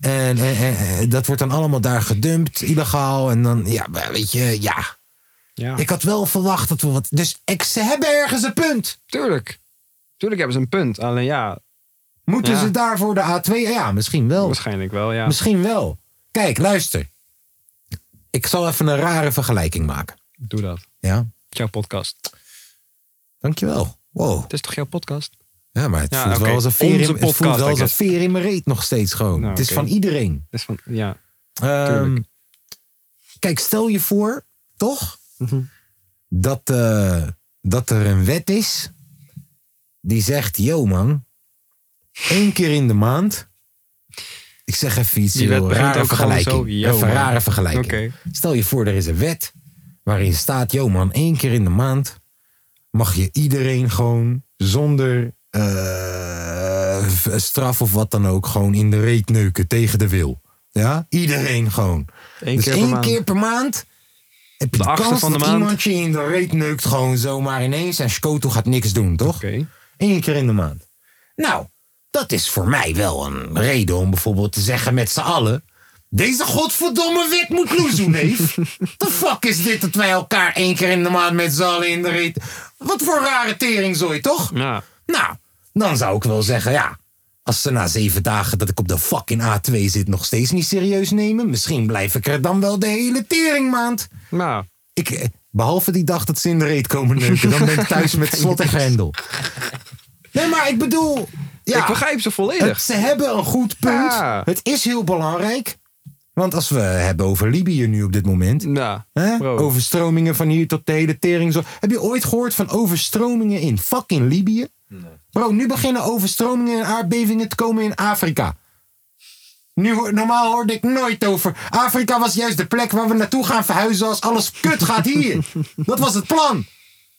[SPEAKER 1] En, en, en, en dat wordt dan allemaal daar gedumpt, illegaal. En dan, ja, maar weet je, ja.
[SPEAKER 4] Ja,
[SPEAKER 1] Ik had wel verwacht dat we wat... Dus ik, ze hebben ergens een punt.
[SPEAKER 4] tuurlijk. Tuurlijk hebben ze een punt. Alleen ja,
[SPEAKER 1] Moeten
[SPEAKER 4] Ja.
[SPEAKER 1] ze daarvoor de A2? Ja, misschien wel.
[SPEAKER 4] waarschijnlijk wel, ja.
[SPEAKER 1] Misschien wel. Kijk, luister. Ik zal even een rare vergelijking maken.
[SPEAKER 4] Doe dat.
[SPEAKER 1] Ja,
[SPEAKER 4] Jouw podcast.
[SPEAKER 1] dankjewel. Wow.
[SPEAKER 4] Het is toch jouw podcast?
[SPEAKER 1] Ja, maar het
[SPEAKER 4] Ja,
[SPEAKER 1] voelt
[SPEAKER 4] oké.
[SPEAKER 1] wel als een veer
[SPEAKER 4] Onze
[SPEAKER 1] in, het voelt
[SPEAKER 4] podcast,
[SPEAKER 1] wel als
[SPEAKER 4] I
[SPEAKER 1] een
[SPEAKER 4] guess.
[SPEAKER 1] veer in mijn reet nog steeds gewoon.
[SPEAKER 4] Nou,
[SPEAKER 1] Het is
[SPEAKER 4] oké.
[SPEAKER 1] van iedereen.
[SPEAKER 4] Dus van, ja.
[SPEAKER 1] Ehm,
[SPEAKER 4] Tuurlijk.
[SPEAKER 1] kijk, stel je voor, toch?
[SPEAKER 4] Mhm.
[SPEAKER 1] Dat, eh, dat er een wet is die zegt: yo man, één keer in de maand. Ik zeg even iets
[SPEAKER 4] Die wet
[SPEAKER 1] heel
[SPEAKER 4] begint
[SPEAKER 1] rare
[SPEAKER 4] ook gewoon
[SPEAKER 1] vergelijking.
[SPEAKER 4] zo, yo,
[SPEAKER 1] even
[SPEAKER 4] man.
[SPEAKER 1] rare vergelijking.
[SPEAKER 4] Oké.
[SPEAKER 1] Stel je voor, er is een wet waarin staat: yo man, één keer in de maand mag je iedereen gewoon zonder eh, v- straf of wat dan ook gewoon in de reet neuken tegen de wil. Ja, iedereen gewoon.
[SPEAKER 4] Eén
[SPEAKER 1] dus
[SPEAKER 4] keer per
[SPEAKER 1] één
[SPEAKER 4] maand.
[SPEAKER 1] keer per maand heb je
[SPEAKER 4] De
[SPEAKER 1] de,
[SPEAKER 4] achtste
[SPEAKER 1] kans
[SPEAKER 4] van de
[SPEAKER 1] dat
[SPEAKER 4] maand.
[SPEAKER 1] iemand je in de reet neukt gewoon zomaar ineens en Scoto gaat niks doen, toch?
[SPEAKER 4] Oké.
[SPEAKER 1] Eén keer in de maand. Nou, dat is voor mij wel een reden om bijvoorbeeld te zeggen met z'n allen... Deze godverdomme wet moet loezoe, neef. The fuck is dit dat wij elkaar één keer in de maand met z'n allen in de reet... Wat voor rare teringzooi, toch?
[SPEAKER 4] Ja.
[SPEAKER 1] Nou, dan zou ik wel zeggen, ja... Als ze na zeven dagen dat ik op de fucking A2 zit nog steeds niet serieus nemen... misschien blijf ik er dan wel de hele teringmaand.
[SPEAKER 4] Nou,
[SPEAKER 1] Ik, eh, behalve die dag dat ze in de reet komen neuken. Dan ben ik thuis met slot en grendel. Nee, maar ik bedoel... Ja,
[SPEAKER 4] ik begrijp ze volledig.
[SPEAKER 1] het- ze hebben een goed punt.
[SPEAKER 4] Ja.
[SPEAKER 1] Het is heel belangrijk. Want als we hebben over Libië nu op dit moment...
[SPEAKER 4] Ja,
[SPEAKER 1] Hè?
[SPEAKER 4] Nou, bro.
[SPEAKER 1] Overstromingen van hier tot de hele tering. Zo. Heb je ooit gehoord van overstromingen in fucking Libië? Bro, nu beginnen overstromingen en aardbevingen te komen in Afrika. Nu, hoor- normaal hoorde ik nooit over. Afrika was juist de plek waar we naartoe gaan verhuizen als alles kut gaat hier. Dat was het plan.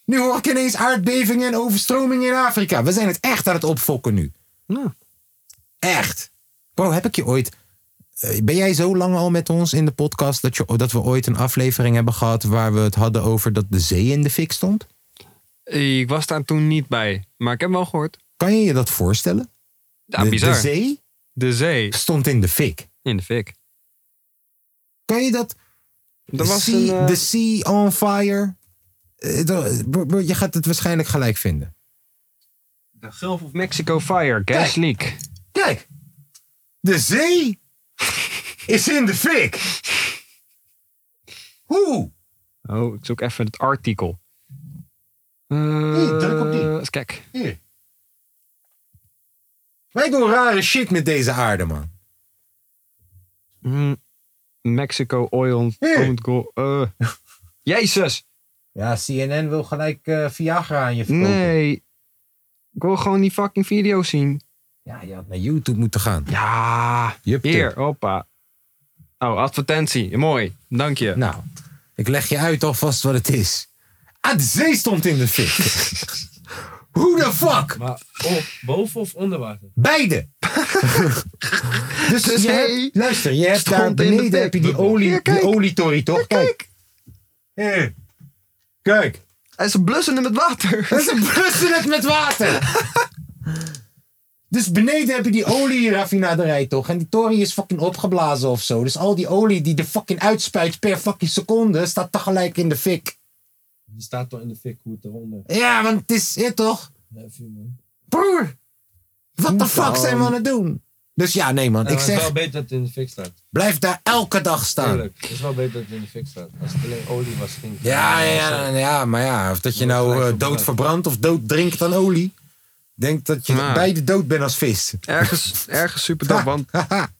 [SPEAKER 1] Nu hoor ik ineens aardbevingen en overstromingen in Afrika. We zijn het echt aan het opfokken nu.
[SPEAKER 4] Ja.
[SPEAKER 1] Echt. Bro, heb ik je ooit... eh, Ben jij zo lang al met ons in de podcast dat, je, dat we ooit een aflevering hebben gehad waar we het hadden over dat de zee in de fik stond?
[SPEAKER 4] Ik was daar toen niet bij, maar ik heb wel gehoord.
[SPEAKER 1] Kan je je dat voorstellen?
[SPEAKER 4] Ja,
[SPEAKER 1] de,
[SPEAKER 4] bizar.
[SPEAKER 1] de zee
[SPEAKER 4] De zee
[SPEAKER 1] stond in de fik.
[SPEAKER 4] in de fik.
[SPEAKER 1] Kan je dat?
[SPEAKER 4] Er
[SPEAKER 1] the,
[SPEAKER 4] was
[SPEAKER 1] sea,
[SPEAKER 4] een, eh,
[SPEAKER 1] the sea on fire. Eh, dat- bro, bro, Je gaat het waarschijnlijk gelijk vinden.
[SPEAKER 5] De Gulf of
[SPEAKER 4] Mexico Fire, gas leak.
[SPEAKER 1] Kijk, De zee is in de fik. Hoe?
[SPEAKER 4] Oh, ik zoek even het artikel.
[SPEAKER 1] Hier, druk op die.
[SPEAKER 4] Eh, Eens kijk.
[SPEAKER 1] Hier. Wij doen rare shit met deze aarde, man.
[SPEAKER 4] Mm. Mexico Oil
[SPEAKER 1] Hier.
[SPEAKER 4] Owned Gold. eh. Jezus!
[SPEAKER 1] Ja, CNN wil gelijk eh, Viagra aan je verkopen.
[SPEAKER 4] Nee. Ik wil gewoon die fucking video's zien.
[SPEAKER 1] Ja, je had naar YouTube moeten gaan.
[SPEAKER 4] Ja.
[SPEAKER 1] Jupte.
[SPEAKER 4] Hier, hoppa. Oh, advertentie. Mooi. Dank je.
[SPEAKER 1] Nou, ik leg je uit alvast wat het is. Ah, de zee stond in de fik. Hoe de fuck?
[SPEAKER 5] Maar op, boven of onder water?
[SPEAKER 1] Beide. dus
[SPEAKER 4] De
[SPEAKER 1] je
[SPEAKER 4] zee
[SPEAKER 1] hebt- luister, je hebt
[SPEAKER 4] stond
[SPEAKER 1] daar
[SPEAKER 4] in de
[SPEAKER 1] beneden heb je die
[SPEAKER 4] fik.
[SPEAKER 1] olie,
[SPEAKER 4] Hier,
[SPEAKER 1] die
[SPEAKER 4] kijk.
[SPEAKER 1] olietorrie, toch? kijk. Hier. Kijk.
[SPEAKER 4] En ze blussen met water.
[SPEAKER 1] Dat is een brusselend met water. Dus beneden heb je die olieraffinaderij toch? En die toren is fucking opgeblazen of zo. Dus al die olie die de fucking uitspuit per fucking seconde staat tegelijk in de fik.
[SPEAKER 5] Die staat toch in de fik hoe het eronder.
[SPEAKER 1] Ja, want het is, ja, toch?
[SPEAKER 5] Ja, viel me.
[SPEAKER 1] Broer, wat de fuck zijn we aan het doen? Dus ja, nee man,
[SPEAKER 5] Nou,
[SPEAKER 1] ik
[SPEAKER 5] Het is
[SPEAKER 1] zeg, Ah.
[SPEAKER 5] wel beter dat het in de fik staat.
[SPEAKER 1] blijf daar elke dag staan.
[SPEAKER 5] Tuurlijk. Het is wel beter dat het in de fik staat. Als het alleen olie was, ging het-
[SPEAKER 1] Ja, ja, ja, ja, maar ja, of dat je nou eh, dood verbrandt of dood drinkt aan olie. Denk dat je
[SPEAKER 4] Maar-
[SPEAKER 1] beide dood bent als vis.
[SPEAKER 4] Ergens, ergens super dope, want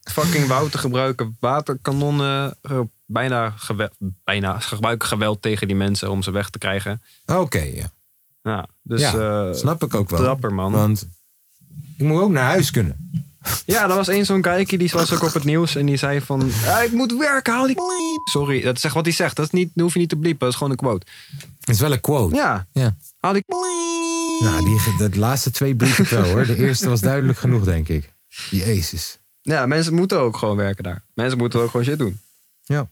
[SPEAKER 4] fucking Wouter gebruiken waterkanonnen. eh, Bijna, gewe- bijna ze gebruiken geweld tegen die mensen om ze weg te krijgen.
[SPEAKER 1] Oké, ja.
[SPEAKER 4] Ja, dus
[SPEAKER 1] ja,
[SPEAKER 4] eh,
[SPEAKER 1] snap ik ook wel.
[SPEAKER 4] dapper man.
[SPEAKER 1] Want ik moet ook naar huis kunnen.
[SPEAKER 4] Ja, er was één zo'n kijker, die was ook op het nieuws en die zei van... "Ja, ik moet werken, haal die Sorry, dat is echt wat hij zegt. Dat, is niet, dat hoef je niet te bliepen, dat is gewoon een quote.
[SPEAKER 1] Dat is wel een quote.
[SPEAKER 4] Ja,
[SPEAKER 1] Ja.
[SPEAKER 4] haal die
[SPEAKER 1] Nou, die, de laatste twee bliepen wel hoor. De eerste was duidelijk genoeg, denk ik. Jezus.
[SPEAKER 4] Ja, mensen moeten ook gewoon werken daar. Mensen moeten ook gewoon shit doen.
[SPEAKER 1] Ja.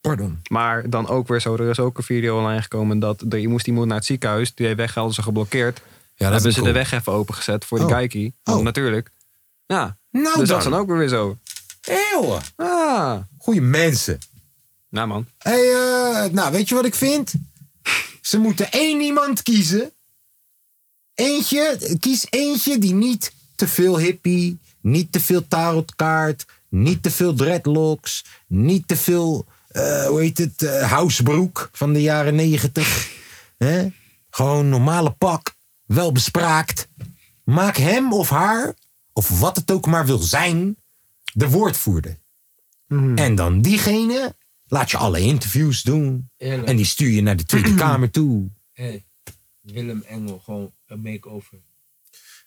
[SPEAKER 1] Pardon.
[SPEAKER 4] Maar dan ook weer zo, er is ook een video online gekomen dat er moest iemand naar het ziekenhuis. Die weg hadden ze geblokkeerd.
[SPEAKER 1] Ja, dat
[SPEAKER 4] hebben
[SPEAKER 1] is
[SPEAKER 4] ze
[SPEAKER 1] cool.
[SPEAKER 4] de weg even opengezet voor die
[SPEAKER 1] Oh.
[SPEAKER 4] kijkie.
[SPEAKER 1] Oh.
[SPEAKER 4] Want Natuurlijk. Ja,
[SPEAKER 1] Nou
[SPEAKER 4] dus
[SPEAKER 1] dan.
[SPEAKER 4] dat zijn ook weer zo.
[SPEAKER 1] Eeuw.
[SPEAKER 4] Ah,
[SPEAKER 1] Goeie mensen.
[SPEAKER 4] nou man.
[SPEAKER 1] hey, eh, nou, weet je wat ik vind? Ze moeten één iemand kiezen. Eentje, kies eentje die niet te veel hippie, niet te veel tarotkaart, niet te veel dreadlocks, niet te veel, eh, hoe heet het, eh, housebroek van de jaren negentig. Hè? Gewoon normale pak, wel bespraakt. Maak hem of haar, of wat het ook maar wil zijn, de woordvoerder. En dan diegene laat je alle interviews doen.
[SPEAKER 5] Eerlijk.
[SPEAKER 1] En die stuur je naar de Tweede Kamer toe.
[SPEAKER 5] Hey, Willem Engel, gewoon een makeover.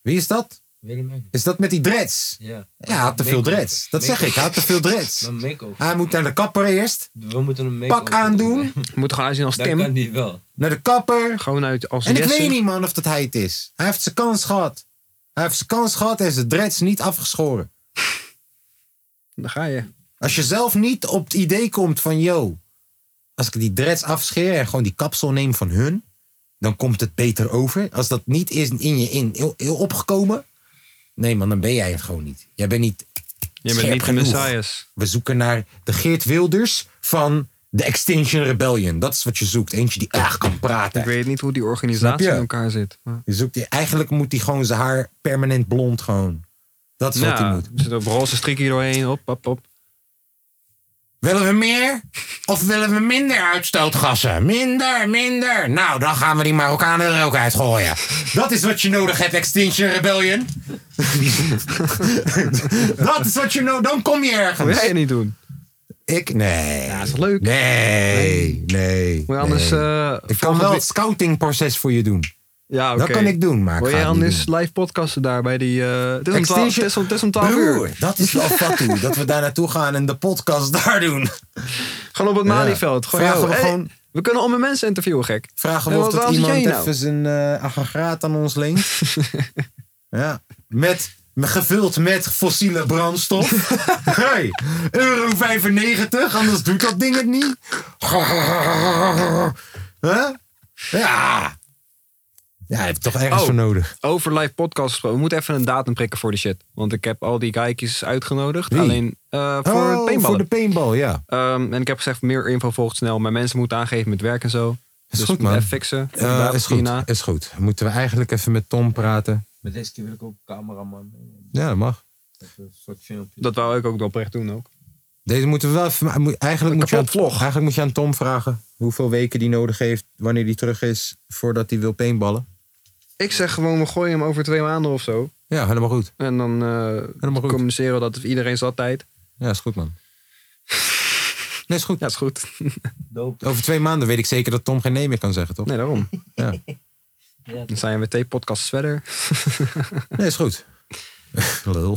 [SPEAKER 1] Wie is dat?
[SPEAKER 5] Willem Engel.
[SPEAKER 1] Is dat met die dreads?
[SPEAKER 5] Ja.
[SPEAKER 1] Ja, hij had te veel dreads. Dat zeg ik, hij had te veel dreads.
[SPEAKER 5] Een makeover.
[SPEAKER 1] Hij moet naar de kapper eerst.
[SPEAKER 5] We moeten een makeover.
[SPEAKER 1] Pak aandoen.
[SPEAKER 4] Moet gewoon uitzien als
[SPEAKER 5] Dat kan
[SPEAKER 4] Tim.
[SPEAKER 5] die wel.
[SPEAKER 1] Naar de kapper.
[SPEAKER 4] Gewoon uit als
[SPEAKER 1] En ik
[SPEAKER 4] Jesse.
[SPEAKER 1] weet niet, man, of dat hij het is. Hij heeft zijn kans gehad. Hij heeft zijn kans gehad en zijn dreads niet afgeschoren.
[SPEAKER 4] Daar ga je.
[SPEAKER 1] Als je zelf niet op het idee komt van, yo, als ik die dreads afscheer en gewoon die kapsel neem van hun, dan komt het beter over. Als dat niet is in je in, in- opgekomen, nee man, dan ben jij het gewoon niet. Jij bent niet.
[SPEAKER 4] Je bent
[SPEAKER 1] scherp
[SPEAKER 4] niet de
[SPEAKER 1] genoeg.
[SPEAKER 4] Messias.
[SPEAKER 1] We zoeken naar de Geert Wilders van de Extinction Rebellion. Dat is wat je zoekt. Eentje die echt kan praten.
[SPEAKER 4] Ik weet niet hoe die
[SPEAKER 1] Snap je?
[SPEAKER 4] organisatie in elkaar zit. Maar...
[SPEAKER 1] Je zoekt die, eigenlijk moet hij gewoon zijn haar permanent blond gewoon. Dat is wat hij
[SPEAKER 4] Ja,
[SPEAKER 1] moet.
[SPEAKER 4] Nou, er zit een roze strik hier doorheen. Hop, hop, hop.
[SPEAKER 1] Willen we meer? Of willen we minder uitstootgassen? Minder, minder. Nou, dan gaan we die Marokkanen er ook uitgooien. Dat is wat je nodig hebt, Extinction Rebellion. dat is wat je nodig Dan kom je
[SPEAKER 4] Moet
[SPEAKER 1] ergens.
[SPEAKER 4] jij het niet doen?
[SPEAKER 1] Ik? Nee.
[SPEAKER 4] Ja, is toch leuk?
[SPEAKER 1] Nee, nee.
[SPEAKER 4] Moet je anders...
[SPEAKER 1] nee.
[SPEAKER 4] eh,
[SPEAKER 1] ik kan
[SPEAKER 4] volgende
[SPEAKER 1] wel
[SPEAKER 4] week-
[SPEAKER 1] het scoutingproces voor je doen.
[SPEAKER 4] Ja, oké.
[SPEAKER 1] Dat kan ik doen, maar ik
[SPEAKER 4] Wil
[SPEAKER 1] ga
[SPEAKER 4] jij
[SPEAKER 1] het niet
[SPEAKER 4] anders
[SPEAKER 1] doen.
[SPEAKER 4] live podcasten daar bij die... eh, het, is om
[SPEAKER 1] Extinction-
[SPEAKER 4] 12 het is om- het is om 12 uur.
[SPEAKER 1] Broer, dat is wel fatsoen. dat we daar naartoe gaan en de podcast daar doen.
[SPEAKER 4] Gewoon op het Malieveld. Gewoon,
[SPEAKER 1] Vragen
[SPEAKER 4] joh,
[SPEAKER 1] we
[SPEAKER 4] hey,
[SPEAKER 1] gewoon-
[SPEAKER 4] we kunnen om mensen interviewen, gek.
[SPEAKER 1] Vragen we
[SPEAKER 4] Ja,
[SPEAKER 1] of
[SPEAKER 4] wat-
[SPEAKER 1] dat
[SPEAKER 4] waar zit
[SPEAKER 1] iemand
[SPEAKER 4] jij nou?
[SPEAKER 1] even zijn eh aggregaat aan ons leent. ja. Met, met- gevuld met fossiele brandstof. hey, euro 95, anders doet dat ding het niet. Huh? Ja. Ja, je hebt toch ergens
[SPEAKER 4] Oh.
[SPEAKER 1] voor nodig.
[SPEAKER 4] Over live podcast gesproken. We moeten even een datum prikken voor de shit. Want ik heb al die kijkjes uitgenodigd.
[SPEAKER 1] Wie?
[SPEAKER 4] Alleen eh, voor
[SPEAKER 1] Oh,
[SPEAKER 4] het paintballen.
[SPEAKER 1] voor de paintball, ja.
[SPEAKER 4] Ehm, en ik heb gezegd, meer info volgt snel. Maar mensen moeten aangeven met werk en zo. dus
[SPEAKER 1] goed,
[SPEAKER 4] we moeten
[SPEAKER 1] man.
[SPEAKER 4] even fixen.
[SPEAKER 1] Eh,
[SPEAKER 4] Vandaag
[SPEAKER 1] is
[SPEAKER 4] of
[SPEAKER 1] goed,
[SPEAKER 4] hierna.
[SPEAKER 1] is goed. Moeten we eigenlijk even met Tom praten?
[SPEAKER 5] Maar deze keer wil ik ook cameraman.
[SPEAKER 1] Ja, dat mag.
[SPEAKER 5] Dat is een soort filmpje.
[SPEAKER 4] Dat wou ik ook oprecht doen ook.
[SPEAKER 8] Deze moeten we wel even- moet- eigenlijk, moet je aan,
[SPEAKER 4] kapot vlog.
[SPEAKER 8] eigenlijk moet je aan Tom vragen hoeveel weken die nodig heeft wanneer hij terug is voordat hij wil paintballen.
[SPEAKER 4] Ik zeg gewoon, we gooien hem over twee maanden of zo.
[SPEAKER 8] Ja, helemaal goed.
[SPEAKER 4] En dan eh,
[SPEAKER 8] Helemaal goed.
[SPEAKER 4] communiceren we dat iedereen zat tijd.
[SPEAKER 8] Ja, is goed man. Nee, is goed.
[SPEAKER 4] Ja, is goed.
[SPEAKER 5] Dope.
[SPEAKER 8] Over twee maanden weet ik zeker dat Tom geen nee meer kan zeggen, toch?
[SPEAKER 4] Nee, daarom.
[SPEAKER 8] Ja.
[SPEAKER 5] Ja,
[SPEAKER 4] Dan zijn we twee podcasts verder.
[SPEAKER 8] Nee, is goed. Lul.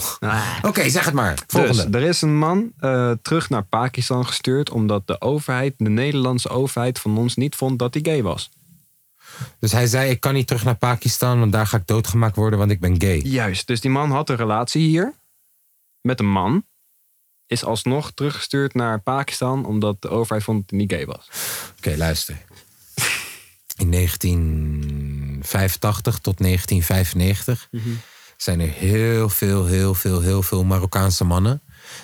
[SPEAKER 8] Oké,
[SPEAKER 1] Ah.
[SPEAKER 8] zeg het maar. Volgende.
[SPEAKER 4] Dus, er is een man eh, terug naar Pakistan gestuurd omdat de overheid, de Nederlandse overheid van ons niet vond dat hij gay was.
[SPEAKER 8] Dus hij zei, ik kan niet terug naar Pakistan, want daar ga ik doodgemaakt worden, want ik ben gay.
[SPEAKER 4] Juist, dus die man had een relatie hier met een man. Is alsnog teruggestuurd naar Pakistan omdat de overheid vond dat hij niet gay was.
[SPEAKER 8] Oké, luister. In 1985 tot 1995 zijn er heel veel, heel veel, heel veel Marokkaanse mannen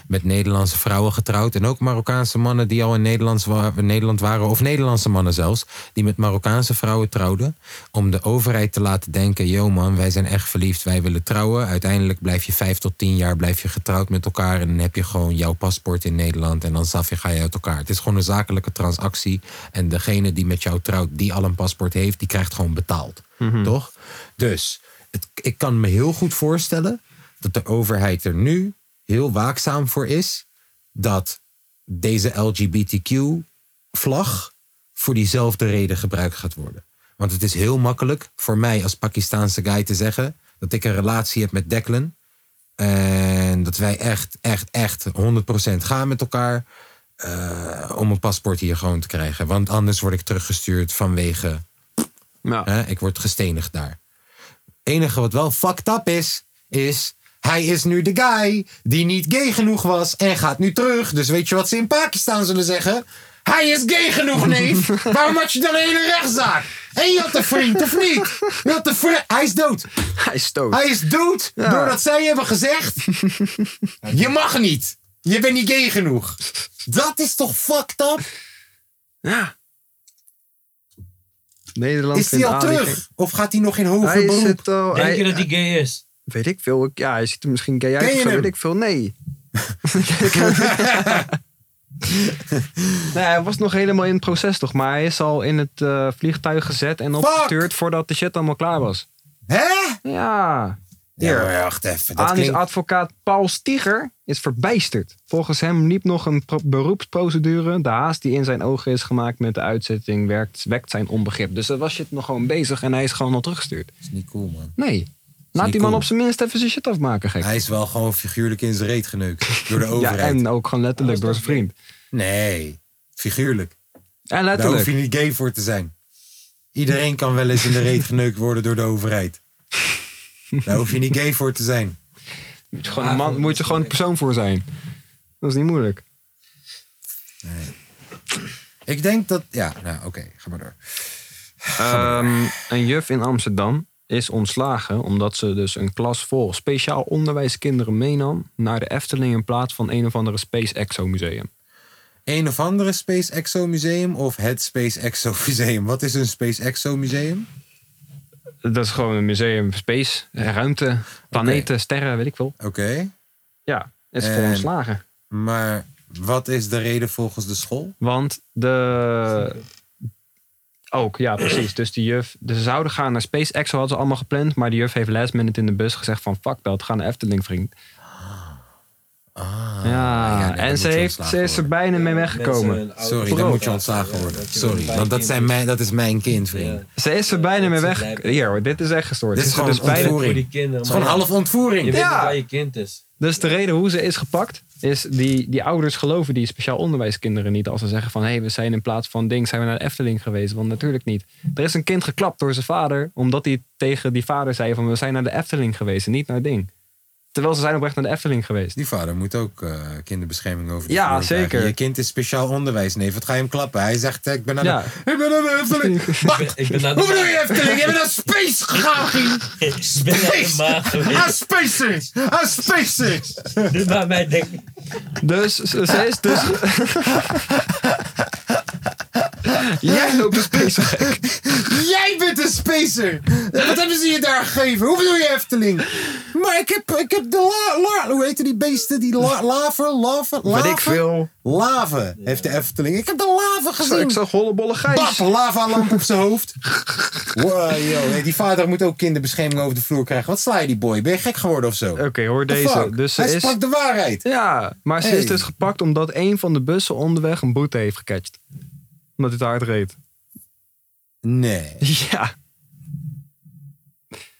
[SPEAKER 8] met Nederlandse vrouwen getrouwd. En ook Marokkaanse mannen die al in Nederland, wa- in Nederland waren, of Nederlandse mannen zelfs, die met Marokkaanse vrouwen trouwden. Om de overheid te laten denken: yo man, wij zijn echt verliefd, wij willen trouwen. Uiteindelijk blijf je vijf tot tien jaar blijf je getrouwd met elkaar. En dan heb je gewoon jouw paspoort in Nederland. En dan safje ga je uit elkaar. Het is gewoon een zakelijke transactie. En degene die met jou trouwt, die al een paspoort heeft, die krijgt gewoon betaald. Toch? Dus het, ik kan me heel goed voorstellen dat de overheid er nu heel waakzaam voor is dat deze LGBTQ-vlag voor diezelfde reden gebruikt gaat worden. Want het is heel makkelijk voor mij als Pakistaanse guy te zeggen dat ik een relatie heb met Declan. En dat wij echt, echt, echt 100% gaan met elkaar. eh, om een paspoort hier gewoon te krijgen. Want anders word ik teruggestuurd vanwege
[SPEAKER 4] Nou,
[SPEAKER 8] Hè, ik word gestenigd daar. enige wat wel fucked up is, is... Hij is nu de guy die niet gay genoeg was en gaat nu terug. Dus weet je wat ze in Pakistan zullen zeggen? Hij is gay genoeg, neef. Waarom had je dan een hele rechtszaak? En je had een vriend, of niet? Je had een vriend. Hij is dood.
[SPEAKER 4] hij is stoot.
[SPEAKER 8] Hij is dood doordat zij hebben gezegd... Je mag niet. Je bent niet gay genoeg. Dat is toch fucked up?
[SPEAKER 4] Ja. Nederland
[SPEAKER 8] Is hij
[SPEAKER 4] vindt
[SPEAKER 8] al
[SPEAKER 4] Ali
[SPEAKER 8] terug? Of gaat hij nog in
[SPEAKER 4] gay.
[SPEAKER 8] hoger
[SPEAKER 4] Hij
[SPEAKER 8] beroep?
[SPEAKER 4] zit al...
[SPEAKER 5] Denk
[SPEAKER 4] hij-
[SPEAKER 5] je dat hij gay is?
[SPEAKER 4] Weet ik veel. Ik- Ja, hij ziet er misschien gay uit.
[SPEAKER 8] Ken
[SPEAKER 4] of
[SPEAKER 8] je
[SPEAKER 4] zo,
[SPEAKER 8] hem?
[SPEAKER 4] Weet ik veel. Nee. nee. Nou, Hij was nog helemaal in het proces toch. Maar hij is al in het eh, vliegtuig gezet en opgestuurd voordat de shit allemaal klaar was.
[SPEAKER 8] Hè?
[SPEAKER 4] Ja.
[SPEAKER 8] Ja, maar wacht even. Dat
[SPEAKER 4] Ani's
[SPEAKER 8] klinkt...
[SPEAKER 4] advocaat Paul Stieger is verbijsterd. Volgens hem liep nog een pro- beroepsprocedure. De haast die in zijn ogen is gemaakt met de uitzetting werkt, wekt zijn onbegrip. Dus dat was shit nog gewoon bezig en hij is gewoon al teruggestuurd.
[SPEAKER 8] is dus niet cool, man.
[SPEAKER 4] Nee. Laat
[SPEAKER 8] niet
[SPEAKER 4] die man
[SPEAKER 8] cool.
[SPEAKER 4] op zijn minst even zijn shit afmaken, gek.
[SPEAKER 8] Hij is wel gewoon figuurlijk in zijn reet geneukt. Door de
[SPEAKER 4] Ja,
[SPEAKER 8] overheid.
[SPEAKER 4] en ook gewoon letterlijk door zijn vriend.
[SPEAKER 8] Nee, figuurlijk.
[SPEAKER 4] Ja,
[SPEAKER 8] Daar hoef
[SPEAKER 4] letterlijk.
[SPEAKER 8] je niet gay voor te zijn. Iedereen kan wel eens in de reet geneukt worden door de overheid. Daar hoef je niet gay voor te zijn.
[SPEAKER 4] Moet je gewoon een man, moet je gewoon een persoon voor zijn. Dat is niet moeilijk.
[SPEAKER 8] Ik denk dat... Ja, nou oké, ga maar door.
[SPEAKER 4] Ehm, een juf in Amsterdam is ontslagen omdat ze dus een klas vol speciaal onderwijskinderen meenam naar de Efteling in plaats van een of andere Space Exo museum.
[SPEAKER 8] Een of andere Space Exo Museum of het Space Exo Museum? Wat is een Space Exo Museum?
[SPEAKER 4] Dat is gewoon een museum space, ruimte, planeten, sterren, weet ik veel.
[SPEAKER 8] Oké,
[SPEAKER 4] Ja, is voor
[SPEAKER 8] En-
[SPEAKER 4] ontslagen.
[SPEAKER 8] maar wat is de reden volgens de school?
[SPEAKER 4] Want de. Ook, ja, precies. Dus die juf. Dus ze zouden gaan naar Space Exo, hadden ze allemaal gepland. Maar die juf heeft last minute in de bus gezegd: van fuck dat, ga naar Efteling, vriend.
[SPEAKER 8] Ah,
[SPEAKER 4] Ja,
[SPEAKER 8] nee, dan
[SPEAKER 4] en
[SPEAKER 8] moet
[SPEAKER 4] ze,
[SPEAKER 8] je
[SPEAKER 4] heeft,
[SPEAKER 8] ontslagen
[SPEAKER 4] ze is er
[SPEAKER 8] worden.
[SPEAKER 4] bijna mee
[SPEAKER 5] Mensen,
[SPEAKER 4] weggekomen.
[SPEAKER 5] hun ouders-
[SPEAKER 8] Sorry, dan
[SPEAKER 4] Bro.
[SPEAKER 8] moet je ontslagen worden. Sorry, want dat, zijn mijn, dat is mijn kind, vriend.
[SPEAKER 5] Ja.
[SPEAKER 4] Ze is er bijna
[SPEAKER 5] dat
[SPEAKER 4] mee
[SPEAKER 5] ze
[SPEAKER 4] weg.
[SPEAKER 5] blijven-
[SPEAKER 4] Hier hoor, dit is echt gestoord.
[SPEAKER 8] Dit is gewoon
[SPEAKER 4] dus, bijna,
[SPEAKER 8] ontvoering.
[SPEAKER 5] Voor die kinderen.
[SPEAKER 8] Het is gewoon
[SPEAKER 5] maar
[SPEAKER 8] half
[SPEAKER 5] Je
[SPEAKER 8] ontvoering.
[SPEAKER 5] weet
[SPEAKER 4] Ja.
[SPEAKER 5] niet waar je kind is.
[SPEAKER 4] dus de reden hoe ze is gepakt, is die, die ouders geloven die speciaal onderwijskinderen niet. Als ze zeggen van hé, hey, we zijn in plaats van ding, zijn we naar de Efteling geweest. Want natuurlijk niet. Er is een kind geklapt door zijn vader, omdat hij tegen die vader zei van we zijn naar de Efteling geweest en niet naar ding. Terwijl ze zijn oprecht naar de Efteling geweest.
[SPEAKER 8] Die vader moet ook eh, kinderbescherming over. de
[SPEAKER 4] Ja,
[SPEAKER 8] vloer krijgen.
[SPEAKER 4] zeker.
[SPEAKER 8] Je kind is speciaal onderwijs. Nee, wat ga je hem klappen? Hij zegt: eh, Ik ben naar
[SPEAKER 4] Ja.
[SPEAKER 8] de. Ik ben naar de Efteling. Wacht,
[SPEAKER 5] Ik ben naar de
[SPEAKER 8] hoe bedoel je Efteling? Je bent naar Space gegaan, Gien.
[SPEAKER 5] Ik ben naar de maag
[SPEAKER 8] Aan
[SPEAKER 5] geweest.
[SPEAKER 8] Spaces! Aan Spaces!
[SPEAKER 5] Dit maakt mij denken.
[SPEAKER 4] Dus ze ze is dus. Jij loopt een space gek.
[SPEAKER 1] Jij bent een spacer! Wat hebben ze je daar gegeven? Hoe bedoel je Efteling? Maar ik heb, ik heb de la, la- hoe heet die beesten? Die la, laven, laven, laven?
[SPEAKER 4] Wat ik veel.
[SPEAKER 1] Laven heeft de Efteling. Ik heb de laven gezien.
[SPEAKER 4] Ik zag hollebolle
[SPEAKER 1] Bap,
[SPEAKER 4] gijs.
[SPEAKER 1] lavalamp op zijn hoofd. Wow, yo. Nee, die vader moet ook kinderbescherming over de vloer krijgen. Wat sla je die boy? Ben je gek geworden of zo?
[SPEAKER 4] Oké, hoor
[SPEAKER 1] The
[SPEAKER 4] deze.
[SPEAKER 1] fuck?
[SPEAKER 4] Dus ze
[SPEAKER 1] Hij
[SPEAKER 4] is...
[SPEAKER 1] sprak de waarheid.
[SPEAKER 4] Ja, maar ze
[SPEAKER 1] Hey.
[SPEAKER 4] is dus gepakt omdat een van de bussen onderweg een boete heeft gecatcht. Omdat hij te hard reed.
[SPEAKER 1] Nee.
[SPEAKER 4] Ja,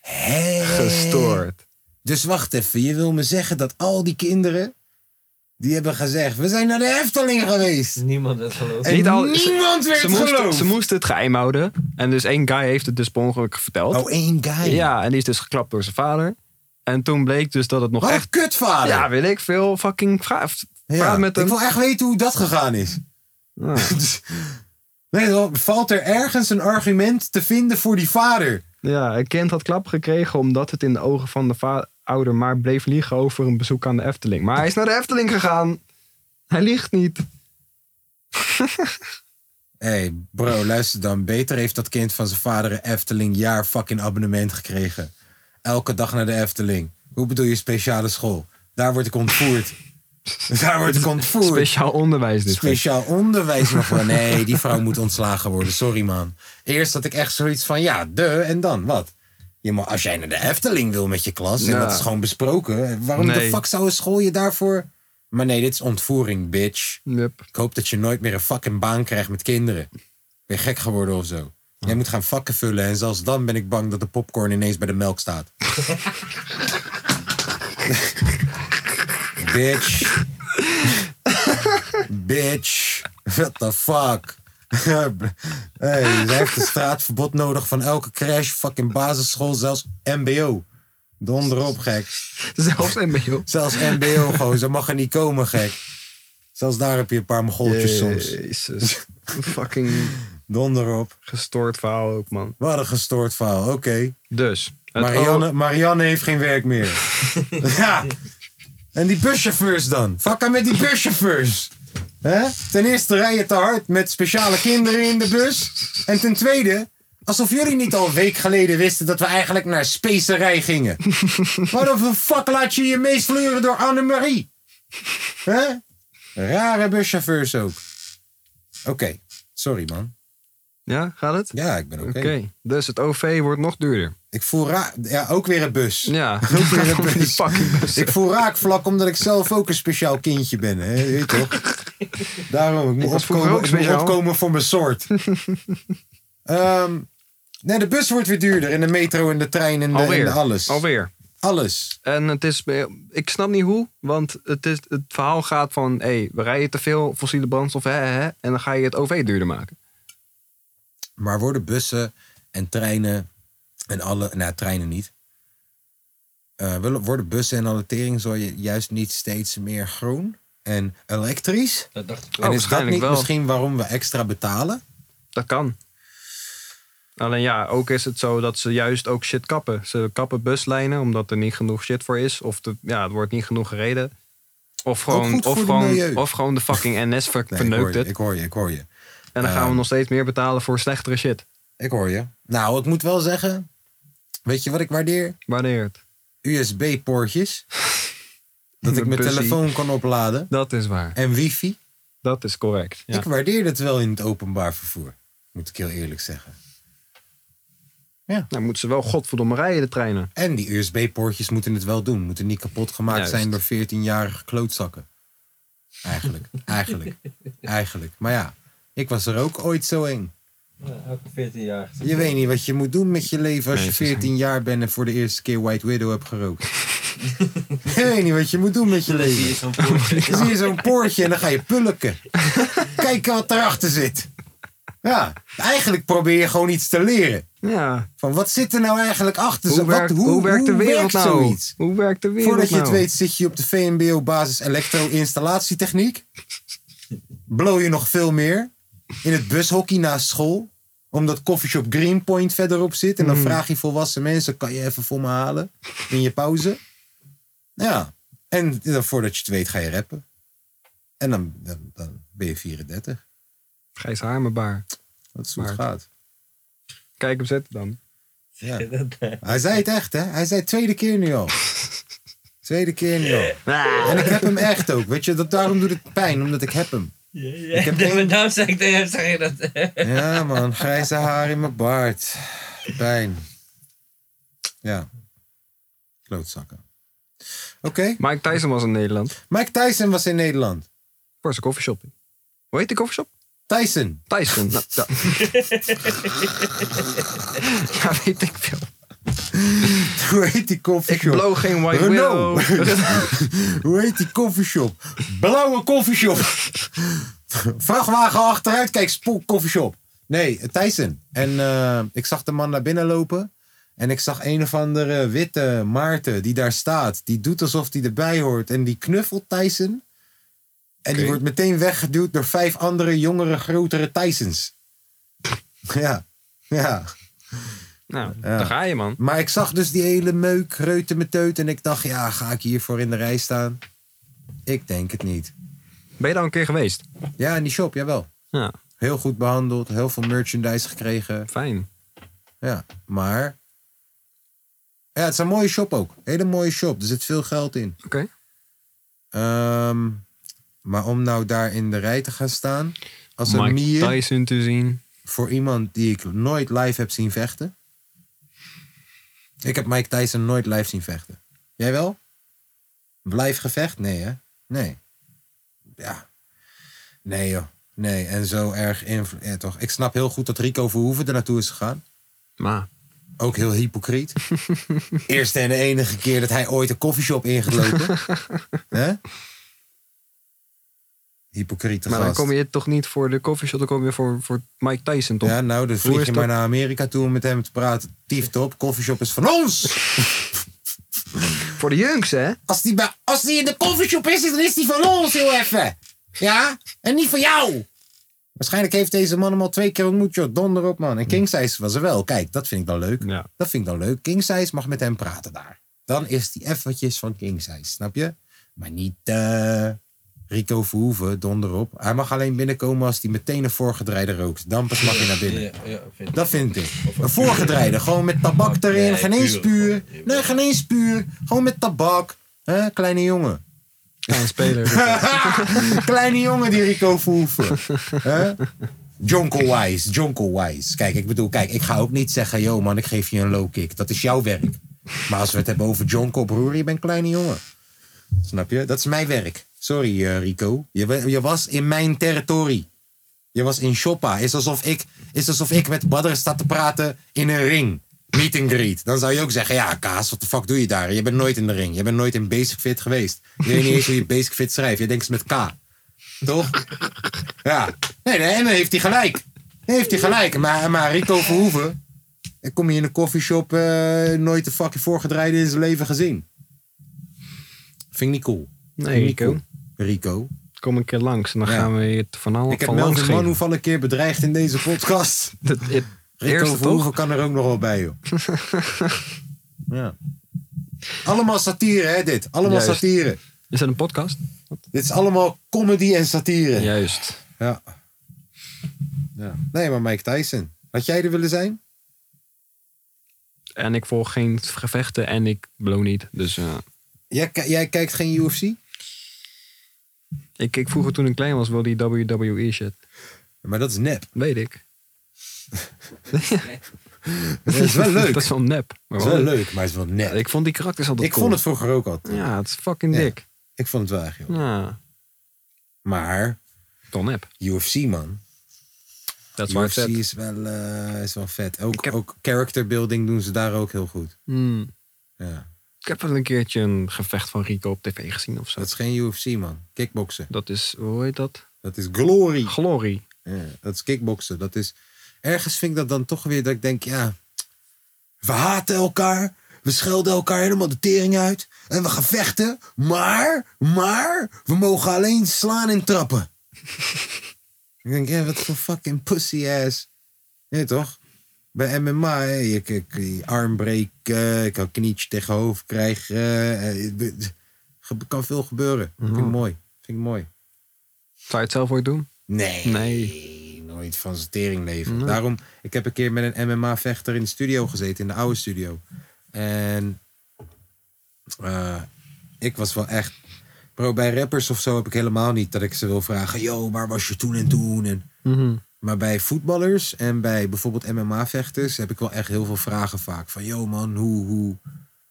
[SPEAKER 1] Hé.
[SPEAKER 4] gestoord.
[SPEAKER 1] Dus wacht even. Je wil me zeggen dat al die kinderen... die hebben gezegd... we zijn naar de Efteling geweest.
[SPEAKER 5] Niemand het gelooft.
[SPEAKER 1] En
[SPEAKER 4] Niet al- ze-
[SPEAKER 1] niemand werd
[SPEAKER 4] Ze moest,
[SPEAKER 1] geloofd.
[SPEAKER 4] ze moest het geheim houden. En dus één guy heeft het dus per ongeluk verteld.
[SPEAKER 1] Oh, één guy.
[SPEAKER 4] Ja, en die is dus geklapt door zijn vader. En toen bleek dus dat het nog
[SPEAKER 1] Wat
[SPEAKER 4] echt...
[SPEAKER 1] een kutvader.
[SPEAKER 4] Ja, wil ik veel. Fucking vraag.
[SPEAKER 1] Ja,
[SPEAKER 4] Praat met hem.
[SPEAKER 1] Ik wil echt weten hoe dat gegaan is. Dus-
[SPEAKER 4] Ja.
[SPEAKER 1] Nee, wel, valt er ergens een argument te vinden voor die vader?
[SPEAKER 4] Ja, een kind had klap gekregen omdat het in de ogen van de va- ouder maar bleef liegen over een bezoek aan de Efteling. Maar hij is naar de Efteling gegaan. Hij liegt niet.
[SPEAKER 1] Hé, hey, bro, luister dan. Beter heeft dat kind van zijn vader een Efteling jaar fucking abonnement gekregen. Elke dag naar de Efteling. Hoe bedoel je speciale school? Daar word ik ontvoerd. Daar word ik ontvoerd.
[SPEAKER 4] Speciaal onderwijs dit.
[SPEAKER 1] Speciaal onderwijs nog wel. Nee, die vrouw moet ontslagen worden. Sorry, man. Eerst had ik echt zoiets van, ja, de en dan, wat? Ja, maar als jij naar de Efteling wil met je klas, en
[SPEAKER 4] Ja.
[SPEAKER 1] dat is gewoon besproken. Waarom de
[SPEAKER 4] Nee.
[SPEAKER 1] fuck zou een school je daarvoor... Maar nee, dit is ontvoering, bitch.
[SPEAKER 4] Yep.
[SPEAKER 1] Ik hoop dat je nooit meer een fucking baan krijgt met kinderen. Ben je gek geworden of zo? Jij moet gaan vakken vullen en zelfs dan ben ik bang dat de popcorn ineens bij de melk staat. Bitch. Bitch. What the fuck? hey, hij heeft een straatverbod nodig van elke crash, fucking basisschool, zelfs MBO. Donderop, gek.
[SPEAKER 4] Zelfs MBO.
[SPEAKER 1] Zelfs MBO gewoon, ze mag er niet komen, gek. Zelfs daar heb je een paar mogoltjes soms.
[SPEAKER 4] Jezus. Fucking
[SPEAKER 1] Donder op.
[SPEAKER 4] gestoord verhaal ook, man.
[SPEAKER 1] Wat een gestoord verhaal. Oké.
[SPEAKER 4] Dus. het
[SPEAKER 1] Marianne, Marianne heeft geen werk meer. ja. En die buschauffeurs dan? Fuck aan met die buschauffeurs. Hè? Ten eerste rij je te hard met speciale kinderen in de bus. En ten tweede, alsof jullie niet al een week geleden wisten dat we eigenlijk naar specerij gingen. Waarom de fuck laat je je meesleuren door Annemarie? Hè? Rare buschauffeurs ook. Oké, sorry man.
[SPEAKER 4] Ja, gaat het?
[SPEAKER 1] Ja, ik ben oké.
[SPEAKER 4] Oké. Dus het OV wordt nog duurder.
[SPEAKER 1] Ik voel raar. Ja, ook weer een bus.
[SPEAKER 4] Ja.
[SPEAKER 1] weer een
[SPEAKER 4] Die
[SPEAKER 1] bus.
[SPEAKER 4] fucking
[SPEAKER 1] Dus
[SPEAKER 4] bus.
[SPEAKER 1] Ik voel raakvlak omdat ik zelf ook een speciaal kindje ben. Hè? Je weet toch? Daarom, ik moet,
[SPEAKER 4] was vroeger
[SPEAKER 1] opkomen,
[SPEAKER 4] ook
[SPEAKER 1] ik moet
[SPEAKER 4] speciaal.
[SPEAKER 1] opkomen voor mijn soort. Ehm, nee, de bus wordt weer duurder. En de metro en de trein en, de, en
[SPEAKER 4] Alweer.
[SPEAKER 1] de alles.
[SPEAKER 4] Alweer.
[SPEAKER 1] Alles.
[SPEAKER 4] En het is, ik snap niet hoe, want het, is, het verhaal gaat van, hé, we rijden te veel fossiele brandstof, hè, hè, hè, en dan ga je het OV duurder maken.
[SPEAKER 1] Maar worden bussen en treinen en alle... Nou, treinen niet. Eh, willen- worden bussen en alle teringzooi juist niet steeds meer groen en elektrisch?
[SPEAKER 5] Dat dacht ik
[SPEAKER 1] en is
[SPEAKER 4] Oh,
[SPEAKER 1] dat
[SPEAKER 4] waarschijnlijk
[SPEAKER 1] niet
[SPEAKER 4] wel.
[SPEAKER 1] misschien waarom we extra betalen?
[SPEAKER 4] Dat kan. Alleen ja, ook is het zo dat ze juist ook shit kappen. Ze kappen buslijnen omdat er niet genoeg shit voor is, of de, ja, er wordt niet genoeg gereden. Of gewoon,
[SPEAKER 1] goed
[SPEAKER 4] of,
[SPEAKER 1] voor de milieu.
[SPEAKER 4] gewoon, of gewoon de fucking NS ver-
[SPEAKER 1] Nee, ik hoor
[SPEAKER 4] verneukt
[SPEAKER 1] je,
[SPEAKER 4] het.
[SPEAKER 1] ik hoor je, ik hoor je.
[SPEAKER 4] En dan gaan we nog steeds meer betalen voor slechtere shit.
[SPEAKER 1] Ik hoor je. Nou, ik moet wel zeggen. Weet je wat ik waardeer?
[SPEAKER 4] Wanneer het?
[SPEAKER 1] USB-poortjes. Dat ik mijn
[SPEAKER 4] Bussie.
[SPEAKER 1] telefoon kan opladen.
[SPEAKER 4] Dat is waar.
[SPEAKER 1] En wifi.
[SPEAKER 4] Dat is correct. Ja.
[SPEAKER 1] Ik waardeer dat wel in het openbaar vervoer. Moet ik heel eerlijk zeggen.
[SPEAKER 4] Nou moeten ze wel godverdomme rijden, de treinen.
[SPEAKER 1] En die USB-poortjes moeten het wel doen. Moeten niet kapot gemaakt
[SPEAKER 4] Juist.
[SPEAKER 1] zijn door 14-jarige klootzakken. Eigenlijk, eigenlijk, eigenlijk. Maar ja, ik was er ook ooit zo een.
[SPEAKER 5] Elke 14 jaar.
[SPEAKER 1] Je weet niet wat je moet doen met je leven als
[SPEAKER 4] Nee,
[SPEAKER 1] je
[SPEAKER 4] het is
[SPEAKER 1] 14 jaar bent en voor de eerste keer White Widow hebt gerookt. je weet niet wat je moet doen met je leven.
[SPEAKER 5] zo'n poort.
[SPEAKER 1] Dan zie je zo'n poortje en dan ga je pulken. Kijken wat erachter zit. Ja, eigenlijk probeer je gewoon iets te leren.
[SPEAKER 4] Ja,
[SPEAKER 1] Van wat zit er nou eigenlijk achter?
[SPEAKER 4] hoe,
[SPEAKER 1] Zo, wat-
[SPEAKER 4] werkt, hoe, werkt de
[SPEAKER 1] hoe
[SPEAKER 4] wereld
[SPEAKER 1] werkt
[SPEAKER 4] nou?
[SPEAKER 1] zoiets?
[SPEAKER 4] Hoe werkt de wereld
[SPEAKER 1] Voordat je het
[SPEAKER 4] nou?
[SPEAKER 1] weet zit je op de VMBO-basis elektro-installatietechniek. Blow je nog veel meer. In het bushockey naast school. Omdat koffieshop Greenpoint verderop zit. En dan vraag je volwassen mensen, kan je even voor me halen? In je pauze. Ja. En dan voordat je het weet ga je rappen. En dan, dan, dan ben je 34.
[SPEAKER 4] Gijs Hamerbaar.
[SPEAKER 8] Dat is hoe het gaat.
[SPEAKER 4] Kijk hem zetten dan.
[SPEAKER 8] Ja.
[SPEAKER 5] eh,
[SPEAKER 8] Hij zei het echt, hè? Hij zei het tweede keer nu al. Tweede keer nu al.
[SPEAKER 1] Ah.
[SPEAKER 8] En ik heb hem echt ook. Weet je, dat, daarom doet het pijn, omdat ik heb hem. Ik heb één-
[SPEAKER 5] Nou zeg ik tegen hem, zeg je dat. eh.
[SPEAKER 8] Ja, man. Grijze haar in mijn baard. Pijn. Ja. Klootzakken. Oké.
[SPEAKER 4] Mike Tyson was in Nederland.
[SPEAKER 8] Mike Tyson was in Nederland.
[SPEAKER 4] Voor zijn koffieshop. Hoe heet die koffieshop?
[SPEAKER 8] Tyson.
[SPEAKER 4] Tyson. Nou, ja. ja, weet ik veel.
[SPEAKER 8] Hoe heet die
[SPEAKER 4] Ik
[SPEAKER 8] koffieshop?
[SPEAKER 4] blow geen white
[SPEAKER 8] Renault.
[SPEAKER 4] willow.
[SPEAKER 8] Hoe heet die koffieshop? Blauwe koffieshop. Vrachtwagen achteruit, kijk, spook koffieshop. Nee, Tyson. En eh, ik zag de man naar binnen lopen. En ik zag een of andere witte Maarten die daar staat. Die doet alsof hij erbij hoort. En die knuffelt Tyson. En die
[SPEAKER 4] Oké.
[SPEAKER 8] wordt meteen weggeduwd door vijf andere, jongere, grotere Tysons. ja, ja.
[SPEAKER 4] nou,
[SPEAKER 8] Ja.
[SPEAKER 4] daar ga je man.
[SPEAKER 8] Maar ik zag dus die hele meuk reuten met teut. En ik dacht, ja, ga ik hiervoor in de rij staan? Ik denk het niet.
[SPEAKER 4] Ben je daar een keer geweest?
[SPEAKER 8] Ja, in die shop, jawel.
[SPEAKER 4] Ja,
[SPEAKER 8] Heel goed behandeld, heel veel merchandise gekregen.
[SPEAKER 4] fijn.
[SPEAKER 8] Ja, maar. Ja, het is een mooie shop ook. Hele mooie shop. Er zit veel geld in.
[SPEAKER 4] Oké.
[SPEAKER 8] Ehm, maar om nou daar in de rij te gaan staan. Als een
[SPEAKER 4] Mike
[SPEAKER 8] mier
[SPEAKER 4] Tyson te zien.
[SPEAKER 8] voor iemand die ik nooit live heb zien vechten. Ik heb Mike Tyson nooit live zien vechten. Jij wel? Live gevecht? Nee, hè? Nee. Ja. Nee, joh. Nee, en zo erg invloed. Ja, toch. Ik snap heel goed dat Rico Verhoeven er naartoe is gegaan.
[SPEAKER 4] Maar,
[SPEAKER 8] Ook heel hypocriet. Eerste en de enige keer dat hij ooit een koffieshop ingelopen. Hè? Hypocriete
[SPEAKER 4] maar dan
[SPEAKER 8] gast.
[SPEAKER 4] kom je toch niet voor de koffieshop, dan kom je voor, voor Mike Tyson toch?
[SPEAKER 8] Ja, nou, dan
[SPEAKER 4] Hoe
[SPEAKER 8] vlieg
[SPEAKER 4] is
[SPEAKER 8] je
[SPEAKER 4] dat?
[SPEAKER 8] maar naar Amerika toe om met hem te praten. Tief top, koffieshop is van ons!
[SPEAKER 4] Voor de junks hè?
[SPEAKER 8] Als die, bij- als die in de koffieshop is, dan is die van ons heel even. Ja? En niet van jou. Waarschijnlijk heeft deze man hem al twee keer ontmoet, joh. Donder op, man. En King Size was er wel. Kijk, dat vind ik dan leuk.
[SPEAKER 4] Ja.
[SPEAKER 8] Dat vind ik dan leuk. King Size mag met hem praten daar. Dan is die eventjes van King Size, snap je? Maar niet eh, Rico Verhoeven, donder op. Hij mag alleen binnenkomen als hij meteen een voorgedreide rookt. Dan pas mag je naar binnen.
[SPEAKER 5] Ja, ja, vind ik.
[SPEAKER 8] Dat vind ik. Een voorgedreide. Gewoon met tabak erin.
[SPEAKER 5] Nee,
[SPEAKER 8] Geen eens
[SPEAKER 5] puur.
[SPEAKER 8] puur. Nee, geen eens puur. Gewoon met tabak. hè, kleine jongen.
[SPEAKER 4] Kleine speler.
[SPEAKER 8] Kleine jongen die Rico Verhoeven. Hè? Jonkel Wise, Jonkel Wise. Kijk, ik bedoel, kijk, ik ga ook niet zeggen... yo man, ik geef je een low kick. Dat is jouw werk. Maar als we het hebben over Jonkel, broer, je bent een kleine jongen. Snap je? Dat is mijn werk. Sorry, eh, Rico. Je, wa- je was in mijn territorie. Je was in Shoppa. Is alsof ik, is alsof ik met Badr sta te praten in een ring. Meet and greet. Dan zou je ook zeggen, ja, Kaas, wat de fuck doe je daar? Je bent nooit in de ring. Je bent nooit in Basic Fit geweest. Je weet niet eens hoe je Basic Fit schrijft. Je denkt het met K. Toch? Ja. Nee, nee, en dan heeft hij gelijk. Dan heeft hij gelijk. Maar, maar Rico Verhoeven, ik kom hier in een koffieshop, eh, nooit een fucking voorgedraaide in zijn leven gezien. Vind ik niet cool.
[SPEAKER 4] Nee, Rico.
[SPEAKER 8] Rico.
[SPEAKER 4] Kom een keer langs en dan
[SPEAKER 8] Ja.
[SPEAKER 4] gaan we je het van alles
[SPEAKER 8] Ik heb
[SPEAKER 4] van langs
[SPEAKER 8] Melvin
[SPEAKER 4] geven.
[SPEAKER 8] Manhoef al een keer bedreigd in deze podcast.
[SPEAKER 4] Dat- het
[SPEAKER 8] Rico
[SPEAKER 4] eerste toch?
[SPEAKER 8] Verhoeven kan er ook nog wel bij, joh. ja. Allemaal satire, hè, dit. Allemaal
[SPEAKER 4] Juist.
[SPEAKER 8] satire.
[SPEAKER 4] Is dat een podcast?
[SPEAKER 8] Dit is allemaal comedy en satire. Ja.
[SPEAKER 4] Juist.
[SPEAKER 8] ja. Nee, maar Mike Tyson. Had jij er willen zijn?
[SPEAKER 4] En ik volg geen gevechten en ik blow niet. Dus eh,
[SPEAKER 8] Jij, ki- jij kijkt geen UFC?
[SPEAKER 4] ik, ik vroeger toen ik klein was wel die WWE shit.
[SPEAKER 8] Maar dat is nep.
[SPEAKER 4] Weet ik.
[SPEAKER 8] Dat is wel leuk.
[SPEAKER 4] dat is wel nep. Maar
[SPEAKER 8] Dat is wel
[SPEAKER 4] wel-
[SPEAKER 8] leuk, maar het is wel nep.
[SPEAKER 4] Ik vond die karakters altijd
[SPEAKER 8] Ik
[SPEAKER 4] cool.
[SPEAKER 8] vond het vroeger ook al.
[SPEAKER 4] Ja, het is fucking
[SPEAKER 8] Ja.
[SPEAKER 4] dik.
[SPEAKER 8] Ik vond het wel echt, joh.
[SPEAKER 4] Ja,
[SPEAKER 8] Maar
[SPEAKER 4] wel nep.
[SPEAKER 8] UFC, man.
[SPEAKER 4] Dat is waar
[SPEAKER 8] UFC
[SPEAKER 4] het vet.
[SPEAKER 8] is wel, eh, is wel vet. Ook,
[SPEAKER 4] Ik heb-
[SPEAKER 8] ook character building doen ze daar ook heel goed.
[SPEAKER 4] Hmm.
[SPEAKER 8] Ja.
[SPEAKER 4] Ik heb wel een keertje een gevecht van Rico op tv gezien of zo.
[SPEAKER 8] Dat is geen UFC, man. Kickboksen.
[SPEAKER 4] Dat is, hoe heet dat?
[SPEAKER 8] Dat is glory.
[SPEAKER 4] Glory.
[SPEAKER 8] Ja, dat is kickboksen. Dat is... Ergens vind ik dat dan toch weer dat ik denk, ja... We haten elkaar. We schelden elkaar helemaal de tering uit. En we gaan vechten. Maar, maar... We mogen alleen slaan en trappen. ik denk, ja, wat voor fucking pussy ass. Ja, toch? Bij MMA, hè, je, je, je arm breken. Ik kan knietje tegen hoofd krijgen. eh, eh, ge- kan veel gebeuren. Vind ik mooi. Vind ik mooi.
[SPEAKER 4] Zou je het zelf ooit doen?
[SPEAKER 8] Nee.
[SPEAKER 4] Nee.
[SPEAKER 8] Nooit niet van zijn tering leven. Daarom, ik heb een keer met een MMA-vechter in de studio gezeten, in de oude studio. En eh, ik was wel echt. Bro, bij rappers of zo heb ik helemaal niet dat ik ze wil vragen. Yo, waar was je toen en toen? En,
[SPEAKER 4] Mhm.
[SPEAKER 8] Maar bij voetballers en bij bijvoorbeeld MMA-vechters heb ik wel echt heel veel vragen vaak. Van yo man, hoe, hoe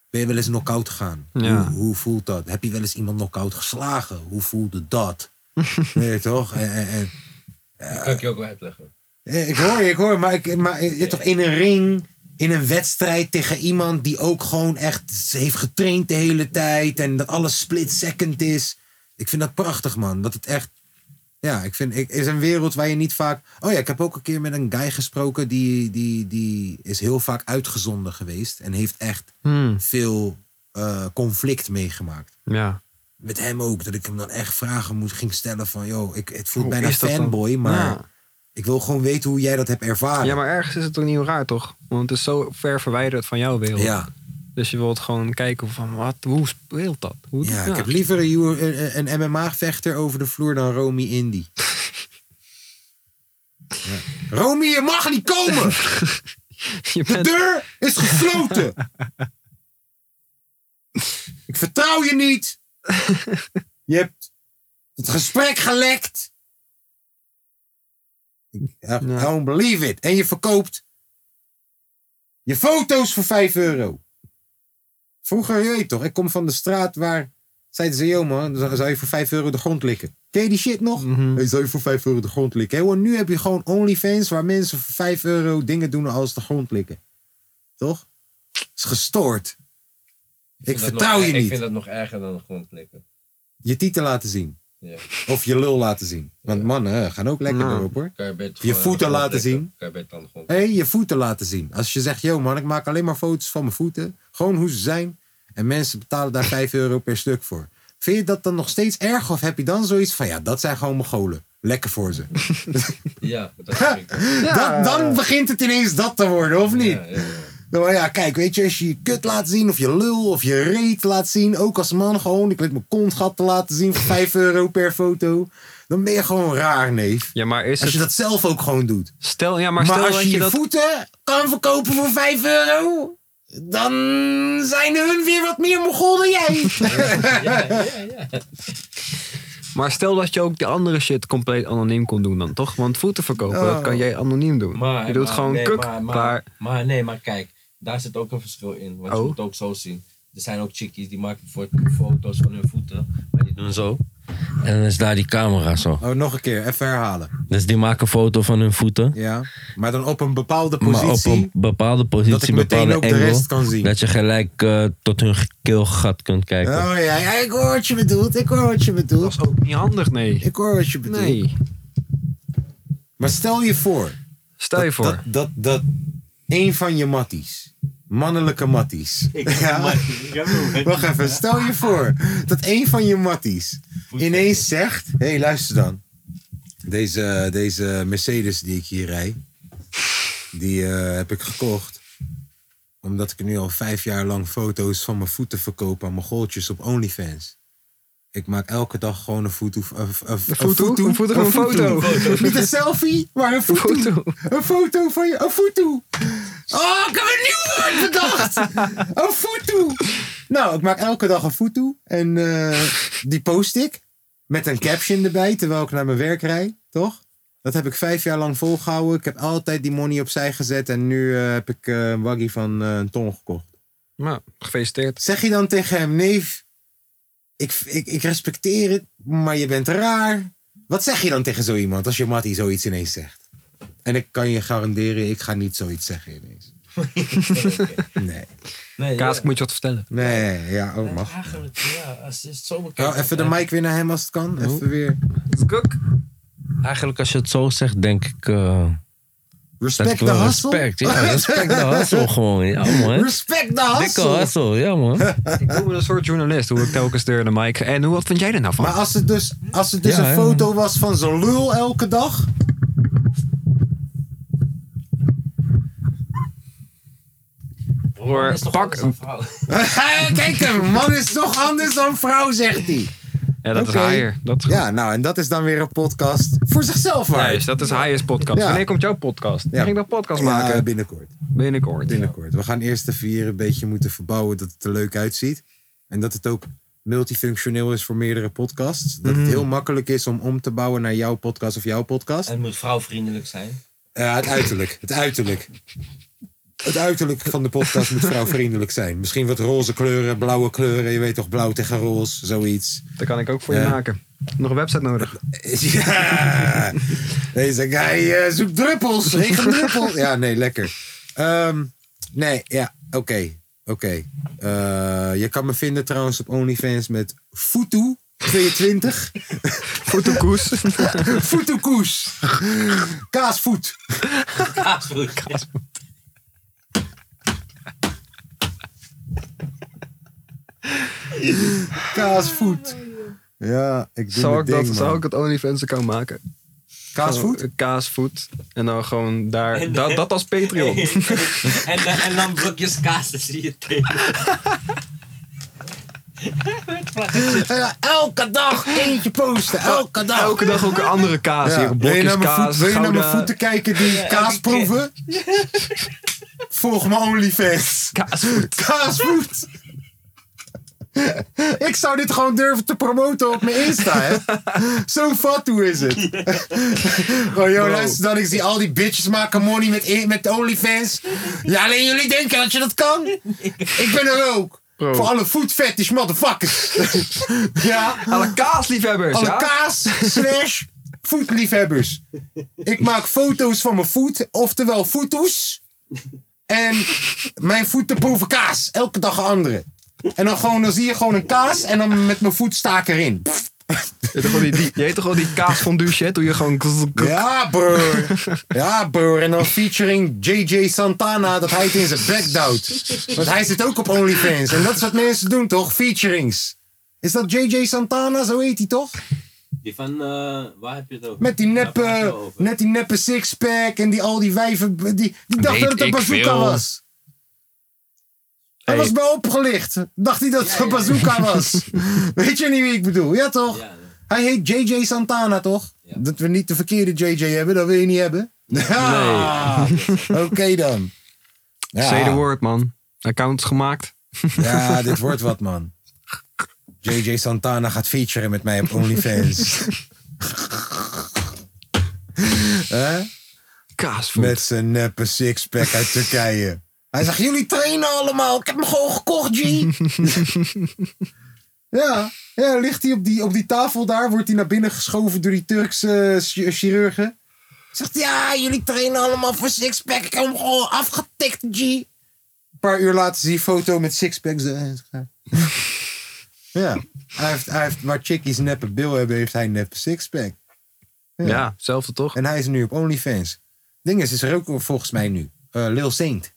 [SPEAKER 8] ben je wel eens knock-out gegaan?
[SPEAKER 4] Ja.
[SPEAKER 8] Hoe, hoe voelt dat? Heb je wel eens iemand knock-out geslagen? Hoe voelde dat? Weet je toch? En- en- en-
[SPEAKER 5] Dat kan ik je ook wel uitleggen.
[SPEAKER 8] eh, Ik hoor, je, ik hoor, maar, ik, maar je, toch in een ring, in een wedstrijd tegen iemand die ook gewoon echt heeft getraind de hele tijd en dat alles split second is. Ik vind dat prachtig, man. Dat het echt. Ja, ik vind. Ik, is een wereld waar je niet vaak. Oh ja, ik heb ook een keer met een guy gesproken die, die, die is heel vaak uitgezonden geweest en heeft echt veel eh, conflict meegemaakt
[SPEAKER 4] Ja.
[SPEAKER 8] met hem ook. Dat ik hem dan echt vragen moet, ging stellen van... joh, ik, het voelt
[SPEAKER 4] Hoe
[SPEAKER 8] bijna
[SPEAKER 4] is dat dan?
[SPEAKER 8] fanboy, maar
[SPEAKER 4] Ja.
[SPEAKER 8] ik wil gewoon weten hoe jij dat hebt ervaren.
[SPEAKER 4] ja, maar ergens is het toch niet heel raar, toch? Want het is zo ver verwijderd van jouw wereld.
[SPEAKER 8] ja,
[SPEAKER 4] Dus je wilt gewoon kijken van, wat, hoe speelt dat? Hoe
[SPEAKER 8] ja, ik heb liever een, Euro- een- een, MMA-vechter over de vloer dan Romy Indy. Ja. Romy, je mag niet komen!
[SPEAKER 4] je
[SPEAKER 8] De
[SPEAKER 4] bent-
[SPEAKER 8] deur is gesloten! ik vertrouw je niet! Je hebt het gesprek gelekt! Ik, I
[SPEAKER 4] Ja.
[SPEAKER 8] don't believe it. En je verkoopt je foto's voor 5 euro. Vroeger, je weet toch, ik kom van de straat waar... Zeiden ze, joh man, zou zou je voor 5 euro de grond likken? Ken je die shit nog?
[SPEAKER 4] Mhm.
[SPEAKER 8] Hey, zou je voor 5 euro de grond likken? Hey, hoor, nu heb je gewoon OnlyFans waar mensen voor 5 euro dingen doen als de grond likken. Toch? is gestoord. Ik
[SPEAKER 5] vind dat
[SPEAKER 8] vertrouw
[SPEAKER 5] nog-
[SPEAKER 8] je
[SPEAKER 5] Ik
[SPEAKER 8] niet.
[SPEAKER 5] vind dat nog erger dan gewoon klikken.
[SPEAKER 8] Je titel laten zien.
[SPEAKER 5] Ja.
[SPEAKER 8] Of je lul laten zien. Want
[SPEAKER 5] Ja. Mhm.
[SPEAKER 8] mannen eh, gaan ook lekker
[SPEAKER 4] Nou.
[SPEAKER 8] erop hoor.
[SPEAKER 5] Kan je, beter
[SPEAKER 8] Je
[SPEAKER 5] gewoon
[SPEAKER 8] voeten
[SPEAKER 5] aan de grond
[SPEAKER 8] laten
[SPEAKER 5] klikken.
[SPEAKER 8] zien.
[SPEAKER 5] Kan je beter dan gewoon.
[SPEAKER 8] Hé, je voeten laten zien. Als je zegt, yo man, ik maak alleen maar foto's van mijn voeten. Gewoon hoe ze zijn. En mensen betalen daar 5 euro per stuk voor. Vind je dat dan nog steeds erg? Of heb je dan zoiets van, ja, dat zijn gewoon Mongolen. Lekker voor ze.
[SPEAKER 5] Ja, dat vind ik. ook.
[SPEAKER 8] Dat, dan begint het ineens dat te worden, of niet?
[SPEAKER 5] Ja, ja, ja.
[SPEAKER 8] Nou ja, kijk, weet je, als je je kut laat zien of je lul of je reet laat zien, ook als man gewoon, ik liet mijn kontgat te laten zien voor 5 euro per foto, dan ben je gewoon raar, neef.
[SPEAKER 4] Ja, maar is
[SPEAKER 8] Als
[SPEAKER 4] het...
[SPEAKER 8] je dat zelf ook gewoon doet.
[SPEAKER 4] Stel, ja, maar
[SPEAKER 8] Maar,
[SPEAKER 4] stel
[SPEAKER 8] als
[SPEAKER 4] dat
[SPEAKER 8] je je
[SPEAKER 4] dat...
[SPEAKER 8] voeten kan verkopen voor 5 euro, dan zijn er hun weer wat meer mogol dan jij.
[SPEAKER 4] Maar stel dat je ook die andere shit compleet anoniem kon doen dan, toch? Want voeten verkopen, dat
[SPEAKER 8] Oh.
[SPEAKER 4] kan jij anoniem doen.
[SPEAKER 5] Maar,
[SPEAKER 4] je doet
[SPEAKER 5] maar,
[SPEAKER 4] gewoon
[SPEAKER 5] nee,
[SPEAKER 4] kuk,
[SPEAKER 5] maar, maar,
[SPEAKER 4] klaar.
[SPEAKER 5] maar nee, maar kijk, daar zit ook een verschil in. Want
[SPEAKER 4] Oh.
[SPEAKER 5] je moet ook zo zien. Er zijn ook chickies die maken voor foto's van hun voeten, maar die doen zo.
[SPEAKER 9] En dan is daar die camera zo.
[SPEAKER 8] Oh, nog een keer, even herhalen.
[SPEAKER 9] Dus die maken een foto van hun voeten.
[SPEAKER 8] Ja, maar dan op een bepaalde
[SPEAKER 9] Maar op een bepaalde positie,
[SPEAKER 8] Dat ik meteen
[SPEAKER 9] bepaalde
[SPEAKER 8] ook de
[SPEAKER 9] angle,
[SPEAKER 8] rest kan zien.
[SPEAKER 9] Dat je gelijk eh, tot hun keelgat kunt kijken.
[SPEAKER 8] Oh ja, ja, ik hoor wat je bedoelt, ik hoor wat je
[SPEAKER 4] Dat
[SPEAKER 8] bedoelt.
[SPEAKER 4] is ook niet handig, nee.
[SPEAKER 8] Ik hoor wat je bedoelt.
[SPEAKER 4] Nee.
[SPEAKER 8] Maar stel je voor,
[SPEAKER 4] Stel je voor.
[SPEAKER 8] Dat, dat, dat een van je matties, mannelijke matties. Ja. Wacht even, stel je voor dat een van je matties ineens zegt: Hé, hey, luister dan. Deze, deze Mercedes die ik hier rijd, die eh, heb ik gekocht. Omdat ik nu al vijf jaar lang foto's van mijn voeten verkoop aan mijn goaltjes op OnlyFans. Ik maak elke dag gewoon een foto. Een, een, een
[SPEAKER 4] foto? Een foto van een
[SPEAKER 8] foto.
[SPEAKER 4] foto.
[SPEAKER 8] Niet een selfie, maar een foto.
[SPEAKER 4] Foto.
[SPEAKER 8] Een foto van je. Een foto. Oh, ik heb een nieuw woord bedacht. Een foto. Nou, ik maak elke dag een foto. En eh, die post ik. Met een caption erbij, terwijl ik naar mijn werk rijd. Toch? Dat heb ik vijf jaar lang volgehouden. Ik heb altijd die money opzij gezet. En nu eh, heb ik eh, een waggie van eh, een ton gekocht.
[SPEAKER 4] Nou, gefeliciteerd.
[SPEAKER 8] Zeg je dan tegen hem, neef, ik, ik, ik respecteer het, maar je bent raar. Wat zeg je dan tegen zo iemand als je mattie zoiets ineens zegt? En ik kan je garanderen, ik ga niet zoiets zeggen ineens. Nee,
[SPEAKER 5] Nee,
[SPEAKER 4] Kaas,
[SPEAKER 5] ja.
[SPEAKER 4] ik moet je wat vertellen.
[SPEAKER 8] nee, ja, ook mag.
[SPEAKER 5] Eigenlijk, ja, als je het zo bekijkt.
[SPEAKER 8] Oh, even de mic weer naar hem als het kan. Even weer.
[SPEAKER 4] Kuk.
[SPEAKER 9] Eigenlijk als je het zo zegt, denk ik... eh, dat ik
[SPEAKER 8] Respect de
[SPEAKER 9] wel
[SPEAKER 8] hustle.
[SPEAKER 9] respect. Ja, respect de hassel gewoon. Ja, man.
[SPEAKER 8] Respect de
[SPEAKER 9] Dikke
[SPEAKER 8] hustle.
[SPEAKER 9] hassel, ja man.
[SPEAKER 4] Ik voel me een soort journalist, hoe ik telkens deur de mic. En hoe, wat vind jij er nou van?
[SPEAKER 8] Maar als het dus, als het dus
[SPEAKER 9] Ja,
[SPEAKER 8] een
[SPEAKER 9] hè?
[SPEAKER 8] foto was van zo'n lul elke dag.
[SPEAKER 4] Hoor,
[SPEAKER 5] Is toch
[SPEAKER 4] pak,
[SPEAKER 5] anders dan vrouwen?
[SPEAKER 8] Kijk hem, man is toch anders dan vrouw, zegt hij.
[SPEAKER 4] Ja, dat
[SPEAKER 8] Oké.
[SPEAKER 4] is higher. Dat is goed.
[SPEAKER 8] Ja, nou, en dat is dan weer een podcast voor zichzelf waard.
[SPEAKER 4] Juist, dat is highest podcast.
[SPEAKER 8] Ja.
[SPEAKER 4] Wanneer komt jouw podcast?
[SPEAKER 8] Ja.
[SPEAKER 4] Ja. Ging dat podcast
[SPEAKER 8] Ja,
[SPEAKER 4] maken?
[SPEAKER 8] binnenkort.
[SPEAKER 4] Binnenkort.
[SPEAKER 8] Binnenkort. We gaan eerst de vier een beetje moeten verbouwen dat het er leuk uitziet. En dat het ook multifunctioneel is voor meerdere podcasts. Dat
[SPEAKER 9] Mm.
[SPEAKER 8] het heel makkelijk is om om te bouwen naar jouw podcast of jouw podcast.
[SPEAKER 5] En het moet vrouwvriendelijk zijn.
[SPEAKER 8] Ja, het uiterlijk. Het uiterlijk. Het uiterlijk van de podcast moet vrouwvriendelijk zijn. Misschien wat roze kleuren, blauwe kleuren. Je weet toch, blauw tegen roze, zoiets.
[SPEAKER 4] Dat kan ik ook voor
[SPEAKER 8] Ja.
[SPEAKER 4] je maken. Nog een website nodig.
[SPEAKER 8] Ja! Deze guy eh, zoekt druppels. Regendruppels. Ja, nee, lekker. Ehm, nee, ja, oké. Oké. Eh, je kan me vinden trouwens op OnlyFans met Futu22.
[SPEAKER 4] Fotokoes.
[SPEAKER 8] Futukoes. Kaasvoet.
[SPEAKER 5] Kaasbroek.
[SPEAKER 8] Kaasvoet. Ja, ik doe
[SPEAKER 4] Zou
[SPEAKER 8] mijn
[SPEAKER 4] ik,
[SPEAKER 8] ding,
[SPEAKER 4] dat,
[SPEAKER 8] man.
[SPEAKER 4] zou ik het OnlyFans account maken?
[SPEAKER 8] Kaasvoet?
[SPEAKER 4] Gewoon, eh, Kaasvoet. En dan gewoon daar.
[SPEAKER 5] En-
[SPEAKER 4] dat, dat als Patreon.
[SPEAKER 5] en, dan- en dan blokjes kaas, dan zie je het tegen.
[SPEAKER 8] Ja, elke dag eentje posten. Elke dag.
[SPEAKER 4] Elke dag ook een andere kaas.
[SPEAKER 8] Ja.
[SPEAKER 4] Hier,
[SPEAKER 8] Wil je
[SPEAKER 4] blokjes
[SPEAKER 8] naar mijn,
[SPEAKER 4] kaas.
[SPEAKER 8] voet- wil je naar mijn
[SPEAKER 4] Gouda
[SPEAKER 8] voeten kijken die kaas
[SPEAKER 5] elke keer.
[SPEAKER 8] proeven? Volg me OnlyFans.
[SPEAKER 4] Kaasvoet.
[SPEAKER 8] Kaasvoet. Ik zou dit gewoon durven te promoten op mijn Insta, hè? Zo fat hoe is het. Oh, joh, luister dan. Ik zie al die bitches maken money met, met OnlyFans. Ja, alleen jullie denken dat je dat kan? Ik ben er ook. Voor alle food fetish motherfuckers. ja.
[SPEAKER 4] Alle kaasliefhebbers.
[SPEAKER 8] Alle
[SPEAKER 4] ja?
[SPEAKER 8] kaas slash voetliefhebbers. Ik maak foto's van mijn voet, oftewel foto's. En mijn voeten proeven kaas. Elke dag een andere. En dan, gewoon, dan zie je gewoon een kaas en dan met mijn voet sta ik erin.
[SPEAKER 4] Je hebt toch wel die- die- je heet toch wel die kaasfondue shit? Doe je gewoon...
[SPEAKER 8] Ja, broer. Ja, broer. En dan featuring JJ Santana dat hij het in zijn bek duwt. Want hij zit ook op OnlyFans. En dat is wat mensen doen, toch? Featurings. Is dat JJ Santana? Zo heet hij toch?
[SPEAKER 5] Die van, eh, waar heb je het over?
[SPEAKER 8] Met die
[SPEAKER 5] Daar praat je
[SPEAKER 8] neppe,
[SPEAKER 5] wel over.
[SPEAKER 8] net die neppe sixpack en die al die wijven. Die, die dacht dat het een
[SPEAKER 4] ik
[SPEAKER 8] bazooka
[SPEAKER 4] veel.
[SPEAKER 8] was. Hij was bij opgelicht. Dacht hij dat het een bazooka was. Weet je niet wie ik bedoel? Ja toch?
[SPEAKER 5] Ja,
[SPEAKER 8] Hij heet JJ Santana toch? Dat we niet de verkeerde JJ hebben, dat wil je niet hebben. Ja. Oké dan. Ja.
[SPEAKER 4] Say the word, man. Accounts gemaakt.
[SPEAKER 8] Ja, dit wordt wat man. JJ Santana gaat featuren met mij op OnlyFans. Hè?
[SPEAKER 4] Kaasvoet.
[SPEAKER 8] Met zijn neppe sixpack uit Turkije. Hij zegt, jullie trainen allemaal. Ik heb hem gewoon gekocht, G. ja, ja, ligt hij op die, op die tafel daar. Wordt hij naar binnen geschoven door die Turkse eh, chi- chirurgen. Zegt, ja, jullie trainen allemaal voor sixpack. Ik heb hem gewoon afgetikt, G. Een paar uur later zie je foto met sixpack. Zo- ja, hij heeft, hij heeft, waar chickies neppe bil hebben, heeft hij neppe sixpack.
[SPEAKER 4] Ja, hetzelfde toch?
[SPEAKER 8] En hij is nu op OnlyFans. Ding is, is er ook volgens mij nu. Eh, Lil Saint.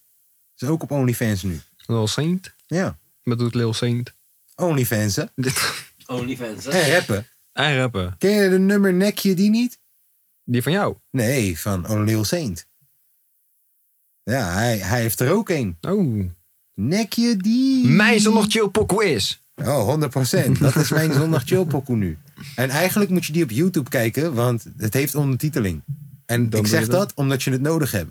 [SPEAKER 8] Is ook op OnlyFans nu.
[SPEAKER 4] Lil Saint.
[SPEAKER 8] Ja.
[SPEAKER 4] Wat doet Lil Saint?
[SPEAKER 8] OnlyFans, hè?
[SPEAKER 5] OnlyFans. hè?
[SPEAKER 4] Eh.
[SPEAKER 8] En rappen.
[SPEAKER 4] En rappen.
[SPEAKER 8] Ken je de nummer Nek je die niet?
[SPEAKER 4] Die van jou.
[SPEAKER 8] Nee, van oh, Lil Saint. Ja, hij, hij heeft er ook een.
[SPEAKER 4] Oh.
[SPEAKER 8] Nek je die?
[SPEAKER 4] Mijn zondag chill pokoe is.
[SPEAKER 8] Oh, 100%. Dat is mijn zondag chillpokoe nu. En eigenlijk moet je die op YouTube kijken, want het heeft ondertiteling. En ik
[SPEAKER 4] doe
[SPEAKER 8] zeg
[SPEAKER 4] je dat.
[SPEAKER 8] dat omdat je het nodig hebt.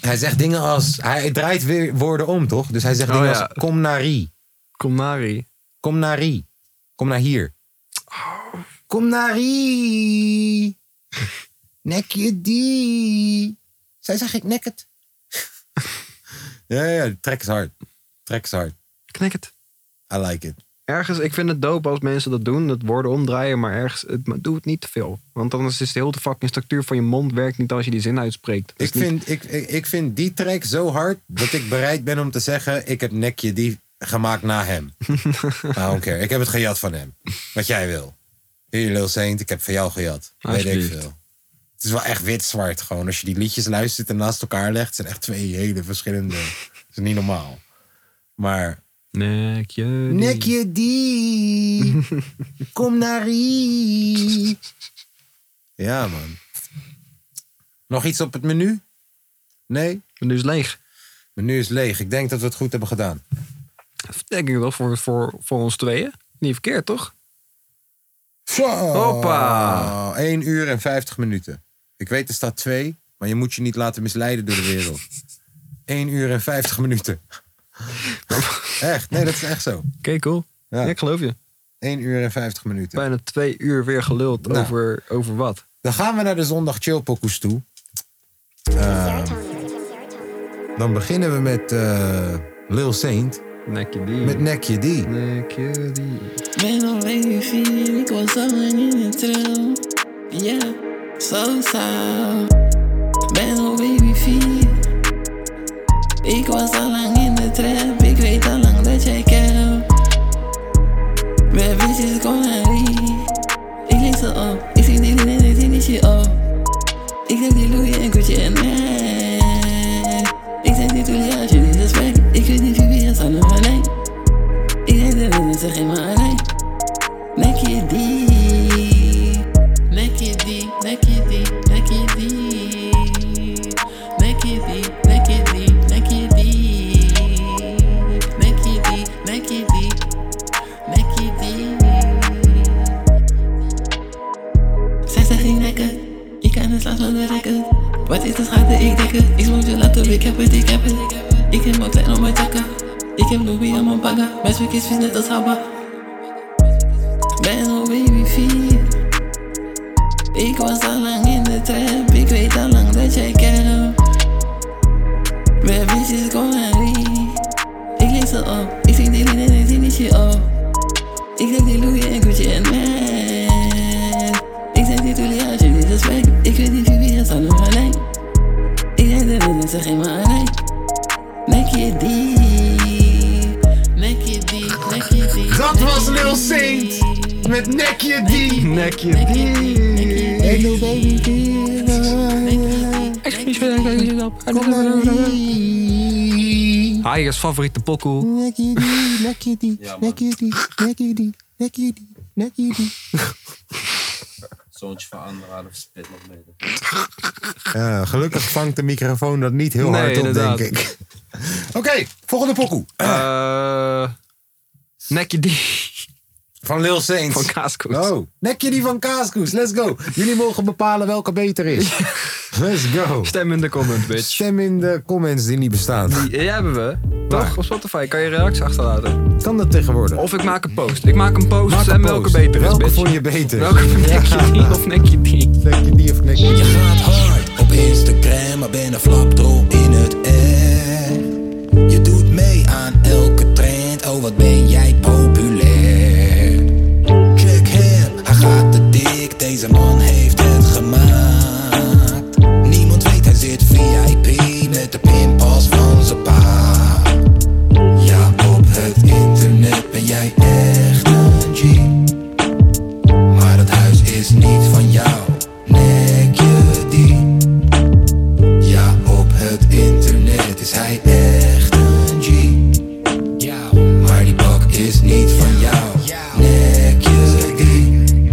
[SPEAKER 8] hij zegt dingen als... Hij draait weer woorden om, toch? Dus hij zegt
[SPEAKER 4] Oh,
[SPEAKER 8] dingen
[SPEAKER 4] ja.
[SPEAKER 8] als... Kom naar Rie.
[SPEAKER 4] Kom Mari.
[SPEAKER 8] Kom naar Rie. Kom naar hier. Kom naar Rie. Nek je die. Zij zegt, ik nek het. ja, ja, ja, trek is hard. Trek is hard.
[SPEAKER 4] Knik het.
[SPEAKER 8] I like it.
[SPEAKER 4] Ergens, ik vind het dope als mensen dat doen, dat woorden omdraaien, maar ergens, het, maar doe het niet te veel. Want anders is de hele fucking structuur van je mond werkt niet als je die zin uitspreekt. Dus
[SPEAKER 8] Ik vind, ik, ik, ik vind die track zo hard dat ik bereid ben om te zeggen: ik heb nekje die gemaakt na hem. I don't care. Ik heb het gejat van hem. Wat jij wil. Hier, Lil Saint, ik heb van jou gejat. Weet ik
[SPEAKER 4] Alsjeblieft.
[SPEAKER 8] veel. Het is wel echt wit-zwart gewoon. Als je die liedjes luistert en naast elkaar legt, zijn echt twee hele verschillende. Dat is niet normaal. Maar.
[SPEAKER 4] Nek je. die.
[SPEAKER 8] Nekje die, kom naar hier. Ja, man. Nog iets op het menu? Nee?
[SPEAKER 4] En nu is het dus leeg.
[SPEAKER 8] Maar nu is het leeg. Ik denk dat we het goed hebben gedaan.
[SPEAKER 4] denk ik toch, voor, voor, voor ons tweeën. Niet verkeerd, toch?
[SPEAKER 1] Zo.
[SPEAKER 4] Hoppa.
[SPEAKER 1] 1 uur en 50 minuten. Ik weet er staat 2, maar je moet je niet laten misleiden door de wereld. 1 uur en 50 minuten. echt, nee, dat is echt zo.
[SPEAKER 4] Oké, cool.
[SPEAKER 1] Ja.
[SPEAKER 4] Ja. ik geloof je.
[SPEAKER 1] 1 uur en 50 minuten.
[SPEAKER 4] Bijna twee uur weer geluld
[SPEAKER 1] Nou.
[SPEAKER 4] over, over wat.
[SPEAKER 1] Dan gaan we naar de zondag chillpokoes toe. Eh, dan beginnen we met eh, Lil Saint.
[SPEAKER 4] Nekje die.
[SPEAKER 1] Met Nekje die.
[SPEAKER 4] Nekje die.
[SPEAKER 10] Ven a baby feel it was someone in the thrill. Yeah, so sad. Ven a baby feel. Ik was al lang in de trap, ik weet al lang dat jij kent. We bitches kom naar wie. Ik lig zo op, ik zie die dingen en die shit op. Ik zeg die Louis en Gucci en mij. Ik zeg dit jullie als jullie respect. Ik weet niet wie wie is aan de verlengd. Ik denk dat het zich in mijn lijn. Nek je die. Nek je die, nek je die, nek je die. Nek je die, nek je die, nek je die. Nek je die, nek je die. Nek je die. Zij zegt geen lekker. Ik kan het slaap van de rekken. Wat is de schade? Ik denk het. Ik smoke je laten, ik heb het, ik heb het. Ik heb mijn klein op mijn takken. Ik heb Louis aan mijn bagger. Mijn zwik is vies net als Habba. Ben al oh, baby vier. Ik was al lang in de trap. Ik weet al lang dat jij kent. Mijn bitches kom naar wie. Ik lees ze op. Ik zie die linnen en ik zie die shit op. Ik zeg die Louis en Gucci en Mac. Ik zeg dit jullie als jullie respect. Ik weet niet wie wie is aan de verlijn. Ik denk dat het zich in mijn lijn. Nek je die. Nek je die. Nek je die.
[SPEAKER 1] Dat was Lil Saint. Met Nekje die.
[SPEAKER 4] Nekje die.
[SPEAKER 1] Lil Baby die. Kom maar die.
[SPEAKER 4] Hayek's Ah, favoriete pokoe.
[SPEAKER 1] Nekje die, nekje die, nekje die, nekje die, nekje die, nekje die.
[SPEAKER 5] Zoontje van anderhalf spit nog mee.
[SPEAKER 1] Ja, gelukkig vangt de microfoon dat niet heel
[SPEAKER 4] Nee,
[SPEAKER 1] hard op,
[SPEAKER 4] inderdaad.
[SPEAKER 1] denk ik. Oké, volgende pokoe.
[SPEAKER 4] Eh nekje die.
[SPEAKER 1] Van Lil Saint.
[SPEAKER 4] Van Kaaskoes.
[SPEAKER 1] Oh, nekje die van Kaaskoes. Let's go. Jullie mogen bepalen welke beter is. Let's go.
[SPEAKER 4] Stem in de comment, bitch.
[SPEAKER 1] Stem in de comments die niet bestaan.
[SPEAKER 4] Die hebben we.
[SPEAKER 1] Waar?
[SPEAKER 4] Toch? Op Spotify kan je reacties achterlaten.
[SPEAKER 1] Kan dat tegenwoordig?
[SPEAKER 4] Of ik maak een post. Ik maak een post
[SPEAKER 1] Maak een
[SPEAKER 4] en welke
[SPEAKER 1] post.
[SPEAKER 4] beter is,
[SPEAKER 1] Welke
[SPEAKER 4] bitch.
[SPEAKER 1] vond je beter?
[SPEAKER 4] Welke nekje die of nekje die?
[SPEAKER 1] Nekje die of nekje die?
[SPEAKER 8] gaat hard op Instagram, maar ben een flapdrol in het echt. Je doet mee aan elke trend, oh wat ben jij populair. Check hem, hij gaat te dik, deze man heeft het gemaakt. Niemand weet, hij zit VIP met de pinpas van zijn pa. Ja, op het internet ben jij echt een G. Maar het huis is niet van jou, nek je die. Ja, op het internet is hij echt een G. Maar die bak is niet van jou, nek je die.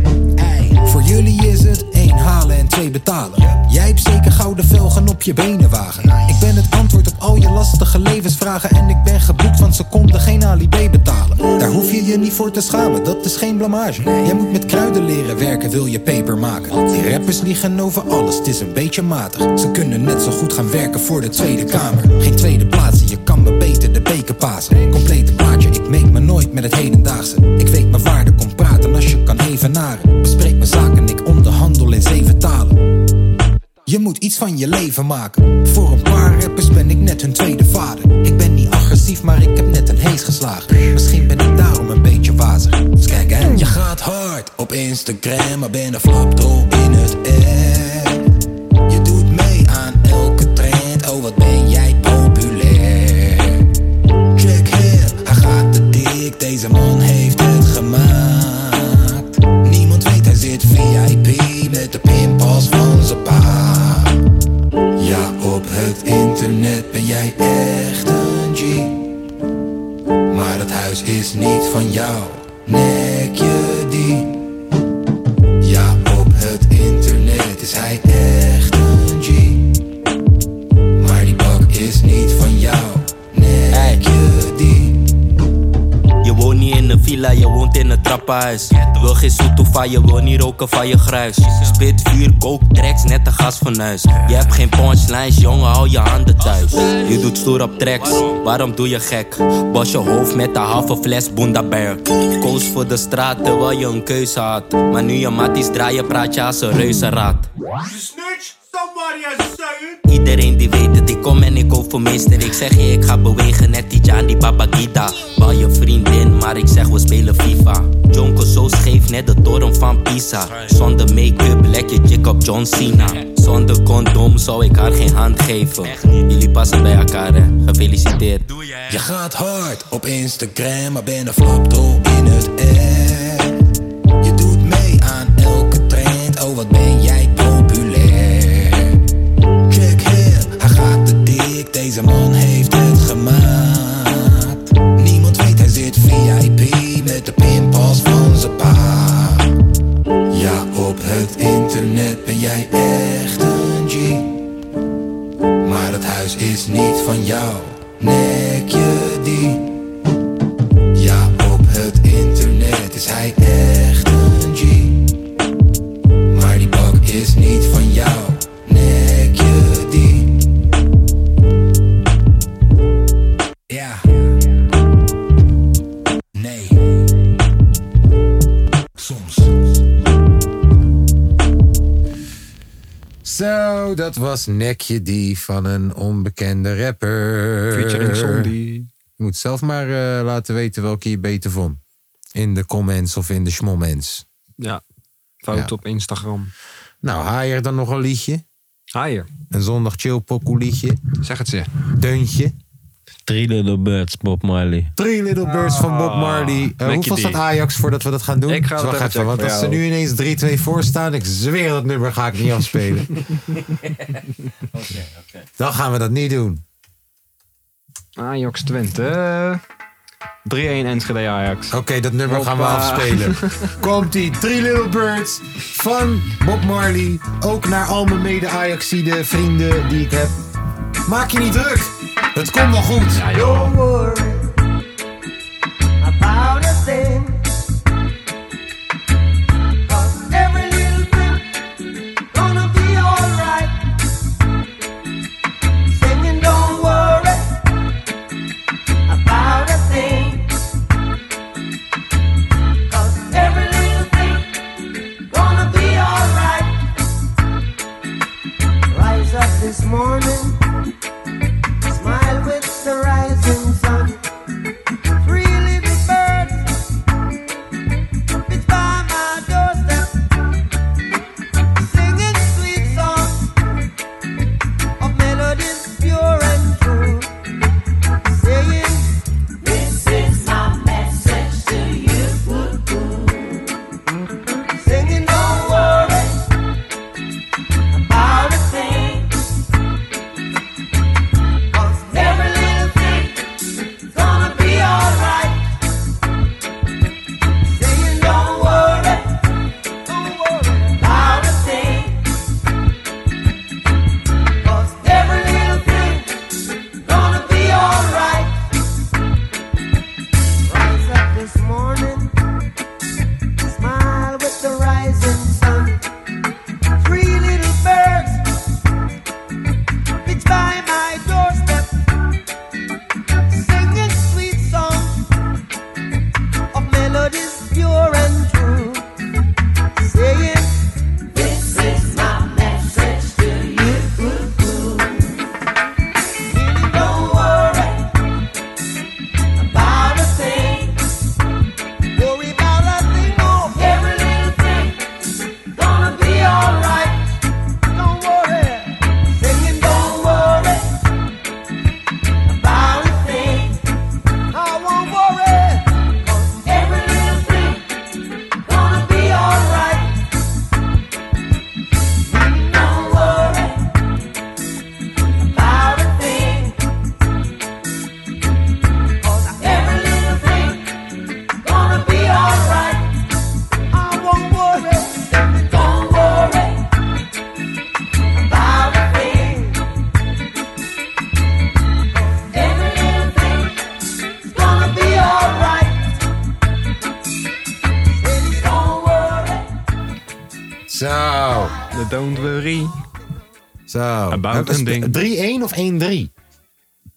[SPEAKER 8] Voor jullie is het één halen en twee betalen. Jij hebt zeker gouden velgen op je benenwagen. Ik ben het antwoord op al je lastige levensvragen. En ik ben geboekt, want ze konden geen alibi betalen. Daar hoef je je niet voor te schamen, dat is geen blamage. Jij moet met kruiden leren werken, wil je paper maken. Die rappers liegen over alles, het is een beetje matig. Ze kunnen net zo goed gaan werken voor de Tweede Kamer. Geen tweede plaatsen, je kan me beter de beker pasen. Complete plaatje, ik meet me nooit met het hedendaagse. Ik weet mijn waarde, kom praten als je kan evenaren. Bespreek mijn zaken, ik onderhandel in zeven talen. Je moet iets van je leven maken. Voor een paar rappers ben ik net hun tweede vader. Ik ben niet agressief, maar ik heb net een hees geslagen. Misschien ben ik daarom een beetje wazig. Dus kijk, hè. Je gaat hard op Instagram, maar ben een flapdrol in het app. Je doet mee aan elke trend, oh wat ben jij populair. Check hem, hij gaat te dik, deze man heeft het gemaakt. Niemand weet, hij zit VIP met de pinpas van zijn pa. Ja, op het internet ben jij echt een G. Maar dat huis is niet van jou, nek je die. Ja, op het internet is hij echt een G. Maar die bak is niet van jou. Nek je die?
[SPEAKER 10] villa, je woont in een trappenhuis. Wil geen zoete van je, wil niet roken van je gruis. Spit, vuur, kook, tracks, net de gas van huis. Je hebt geen punchlines, jongen, hou je handen thuis. Je doet stoer op tracks, waarom doe je gek? Bas je hoofd met een halve fles Bundaberg. Koos voor de straat terwijl je een keuze had. Maar nu je matties draaien, praat je als een reuzenraad.
[SPEAKER 2] Snitch, somebody has said.
[SPEAKER 10] Iedereen die weet het, ik kom en ik overmeester. Ik zeg je, ik ga bewegen, net die Jan, die Babagita. Bal je vriendin, maar ik zeg, we spelen FIFA. Jonko zo scheef, net de toren van Pisa. Zonder make-up, lek je chick op John Cena. Zonder condoom zou ik haar geen hand geven. Jullie passen bij elkaar, hè. Gefeliciteerd.
[SPEAKER 8] Je gaat hard op Instagram, maar ben een flapdrol in het air. Je doet mee aan elke trend, oh wat ben jij populair. Check hier, hij gaat te dik, deze man heeft het gemaakt. Niemand weet, hij zit VIP met de pinpas van zijn pa. Ja, op het internet ben jij echt een G. Maar het huis is niet van jou, nek je die. Ja, op het internet is hij echt een G. Maar die bak is niet van jou, nek je die. Ja. Nee. Soms.
[SPEAKER 11] Zo, dat was Nekje Die van een onbekende rapper.
[SPEAKER 4] Featuring Zombie.
[SPEAKER 11] Je moet zelf maar eh, laten weten welke je beter vond. In de comments of in de schmomments.
[SPEAKER 4] Ja, fout
[SPEAKER 11] Ja.
[SPEAKER 4] op Instagram.
[SPEAKER 11] Nou, haaier dan nog een liedje.
[SPEAKER 4] Haaier.
[SPEAKER 11] Een zondag chill pokoe liedje.
[SPEAKER 4] Zeg het ze.
[SPEAKER 11] Deuntje.
[SPEAKER 5] Three Little Birds, Bob Marley.
[SPEAKER 11] Three Little Birds van Bob Marley. Eh,
[SPEAKER 5] Mickey
[SPEAKER 11] hoeveel
[SPEAKER 5] D.
[SPEAKER 11] staat Ajax voordat we dat gaan doen?
[SPEAKER 5] Ik ga
[SPEAKER 11] Dus
[SPEAKER 5] dat
[SPEAKER 11] wacht
[SPEAKER 5] even checken
[SPEAKER 11] Want
[SPEAKER 5] voor
[SPEAKER 11] als ze
[SPEAKER 5] jou.
[SPEAKER 11] nu ineens 3-2 voor staan, ik zweer dat nummer ga ik niet afspelen.
[SPEAKER 12] Oké, oké.
[SPEAKER 11] Dan gaan we dat niet doen.
[SPEAKER 4] Ajax Twente. 3-1 Enschede Ajax. Oké,
[SPEAKER 11] dat nummer gaan we afspelen. Komt die Three Little Birds van Bob Marley. Ook naar al mijn mede-Ajaxide vrienden die ik heb. Maak je niet druk. Het komt wel goed. Ja,
[SPEAKER 13] Don't worry about a thing. 'Cause every little thing gonna be alright. Singing, don't worry about a thing. 'Cause every little thing gonna be alright. Rise up this morning. Smile with the rising sun.
[SPEAKER 8] Zo.
[SPEAKER 4] Don't worry.
[SPEAKER 8] Zo.
[SPEAKER 4] About
[SPEAKER 8] Hij
[SPEAKER 4] een
[SPEAKER 8] spe-
[SPEAKER 4] ding.
[SPEAKER 8] 3-1 of 1-3?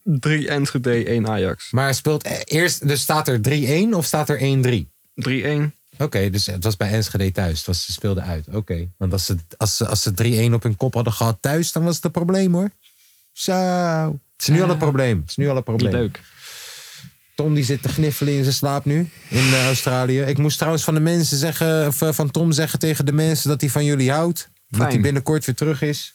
[SPEAKER 4] 3 Enschede, 1 Ajax.
[SPEAKER 8] Maar hij speelt e- eerst, dus staat er 3-1 of staat er 1-3?
[SPEAKER 4] 3-1.
[SPEAKER 8] Oké, dus het was bij Enschede thuis. Het was, ze speelden uit. Oké. Want als ze, als, ze, als ze 3-1 op hun kop hadden gehad thuis, dan was het een probleem hoor. Zo. Het is nu al een probleem. Het is nu al een probleem.
[SPEAKER 4] Leuk.
[SPEAKER 8] Tom die zit te gniffelen in zijn slaap nu in eh, Australië. Ik moest trouwens van de mensen zeggen, of eh, van Tom zeggen tegen de mensen dat hij van jullie houdt. Dat
[SPEAKER 4] Fijn.
[SPEAKER 8] hij binnenkort weer terug is.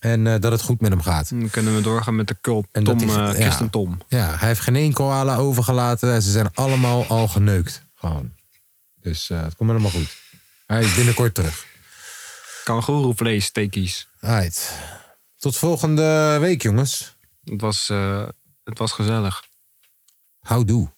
[SPEAKER 8] En eh, dat het goed met hem gaat.
[SPEAKER 4] Dan kunnen we doorgaan met de cult.
[SPEAKER 8] En
[SPEAKER 4] Mm. Tom,
[SPEAKER 8] dat hij-
[SPEAKER 4] eh,
[SPEAKER 8] ja.
[SPEAKER 4] Christen Tom.
[SPEAKER 8] Ja, hij heeft geen één koala overgelaten. En Ze zijn allemaal al geneukt. Gewoon. Dus eh, het komt helemaal goed. Hij is binnenkort terug.
[SPEAKER 4] Kangoeroevlees, steekies.
[SPEAKER 8] Right. Tot volgende week, jongens.
[SPEAKER 4] Het was, eh, het was gezellig.
[SPEAKER 8] Houdoe.